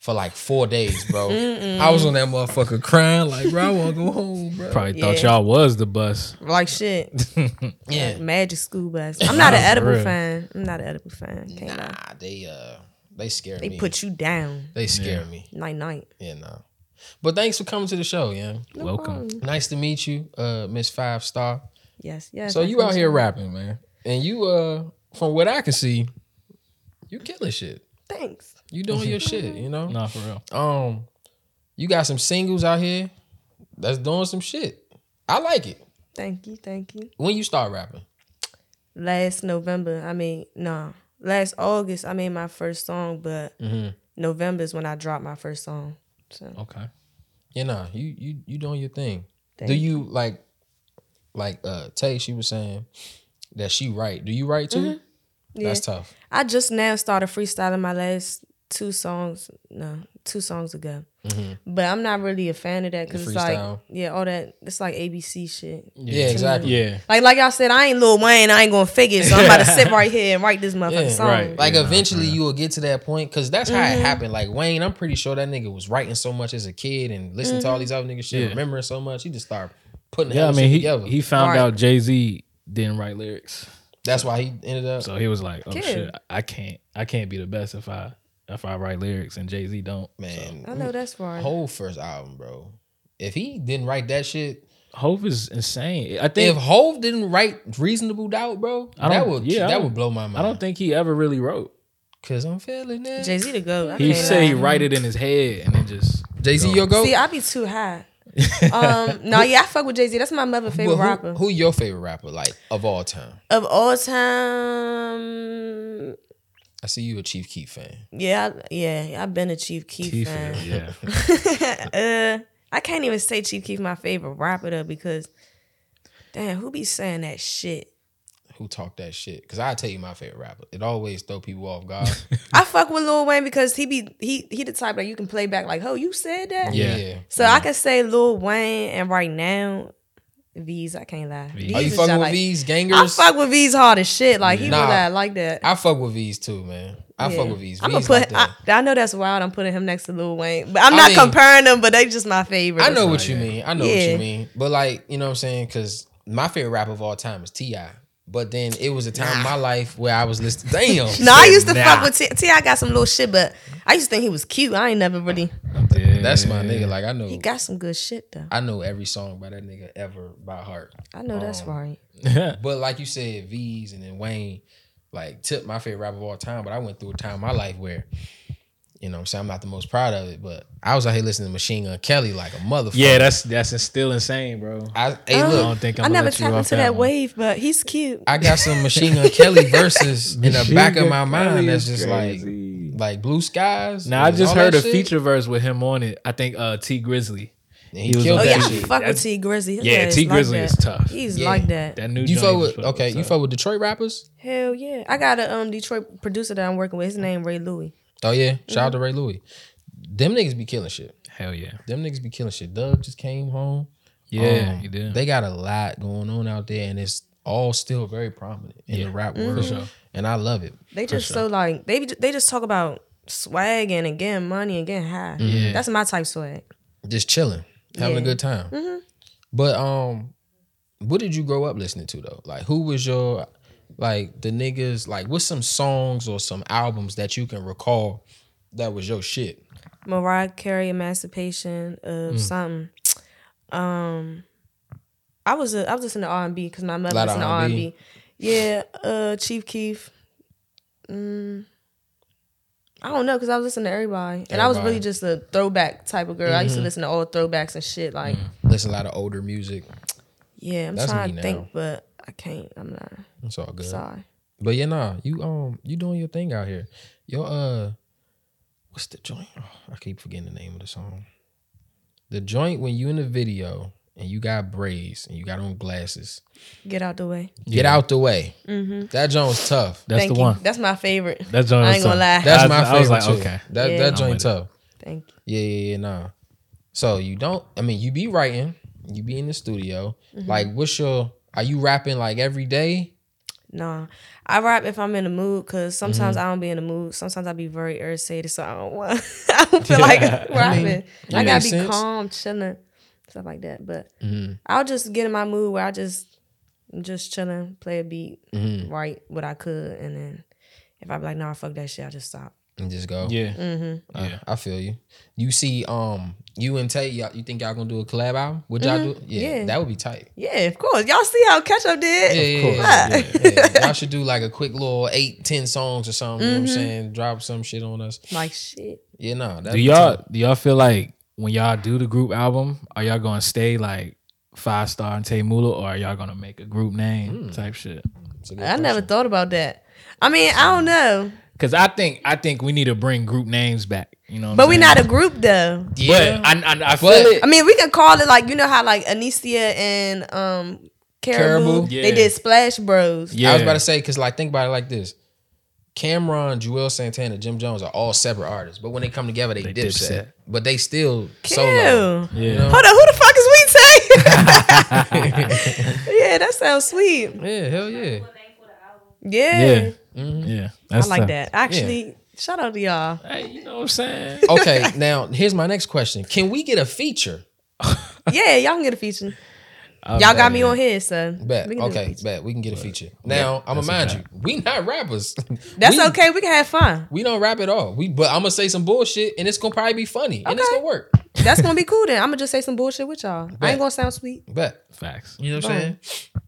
S1: for like four days, bro. I was on that motherfucker crying, like, bro, I want to go home, bro.
S2: Probably thought
S3: Yeah.
S2: y'all was the bus.
S3: Like shit.
S1: Yeah,
S3: Magic school bus. I'm not
S2: Nah,
S3: an
S2: for
S3: edible
S2: real.
S3: fan. I'm not an edible fan. Can't lie.
S1: nah, they uh, they scared
S3: They
S1: me.
S3: put you down
S1: they scare me.
S3: night night.
S1: Yeah, no. But thanks for coming to the show, yeah.
S2: Welcome.
S1: Nice to meet you, uh, Miss Five Star.
S3: Yes, yes.
S1: So you out here rapping, man. And you uh from what I can see, you killing shit.
S3: Thanks.
S1: You doing your shit, you know?
S2: Nah, for real.
S1: Um you got some singles out here that's doing some shit. I like it.
S3: Thank you. Thank you.
S1: When you start rapping.
S3: Last November, I mean, no. Last August, I made my first song, but
S1: Mm-hmm.
S3: November is when I dropped my first song. So
S2: Okay.
S1: You know, you you you doing your thing.
S3: thank
S1: Do you like like uh Tay, she was saying that she write. Do you write too?
S3: Mm-hmm. Yeah.
S1: That's tough.
S3: I just now started freestyling my last two songs. No, two songs ago. But I'm not really a fan of that because it's like,
S1: freestyle.
S3: yeah, all that. It's like ABC shit.
S1: Yeah, exactly.
S2: Yeah.
S3: Like, like y'all said, I ain't Lil Wayne. I ain't gonna figure. it, So I'm about to sit right here and write this motherfucking
S1: Yeah,
S3: song.
S2: right.
S1: Like
S2: Yeah, nah,
S1: eventually you will get to that point because that's how
S3: Mm-hmm.
S1: it happened. Like Wayne, I'm pretty sure that nigga was writing so much as a kid and listening
S3: Mm-hmm.
S1: to all these other niggas shit,
S2: Yeah.
S1: remembering so much, he just started putting
S2: Yeah,
S1: hella
S2: I
S1: shit
S2: mean,
S1: together.
S2: he, he found
S3: Right.
S2: out Jay Z didn't write lyrics,
S1: that's why he ended up.
S2: so he was like, "Oh
S3: Kid.
S2: shit, I can't, I can't be the best if I if I write lyrics and Jay Z don't."
S1: man,
S3: I know that's right.
S1: whole first album, bro. If he didn't write that shit,
S2: Hove is insane. I
S1: if
S2: think
S1: Hove didn't write "Reasonable Doubt," bro,
S2: I
S1: that
S2: don't-
S1: would
S2: yeah, I
S1: that
S2: don't-
S1: would blow my mind.
S2: I don't think he ever really wrote.
S1: because I'm feeling it.
S3: Jay Z to go. I
S2: He
S3: can't
S2: say he
S3: lie.
S2: write it in his head and then just
S1: Jay Z, your go.
S3: See, I be too high. um, no, yeah, I fuck with Jay Z. That's my mother
S1: But
S3: favorite
S1: who,
S3: rapper
S1: who your favorite rapper like of all time?
S3: of all time.
S1: I see you a Chief Keef fan.
S3: Yeah, I, yeah, I've been a Chief Keef
S2: Keith,
S3: fan.
S2: yeah.
S3: uh, I can't even say Chief Keef my favorite rapper though because, damn, who be saying that shit?
S1: Who talked that shit? Because I tell you my favorite rapper. It always throw people off guard.
S3: I fuck with Lil Wayne because he be he he the type that you can play back like, oh, you said that.
S1: Yeah.
S2: Yeah.
S3: So I can say Lil Wayne and right now, V's. I can't lie.
S2: V's.
S1: Are you
S3: is
S1: fucking with
S3: just like-
S1: V's
S3: I
S1: gangers? I fuck,
S3: fuck with V's hard as shit. Like he
S1: Nah.
S3: really I like that.
S1: with V's too, man. I fuck with V's.
S3: I'm
S1: V's
S3: gonna put.
S1: like that.
S3: I, I know that's wild. I'm putting him next to Lil Wayne, but I'm
S1: I
S3: not
S1: mean-
S3: comparing them. But they just my favorite.
S1: I, know
S2: not
S1: what you
S2: yet.
S1: mean. I know what
S3: Yeah.
S1: you mean. But like, you know what I'm saying? Because my favorite rapper of all time is T.I. But then it was a time in my life where I was listening. Damn.
S3: No, I used to
S2: Nah.
S3: fuck with T. T. I got some little shit, but I used to think he was cute. I ain't never really.
S2: I'm
S1: That's my nigga. Like I know
S3: He got some good shit though.
S1: I know every song by that nigga ever by heart.
S3: I know
S2: Oh.
S3: that's right.
S1: But like you said, V's and then Wayne, like Tip, my favorite rapper of all time. But I went through a time in my life where, you know, what I'm saying I'm not the most proud of it, but I was out here listening to Machine Gun Kelly like a motherfucker.
S2: yeah, that's that's still insane, bro.
S1: I hey
S2: I
S3: Oh.
S1: look,
S2: don't think I'm
S3: I
S2: gonna
S3: never
S2: let you
S3: tapped
S2: off
S3: into that,
S2: one.
S3: wave, but he's cute.
S1: I got some Machine Gun Kelly verses in the
S2: Machine
S1: back of
S2: Gun
S1: my
S2: Kelly
S1: mind. That's
S2: is
S1: just
S2: crazy.
S1: like like Blue Skies.
S2: Now I
S1: and
S2: just
S1: all
S2: heard
S1: that
S2: a
S1: shit.
S2: feature verse with him on it. I think uh T Grizzly.
S1: And he,
S2: He was
S1: killed
S3: oh
S2: on
S1: that
S3: yeah, I
S1: shit.
S3: fuck with
S2: That's-
S3: T Grizzly. His
S2: Yeah,
S3: ass
S2: T Grizzly
S3: like
S2: is
S3: that.
S2: tough.
S3: He's
S1: Yeah.
S3: like that.
S2: That new
S1: You
S2: joint
S1: fuck
S2: was
S1: with
S2: fucking
S1: okay? You
S2: tough.
S1: fuck with Detroit rappers?
S3: Hell yeah. I got a um Detroit producer that I'm working with. His name Ray Louie.
S1: Oh yeah, shout
S2: Mm-hmm.
S1: out to Ray Louis. Them niggas be killing shit.
S2: Hell yeah,
S1: Them niggas be killing shit. Doug just came home.
S2: yeah,
S1: Um,
S2: he did.
S1: They got a lot going on out there, and it's all still very prominent in the rap world. And I love it.
S3: They just so like they they just talk about swag and getting money and getting high. That's my type swag.
S1: Just chilling, having a
S3: Yeah.
S1: good time. But um, what did you grow up listening to though? Like, who was your like the niggas? Like, what's some songs or some albums that you can recall that was your shit?
S3: Mariah Carey Emancipation
S1: Mm.
S3: of something. Um I was a, I was listening to R and B because my mother
S1: Lot of
S3: listened to R and
S1: R&B.
S3: B. Yeah, uh Chief Keef. Mm, I don't know because I was listening to everybody, and I
S1: Everybody.
S3: was
S1: Mm-hmm.
S3: really just a throwback type of girl. I used to listen to all throwbacks and shit. Like,
S1: Listen, a lot of older music.
S3: yeah, I'm
S1: Mm. That's me
S3: trying to
S1: now.
S3: think, but I can't. I'm not
S1: It's all good.
S3: sorry.
S1: But yeah, nah, you um, you doing your thing out here. Your uh, what's the joint? Oh, I keep forgetting the name of the song. The joint when you in the video and you got braids and you got on glasses.
S3: Get out the way. Mm-hmm.
S1: Get out the way. That joint was tough.
S2: That's
S3: Thank
S2: the
S3: you.
S2: one.
S3: That's my favorite.
S2: That joint.
S3: I
S2: was
S3: ain't gonna
S2: tough.
S3: lie.
S1: That's
S2: I-
S1: my favorite.
S2: I was like,
S1: too.
S2: okay.
S1: that
S3: Yeah.
S1: that
S3: I'm
S1: joint
S2: with it.
S1: tough.
S3: Thank you.
S1: Yeah, yeah, yeah, nah. So you don't. I mean, you be writing. You be in the studio. Like, what's your? Are you rapping like every day?
S3: Nah, I rap if I'm in the mood because sometimes I don't be in the mood. Sometimes I be very irritated, so I don't want. I don't feel like
S2: Yeah.
S3: rapping.
S1: I
S3: I,
S1: mean, that
S3: gotta
S1: makes
S3: be
S1: sense.
S3: calm, chilling, stuff like that. But
S2: Mm-hmm.
S3: I'll just get in my mood where I just I'm just chilling, play a beat,
S2: Mm-hmm.
S3: write what I could, and then if I be like, nah, fuck that shit, I just stop.
S1: And just go.
S2: Yeah.
S1: Uh, I feel you. You see, um, you and Tay, y'all, you think y'all gonna do a collab album? Would y'all do? Yeah,
S3: Mm-hmm. Yeah.
S1: that would be tight.
S3: Yeah, of course. Y'all see how Ketchup did.
S1: Yeah, yeah, yeah, yeah, yeah. Y'all should do like a quick little eight, ten songs or something. You know what
S3: Mm-hmm.
S1: I'm saying? Drop some shit on us.
S3: Like shit.
S1: Yeah, nah. that'd
S2: Do
S1: be
S2: y'all
S1: tight.
S2: do y'all feel like when y'all do the group album, are y'all gonna stay like five star and Tay Mula, or are y'all gonna make a group
S1: Hmm.
S2: name type shit?
S1: It's a good
S3: I never
S1: question.
S3: thought about that. I mean, I don't know,
S2: Because I think I think we need to bring group names back. You know, what
S3: but
S2: I'm
S3: we
S2: saying?
S3: not a group though.
S1: Yeah.
S2: But I I, I feel
S1: But-
S2: it.
S3: I mean, we can call it like you know how like Anicia and um
S1: Caribou?
S3: Caribou,
S2: Yeah.
S3: they did Splash Bros.
S2: Yeah,
S1: I was about to say because like think about it like this: Cameron, Joel Santana, Jim Jones are all separate artists, but when they come together, they, dipset.
S2: Dipset.
S1: But they still
S3: Ew.
S1: solo.
S2: Yeah.
S3: Hold on, who the fuck is we say? yeah, that sounds sweet.
S1: Yeah, hell yeah.
S3: Yeah,
S2: yeah,
S1: Mm-hmm.
S2: yeah. That's
S3: I like
S2: tough.
S3: that. Actually, shout out to y'all.
S2: Hey, you know what I'm saying?
S1: Okay, now here's my next question: Can we get a feature?
S3: Yeah, y'all can get a feature. y'all got me on here, so
S1: Bet.
S3: we can do a
S1: Okay,
S3: feature.
S1: bet. We can get a feature. Now, I'm gonna mind you, we not rappers.
S3: that's
S1: we,
S3: okay. We can have fun.
S1: We don't rap at all. We but I'm gonna say some bullshit and it's gonna probably be funny and it's
S3: Okay.
S1: gonna work.
S3: That's gonna be cool. Then I'm gonna just say some bullshit with y'all. I
S1: Bet.
S3: ain't gonna sound sweet.
S1: Bet.
S2: Facts.
S1: You know what I'm saying?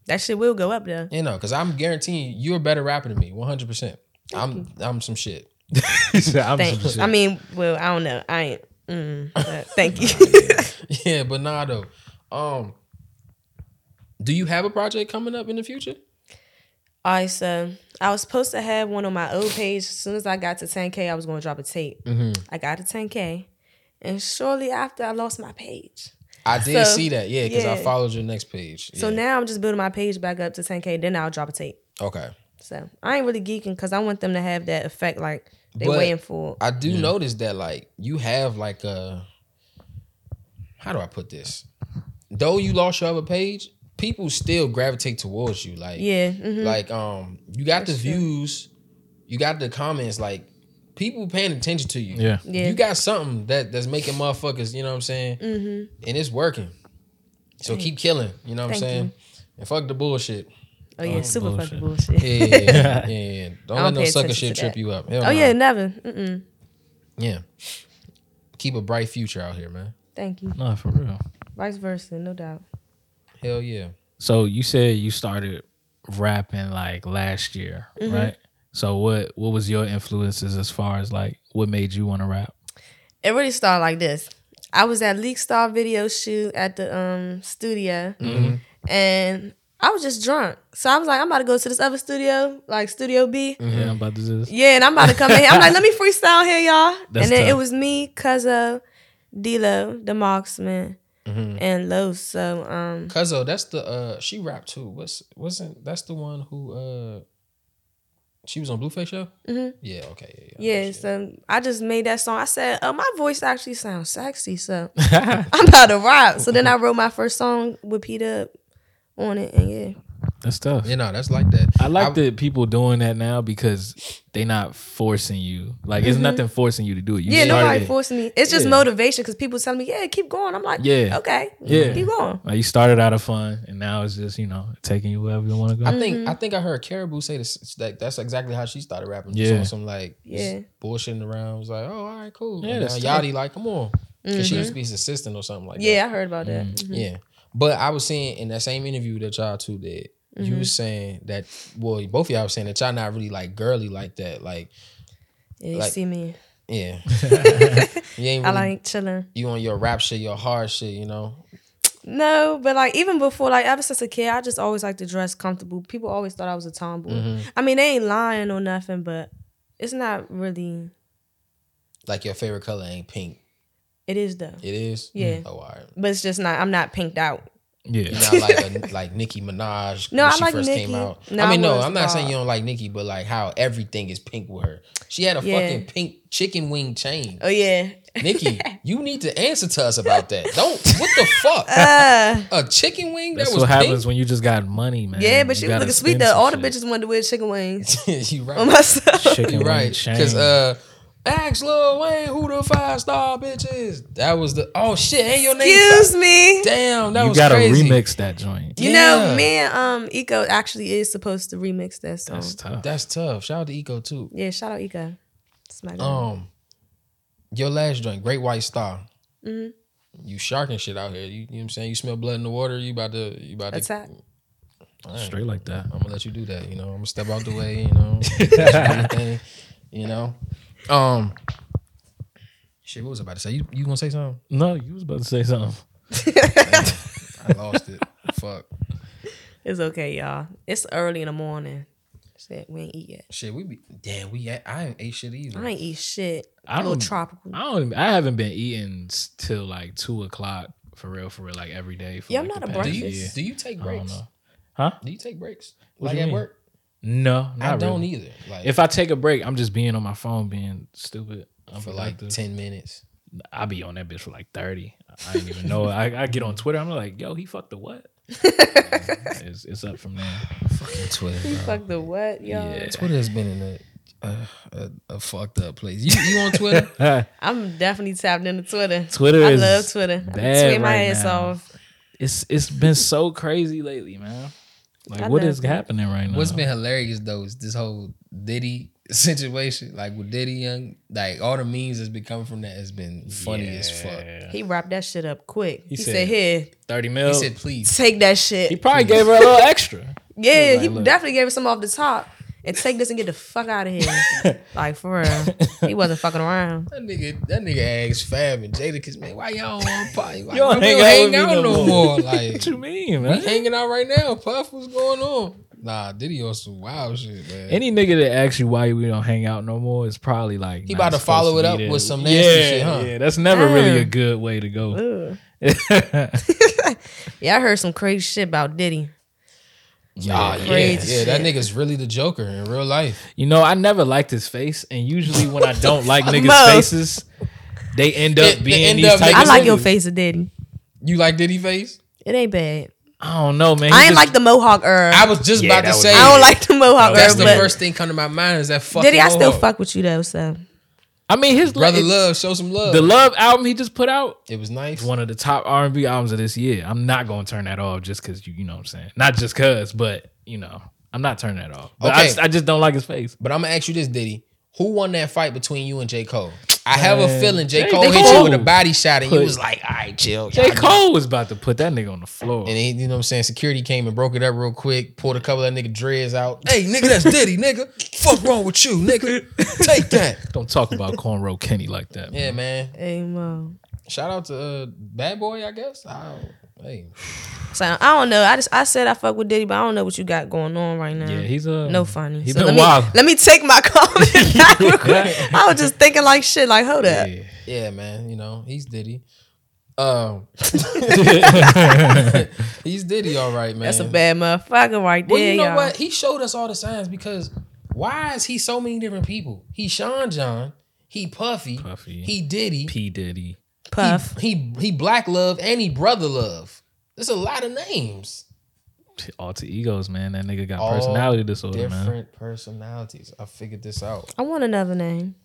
S3: That shit will go up there.
S1: You know, because I'm guaranteeing you're a better rapper than me, 100. percent I'm I'm some shit.
S2: He said, I'm
S3: Thank.
S2: some shit.
S3: I mean, well, I don't know. I ain't. Mm, but thank you.
S1: Yeah, but nah though. Um, do you have a project coming up in the future?
S3: All right, so I was supposed to have one on my old page. As soon as I got to 10K, I was going to drop a tape.
S1: Mm-hmm.
S3: I got to 10K. And shortly after, I lost my page.
S1: I did
S3: So,
S1: see that, yeah, because I
S3: yeah.
S1: followed your next page.
S3: So
S1: Yeah.
S3: now I'm just building my page back up to 10K. Then I'll drop a tape.
S1: okay,
S3: So I ain't really geeking because I want them to have that effect like they
S1: But-
S3: waiting for.
S1: I do notice that like you have like a how do I put this? Though you lost your other page, people still gravitate towards you. Like
S3: yeah. mhm.
S1: like um, you got the views, you got the comments. Like people paying attention to you.
S2: Yeah.
S3: Yeah.
S1: you got something that that's making motherfuckers. You know what I'm saying? And it's working. So keep killing. You know what
S3: Mm-hmm. Thank
S1: I'm saying? And fuck the bullshit.
S3: oh, yeah. Super fucking bullshit.
S1: Yeah, yeah, yeah, yeah, yeah. Don't let
S3: don't
S1: no
S3: pay
S1: sucker
S3: attention
S1: shit
S3: to
S1: trip
S3: that.
S1: you up. Hell
S3: Oh,
S1: nah.
S3: yeah. Never. Mm-mm.
S1: Yeah. keep a bright future out here, man.
S3: Thank you.
S2: No, for real.
S3: Vice versa, no doubt.
S1: Hell yeah.
S2: So you said you started rapping like last year,
S3: Mm-hmm.
S2: right? So what what was your influences as far as like what made you want to rap?
S3: it really started like this. I was at Leak Star video shoot at the um studio,
S2: Mm-hmm.
S3: and I was just drunk. So I was like, I'm about to go to this other studio, like Studio B.
S2: Yeah, I'm about to do this.
S3: Yeah, and I'm about to come in here. I'm like, let me freestyle here, y'all.
S2: That's
S3: and then it
S2: tough.
S3: was me, Cuzzo, D-Lo, The Marksman,
S2: Mm-hmm.
S3: and Los. So um,
S1: Cuzzo, that's the uh she rapped too. What's wasn't that's the one who uh she was on Blueface show? Mm-hmm. Yeah, okay, yeah, yeah.
S3: yeah, so I just made that song. I said, oh, my voice actually sounds sexy, so I'm about to rap. So then I wrote my first song with Pete Up on it, and yeah.
S2: That's tough.
S1: You know, that's like that.
S2: I like that people doing that now because they not forcing you. Like it's nothing forcing you to do it. You
S3: Mm-hmm. Yeah,
S2: started
S3: nobody
S2: it.
S3: forcing me. It's just
S2: Yeah.
S3: motivation because people tell me, "Yeah, keep going." I'm like,
S2: Yeah.
S3: "Yeah, okay,
S2: Yeah.
S3: keep going."
S2: Like you started out of fun, and now it's just you know taking you wherever you want to go.
S1: I think I think I heard Caribou say this that that's exactly how she started rapping.
S2: Yeah.
S1: Yeah. Some like
S3: Yeah.
S1: just bullshitting around. It was like, oh, all right, cool.
S2: Yeah,
S1: Yeah, and
S2: that's
S1: now
S2: tough.
S1: Yachty like, come on. 'Cause she used to be his assistant or something like
S3: Yeah, I heard about that.
S2: Mm.
S1: that. Yeah. But I was saying in that same interview that y'all two did,
S3: Mm-hmm.
S1: you was saying that well, both of y'all was saying that y'all not really like girly like that. Like,
S3: Yeah, you
S1: Like-
S3: see me.
S1: yeah. you ain't
S3: I
S1: really
S2: mm.
S3: like chilling.
S1: you on your rap shit, your hard shit, you know?
S3: No, but like even before, like ever since a kid, I just always like to dress comfortable. People always thought I was a tomboy.
S2: Mm-hmm.
S1: Mm-hmm.
S3: I mean, they ain't lying or nothing, but it's not really.
S1: Like your favorite color ain't pink.
S3: It is though,
S1: It is?
S3: Yeah.
S1: Oh, all right.
S3: but it's just not. I'm not pinked out.
S2: yeah,
S1: You're not like a, like Nicki Minaj
S3: No,
S1: when
S3: I
S1: she
S3: like
S1: first came
S3: Nicki.
S1: out.
S3: No,
S1: I mean,
S3: I
S1: no,
S3: was
S1: I'm not saying
S3: not.
S1: you don't like Nicki, but like how everything is pink with her. She had a
S3: Yeah.
S1: fucking pink chicken wing chain.
S3: Oh yeah.
S1: Nikki, you need to answer to us about that. Don't what the fuck?
S3: Uh,
S1: a chicken wing
S2: that's
S1: that was
S2: what
S1: pink.
S2: happens when you just got money, man.
S3: yeah, but
S2: You
S3: she was
S2: gotta
S3: looking sweet
S2: spend
S3: though.
S2: some
S3: All the
S2: shit.
S3: bitches wanted to wear chicken wings
S1: you
S3: on
S1: right.
S3: myself.
S2: chicken
S1: You right.
S2: because
S1: Because uh Ask Lil Wayne who the five star bitch is. That was the oh shit, ain't your name.
S3: Excuse me.
S1: Damn, that
S2: you
S1: was
S2: gotta
S1: crazy.
S2: remix that joint.
S3: You
S1: Yeah.
S3: know, me and um Eco actually is supposed to remix that song.
S2: That's tough.
S1: That's tough. Shout out to Eco too.
S3: yeah, shout out Eco. It's my guy.
S2: Oh.
S1: Um, your last joint, Great White Star.
S3: Mm-hmm.
S1: You sharking shit out here. You, you know what I'm saying? You smell blood in the water. You about to you about to.
S3: attack.
S2: Straight like that.
S1: I'm gonna let you do that. You know, I'm gonna step out the way. You know, let you do your thing, you know. Um, shit. What was I about to say? You you gonna say something?
S2: No, you was about to say something.
S1: I lost it. Fuck.
S3: It's okay, y'all. It's early in the morning. Shit, we ain't eat yet.
S1: Shit. We be damn. We at, I ain't ate shit either.
S3: I ain't eat shit.
S2: I
S3: I little
S2: don't-
S3: tropical.
S2: I don't. I haven't been eating s- till like two o'clock for real, for real, like every day. For
S3: Yeah, I'm
S2: like,
S3: not
S2: the
S3: a
S2: past
S1: do you
S2: year.
S1: do you take
S2: I don't
S1: breaks?
S2: know. Huh?
S1: Do you take breaks?
S2: What
S1: like
S2: you
S1: at
S2: mean?
S1: work?
S2: No, not
S1: I don't
S2: really.
S1: either. Like
S2: If I take a break, I'm just being on my phone, being stupid. I'm
S1: for like
S2: productive.
S1: ten minutes.
S2: I be on that bitch for like 30. I didn't even know. it. I, I get on Twitter. I'm like, yo, he fucked the what? it's, it's up from there.
S1: Fucking Twitter. Bro.
S3: Fuck the what, y'all?
S2: Yeah.
S1: Twitter has been in a a, a, a fucked up place. You, you on Twitter?
S3: I'm definitely tapped into Twitter.
S2: Twitter
S3: I
S2: is
S3: love Twitter. I
S2: bad
S3: tweet my
S2: right
S3: ass
S2: now.
S3: off.
S2: It's it's been so crazy lately, man. Like
S3: I
S2: what
S3: know.
S2: is happening right now?
S1: What's been hilarious though is this whole Diddy situation. Like with Diddy Young, like all the memes that's been coming from that has been funny as fuck.
S2: Yeah.
S3: He wrapped that shit up quick. He, said,
S2: said-
S3: "Here,
S2: 30
S1: He
S2: mil. He,
S1: said, "Please."
S3: take that shit."
S2: probably gave her a little extra.
S3: yeah,
S2: like,
S3: he
S2: look.
S3: definitely gave her some off the top. And take this and get the fuck out of here. like for real, he wasn't fucking around.
S1: That nigga, that nigga asked Fab and Jada, "Cause man, why y'all on party? Why
S2: You
S1: y'all
S2: don't
S1: hang,
S2: hang out with
S1: hang
S2: me
S1: out
S2: no
S1: no,
S2: more."
S1: more?" Like
S2: What you mean,
S1: we
S2: man?
S1: hanging out right now. Puff, what's going on? Nah, Diddy on some wild shit, man.
S2: Any nigga that asks you why we don't hang out no more is probably like
S1: He
S2: not
S1: about to
S2: supposed
S1: follow it
S2: be
S1: up
S2: there.
S1: with some nasty
S2: yeah,
S1: shit, huh?
S2: Yeah, that's never really a
S3: Damn.
S2: good way to go.
S3: Ugh. Yeah, I heard some crazy shit about Diddy.
S1: Ah, yeah, yeah,
S3: Crazy
S1: that
S3: shit.
S1: nigga's really the Joker in real life.
S2: You know, I never liked his face, and usually when I don't like niggas'
S3: Mo?
S2: faces, they end up
S1: It- they
S2: being
S1: end
S2: these
S1: up
S2: type.
S1: niggas-
S3: I
S2: of
S3: like
S2: niggas.
S3: your face of Diddy.
S1: You like Diddy face?
S3: It ain't bad.
S2: I don't know, man. He
S3: I ain't
S2: just-
S3: like the mohawk era.
S1: I was just
S2: Yeah,
S1: about
S2: that
S1: to
S2: was-
S1: say.
S3: I don't like the mohawk era,
S1: That's the
S3: but
S1: first thing come to my mind is that fucking.
S3: Diddy, I still
S1: mohawk.
S3: fuck with you though. So
S2: I mean, his
S1: Brother
S2: it-
S1: Love, show some love.
S2: the love album he just put out,
S1: it was nice.
S2: one of the top R and B albums of this year. I'm not gonna turn that off just because you, you know what I'm saying. Not just cause, but you know, I'm not turning that off. But I,
S1: Okay.
S2: just, I just don't like his face.
S1: But I'm gonna ask you this, Diddy. Who won that fight between you and J. Cole? I have a
S2: Man.
S1: feeling J.
S2: They-
S1: Cole
S2: they
S1: hit you
S2: cold.
S1: with a body shot and you
S2: Put-
S1: was like, all right, chill.
S2: J.
S1: y'all."
S2: Cole was about to put that nigga on the floor.
S1: And he, you know what I'm saying? Security came and broke it up real quick, pulled a couple of that nigga dreads out. Hey, nigga, that's Diddy, nigga. Fuck wrong with you, nigga. Take that.
S2: Don't talk about cornrow Kenny like that.
S1: Yeah, man.
S3: Hey, mom.
S1: Shout out to uh, Bad Boy, I guess. I don't, hey,
S3: So I don't know. I just I said I fuck with Diddy, but I don't know what you got going on right now.
S2: Yeah, he's uh, a
S3: no funny.
S2: He's
S3: So
S2: been
S3: let
S2: wild.
S3: Me, let me take my comment back real quick. I was just thinking like shit. Like hold up.
S2: Yeah.
S1: yeah, man. You know, he's Diddy. Um, he's Diddy, all right, man.
S3: That's a bad motherfucker right there,
S1: Well, you know
S3: y'all.
S1: what? He showed us all the signs because why is he so many different people? He Sean John, he Puffy,
S2: Puffy.
S1: he Diddy,
S2: P Diddy.
S3: Puff.
S1: He, he he Black Love and he Brother Love. There's a lot of names.
S2: Alter egos, man. That nigga got
S1: All
S2: personality disorder,
S1: Different
S2: man.
S1: personalities. I figured this out.
S3: I want another name.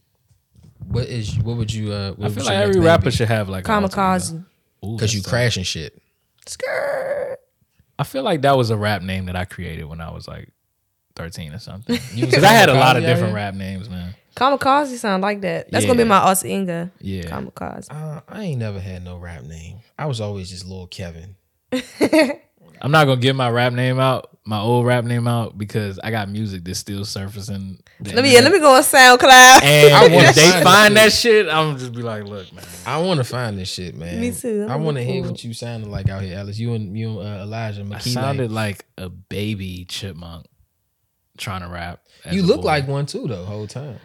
S1: What is what would you? Uh, what
S2: I feel like every rapper should have like an alter ego.
S3: Kamikaze.
S2: Ooh,
S1: because you
S2: that's-
S1: crashing shit.
S3: Skirt.
S2: I feel like that was a rap name that I created when I was like 13 or something.
S1: You was
S2: Because I had a lot of
S1: kamikaze out
S2: different
S1: here?
S2: rap names, man.
S3: Kamikaze sound like that. That's gonna be
S2: Yeah.
S3: my alter ego.
S2: Yeah.
S3: Kamikaze.
S1: Uh, I ain't never had no rap name. I was always just Lil Kevin.
S2: I'm not gonna get my rap name out, my old rap name out, because I got music that's still surfacing. the
S3: Let me yeah,
S2: internet.
S3: let me go on SoundCloud.
S2: And
S1: I wanna
S2: if they
S1: find
S2: find
S1: that
S2: that shit, I'm just be like, look, man.
S1: I want to find this shit, man.
S3: Me too. I'm
S1: I want to
S3: looking
S1: hear
S3: for
S1: what you sounded like out here, Alice. You and you and uh, Elijah
S2: I
S1: McKee.
S2: sounded like a baby chipmunk trying to rap. as
S1: you
S2: a
S1: look
S2: boy.
S1: like one too, though, whole time.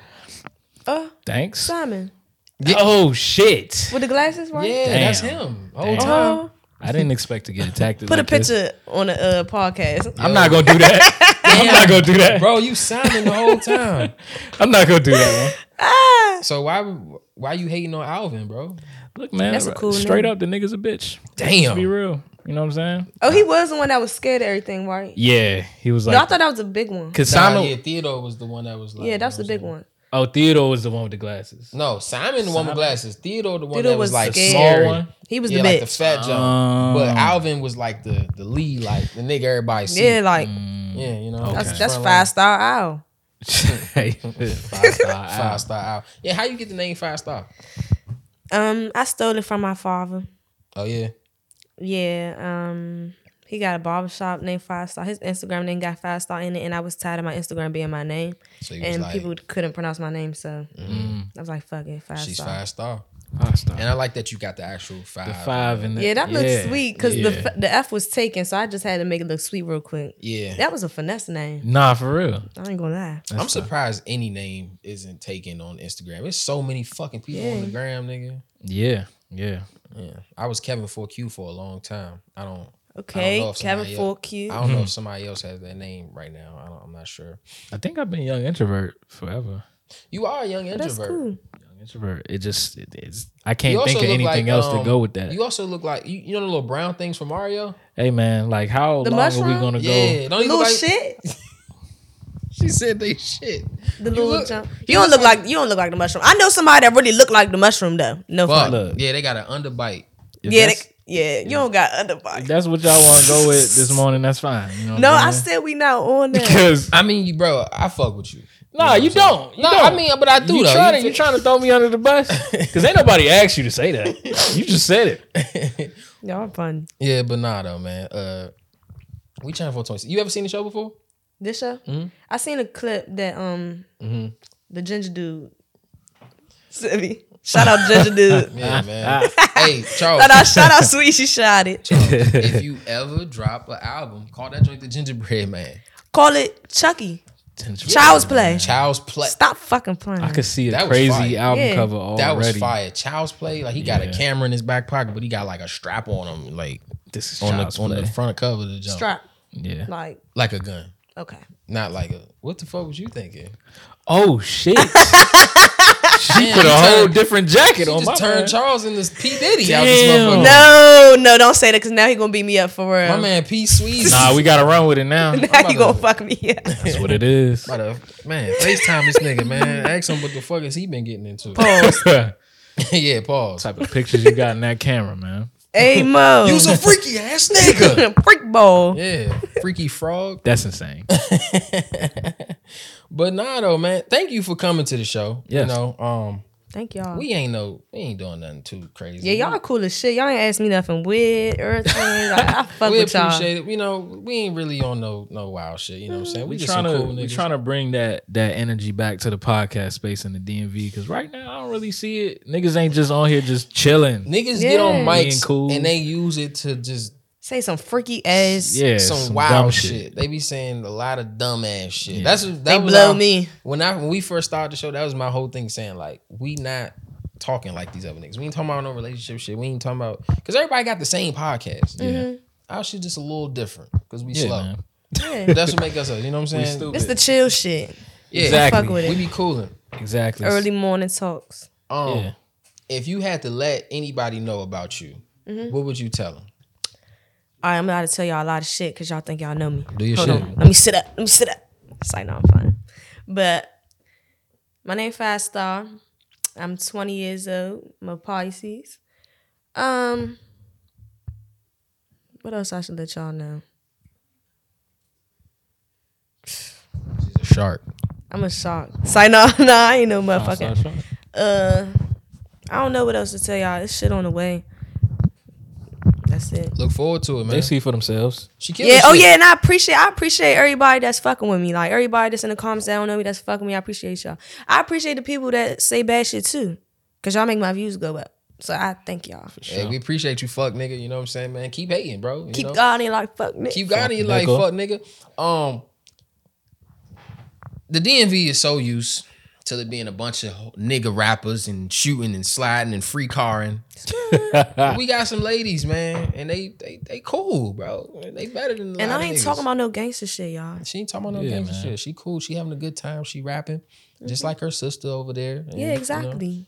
S3: Oh,
S2: thanks.
S3: Simon
S2: Oh shit!
S3: with the glasses, right?
S1: Yeah,
S2: Damn.
S1: that's him. Whole
S2: Damn.
S1: time.
S3: Oh,
S2: I didn't expect to get attacked.
S3: put a
S2: like this.
S3: picture on the uh, podcast.
S2: I'm not gonna do that. I'm not gonna do that.
S1: Bro, you sounding the whole time.
S2: I'm not gonna do that.
S3: Ah,
S1: So why why you hating on Alvin, bro?
S2: Man. Look, man,
S3: That's a cool
S2: straight
S3: name.
S2: up, the nigga's a bitch.
S1: Damn.
S2: Be real. You know what I'm saying?
S3: oh, he was the one that was scared of everything, right?
S2: Yeah, he was
S3: no, I
S2: like.
S3: thought that was a big one.
S2: Cause
S1: Nah,
S2: Simon,
S1: yeah, Theodore was the one that was like.
S3: Yeah, that's the
S1: you know
S3: big
S1: what I'm saying?
S3: one.
S2: oh Theodore was the one with the glasses.
S1: No, Simon the one with glasses. Theodore the one
S3: Theodore
S1: that was,
S3: was
S1: like
S3: scared.
S1: small
S2: Small
S1: one.
S2: one?
S3: He was
S1: yeah,
S3: the
S1: like the
S3: bitch.
S1: fat jump. but
S2: Um,
S1: Alvin was like the the lead, like the nigga everybody see.
S3: yeah, like
S1: yeah, you know.
S3: that's
S2: Mm, Okay.
S3: that's
S1: Front
S3: five star owl.
S2: Hey, five star.
S1: line,
S2: out.
S1: Five star out. Yeah, how you get the name five star?
S3: Um, I stole it from my father.
S1: Oh yeah.
S3: Yeah. Um, he got a barber shop named Five Star. His Instagram name got Five Star in it, and I was tired of my Instagram being my name,
S1: So you was
S3: and
S1: like
S3: people couldn't pronounce my name, so I was like, "Fuck it, Five
S1: she's
S3: Star."
S1: five star.
S2: Five star.
S1: And I like that you got the actual five.
S2: The five and the,
S3: Yeah, that looks
S2: yeah,
S3: sweet because
S2: yeah.
S3: the f- the F was taken, so I just had to make it look sweet real quick.
S1: Yeah.
S3: That was a finesse name.
S2: nah for real.
S3: I ain't gonna lie.
S1: I'm surprised any name isn't taken on Instagram. There's so many fucking people on the gram, nigga.
S2: Yeah, yeah.
S1: Yeah. I was Kevin 4Q for a long time. I don't I don't know
S3: Okay,
S1: if
S3: Kevin
S1: somebody
S3: Four
S1: else-
S3: Q.
S1: I don't
S2: Mm-hmm.
S1: know if somebody else has that name right now. I don't, I'm not sure.
S2: I think I've been a young introvert forever.
S1: You are a young introvert.
S3: That's cool.
S2: Young introvert. It just it, it's I
S1: You
S2: can't
S1: also
S2: think of
S1: look
S2: anything
S1: like,
S2: else
S1: um,
S2: to go with that.
S1: You also look like you, you know the little brown things from Mario.
S2: hey man, like how
S3: The
S2: long are we
S3: mushroom?
S2: gonna
S1: Yeah,
S2: go?
S1: don't Oh, you
S3: Little
S1: look like,
S3: shit.
S1: She said they shit.
S3: The little
S1: look-
S3: jump. You don't look like you don't look like the mushroom. I know somebody that really looked like the mushroom though. No
S1: Fuck.
S3: fun.
S2: Look.
S1: Yeah, they got an underbite.
S2: If
S3: Yeah,
S2: that's,
S3: they, yeah. You don't got underbite.
S2: if that's what y'all want to go with this morning. That's fine. You know what
S3: No, I
S2: I'm saying?
S3: said we not on that.
S2: because
S1: I mean, you, bro, I fuck with you.
S2: nah, you don't. You
S1: No,
S2: don't.
S1: I mean, but I do
S2: you
S1: though.
S2: trying to
S1: You
S2: you trying to throw me under the bus? Because ain't nobody asked you to say that. You just said it.
S3: Y'all fun.
S1: Yeah, but nah, though, man. Uh, we Channel 420. You ever seen the show before?
S3: This show.
S1: Hmm?
S3: I seen a clip that um
S1: Mm-hmm.
S3: the ginger dude. sent me. Shout out ginger dude.
S2: Ah,
S1: Yeah, man. hey, Charles.
S3: Shout out, shout out, sweet. She shot it.
S1: if you ever drop an album, call that joint the Gingerbread Man.
S3: Call it Chucky. Child's play.
S1: Child's Play.
S3: Stop fucking playing.
S2: I could see a
S1: That was
S2: crazy
S1: fire.
S2: album
S3: Yeah.
S2: cover already.
S1: That was fire. Child's Play. Like he got a
S2: Yeah.
S1: camera in his back pocket, but he got like a strap on him, like
S2: This is
S1: on
S2: Child's
S1: the on the
S2: Play.
S1: front cover of the jump,
S3: Strap.
S2: Yeah.
S3: Like
S1: like a gun,
S3: okay.
S1: not like a. What the fuck was you thinking?
S2: Oh shit! she
S1: Damn,
S2: put
S1: you
S2: a whole
S1: turned-
S2: different jacket
S1: She
S2: on my
S1: just turned
S2: man.
S1: Charles into P Diddy out this
S2: Damn.
S1: motherfucker.
S3: No, no, don't say that because now he gonna beat me up for real.
S1: Oh. My man P Sweezy.
S2: Nah, we gotta run with it now.
S3: now
S1: I'm
S3: you
S1: about
S3: gonna
S1: to-
S3: fuck me up.
S2: That's what it is.
S1: By the- man, FaceTime this nigga, man. Ask him what the fuck has he been getting into.
S2: type
S1: yeah, pause.
S2: of pictures you got in that camera, man.
S3: hey Mo.
S1: You's a freaky ass nigga.
S3: freak ball.
S1: yeah, freaky frog.
S2: That's insane.
S1: but nah, though, man. Thank you for coming to the show. You
S2: Yes.
S1: know, um,
S3: Thank y'all.
S1: We ain't no, we ain't doing nothing too crazy.
S3: yeah, y'all cool as shit. Y'all ain't asked me nothing weird or anything. Like, I fuck
S1: we
S3: with y'all.
S1: appreciate it. You know, we ain't really on no no wild shit. You know what I'm saying?
S2: We
S1: We, just
S2: trying
S1: some
S2: to
S1: cool
S2: we
S1: niggas.
S2: trying to bring that that energy back to the podcast space in the DMV because right now I don't really see it. Niggas ain't just on here just chilling.
S1: niggas get on
S2: Being
S3: Yeah.
S1: mics
S2: cool.
S1: and they use it to just
S3: Say some freaky ass.
S2: Yeah,
S1: some,
S2: dumb
S1: wild shit. They be saying a lot of dumb ass shit. That's that
S3: They
S1: was
S3: blow
S1: our-
S3: me.
S1: when I when we first started the show. That was my whole thing saying like we not talking like these other niggas. We ain't talking about no relationship shit. We ain't talking about because everybody got the same podcast.
S2: Yeah,
S1: Our shit just a little different because we
S2: yeah,
S1: Mm-hmm. slow.
S2: man.
S3: Yeah.
S1: That's what make us us. You know what I'm saying?
S2: stupid.
S3: It's the chill shit.
S1: Yeah,
S2: Exactly.
S3: Fuck with
S1: we
S3: it.
S1: be cooling.
S2: exactly.
S3: Early morning talks.
S1: Um,
S2: Yeah.
S1: if you had to let anybody know about you,
S3: Mm-hmm.
S1: what would you tell them?
S3: All right, I'm about to tell y'all a lot of shit because y'all think y'all know me.
S1: Do your
S3: Hold
S1: shit.
S3: on. Let me sit up. Let me sit up. It's like, no, I'm fine. But my name Five Star. I'm 20 years old. I'm a Pisces. Um, what else I should let y'all know?
S1: She's a shark.
S3: I'm a shark. Sign off. Nah, I ain't no motherfucker.
S2: Sorry, sorry.
S3: uh, I don't know what else to tell y'all. This shit on the way. That's it.
S1: Look forward to it, man.
S2: They see for themselves.
S1: She killed
S3: Yeah.
S1: this
S3: Oh
S1: shit.
S3: yeah. And I appreciate. I appreciate everybody that's fucking with me. Like everybody that's in the comments that don't know me that's fucking with me. I appreciate y'all. I appreciate the people that say bad shit too, cause y'all make my views go up. So I thank y'all.
S1: Hey, we appreciate you, fuck nigga. You know what I'm saying, man. Keep hating, bro. You
S3: Keep
S1: know?
S3: God in like fuck me.
S1: Keep God in your
S2: Fuck,
S1: life, fuck nigga. Um, the DMV is so used to there being a bunch of nigga rappers and shooting and sliding and free carring. we got some ladies, man, and they they they cool, bro. They better than a lot
S3: and I
S1: of
S3: ain't
S1: niggas.
S3: talking about no gangster shit, y'all.
S1: She ain't talking about no
S2: Yeah,
S1: gangster
S2: man.
S1: shit. She cool. She having a good time. She rapping, just like her sister over there. And, you
S3: Mm-hmm. Yeah,
S1: know,
S3: exactly.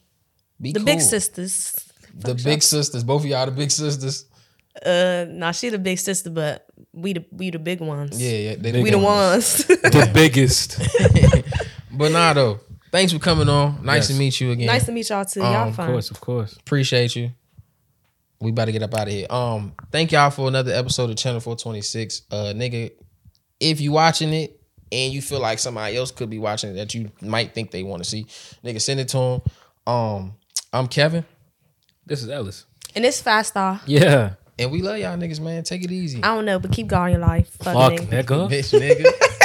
S1: be
S3: the big
S1: cool.
S3: sisters.
S1: The big sisters. Both of y'all the big sisters.
S3: Uh, nah, she the big sister, but we the we the big ones.
S1: Yeah, yeah. They
S3: we the ones.
S2: the biggest.
S1: But nah, though. Thanks for coming on. Nice
S2: Yes.
S1: to meet you again.
S3: nice to meet y'all too. Y'all
S1: Um,
S3: fine.
S2: Of course, of course.
S1: Appreciate you. We about to get up out of here. Um, thank y'all for another episode of Channel 426. Uh nigga, if you watching it and you feel like somebody else could be watching it that you might think they want to see, nigga, send it to them. Um, I'm Kevin,
S2: This is Ellis.
S3: And it's five star.
S2: Yeah.
S1: and we love y'all niggas, man. Take it easy.
S3: I don't know, but keep guarding your life. Fuck,
S2: Fuck,
S3: nigga.
S2: nigga.
S1: Bitch nigga.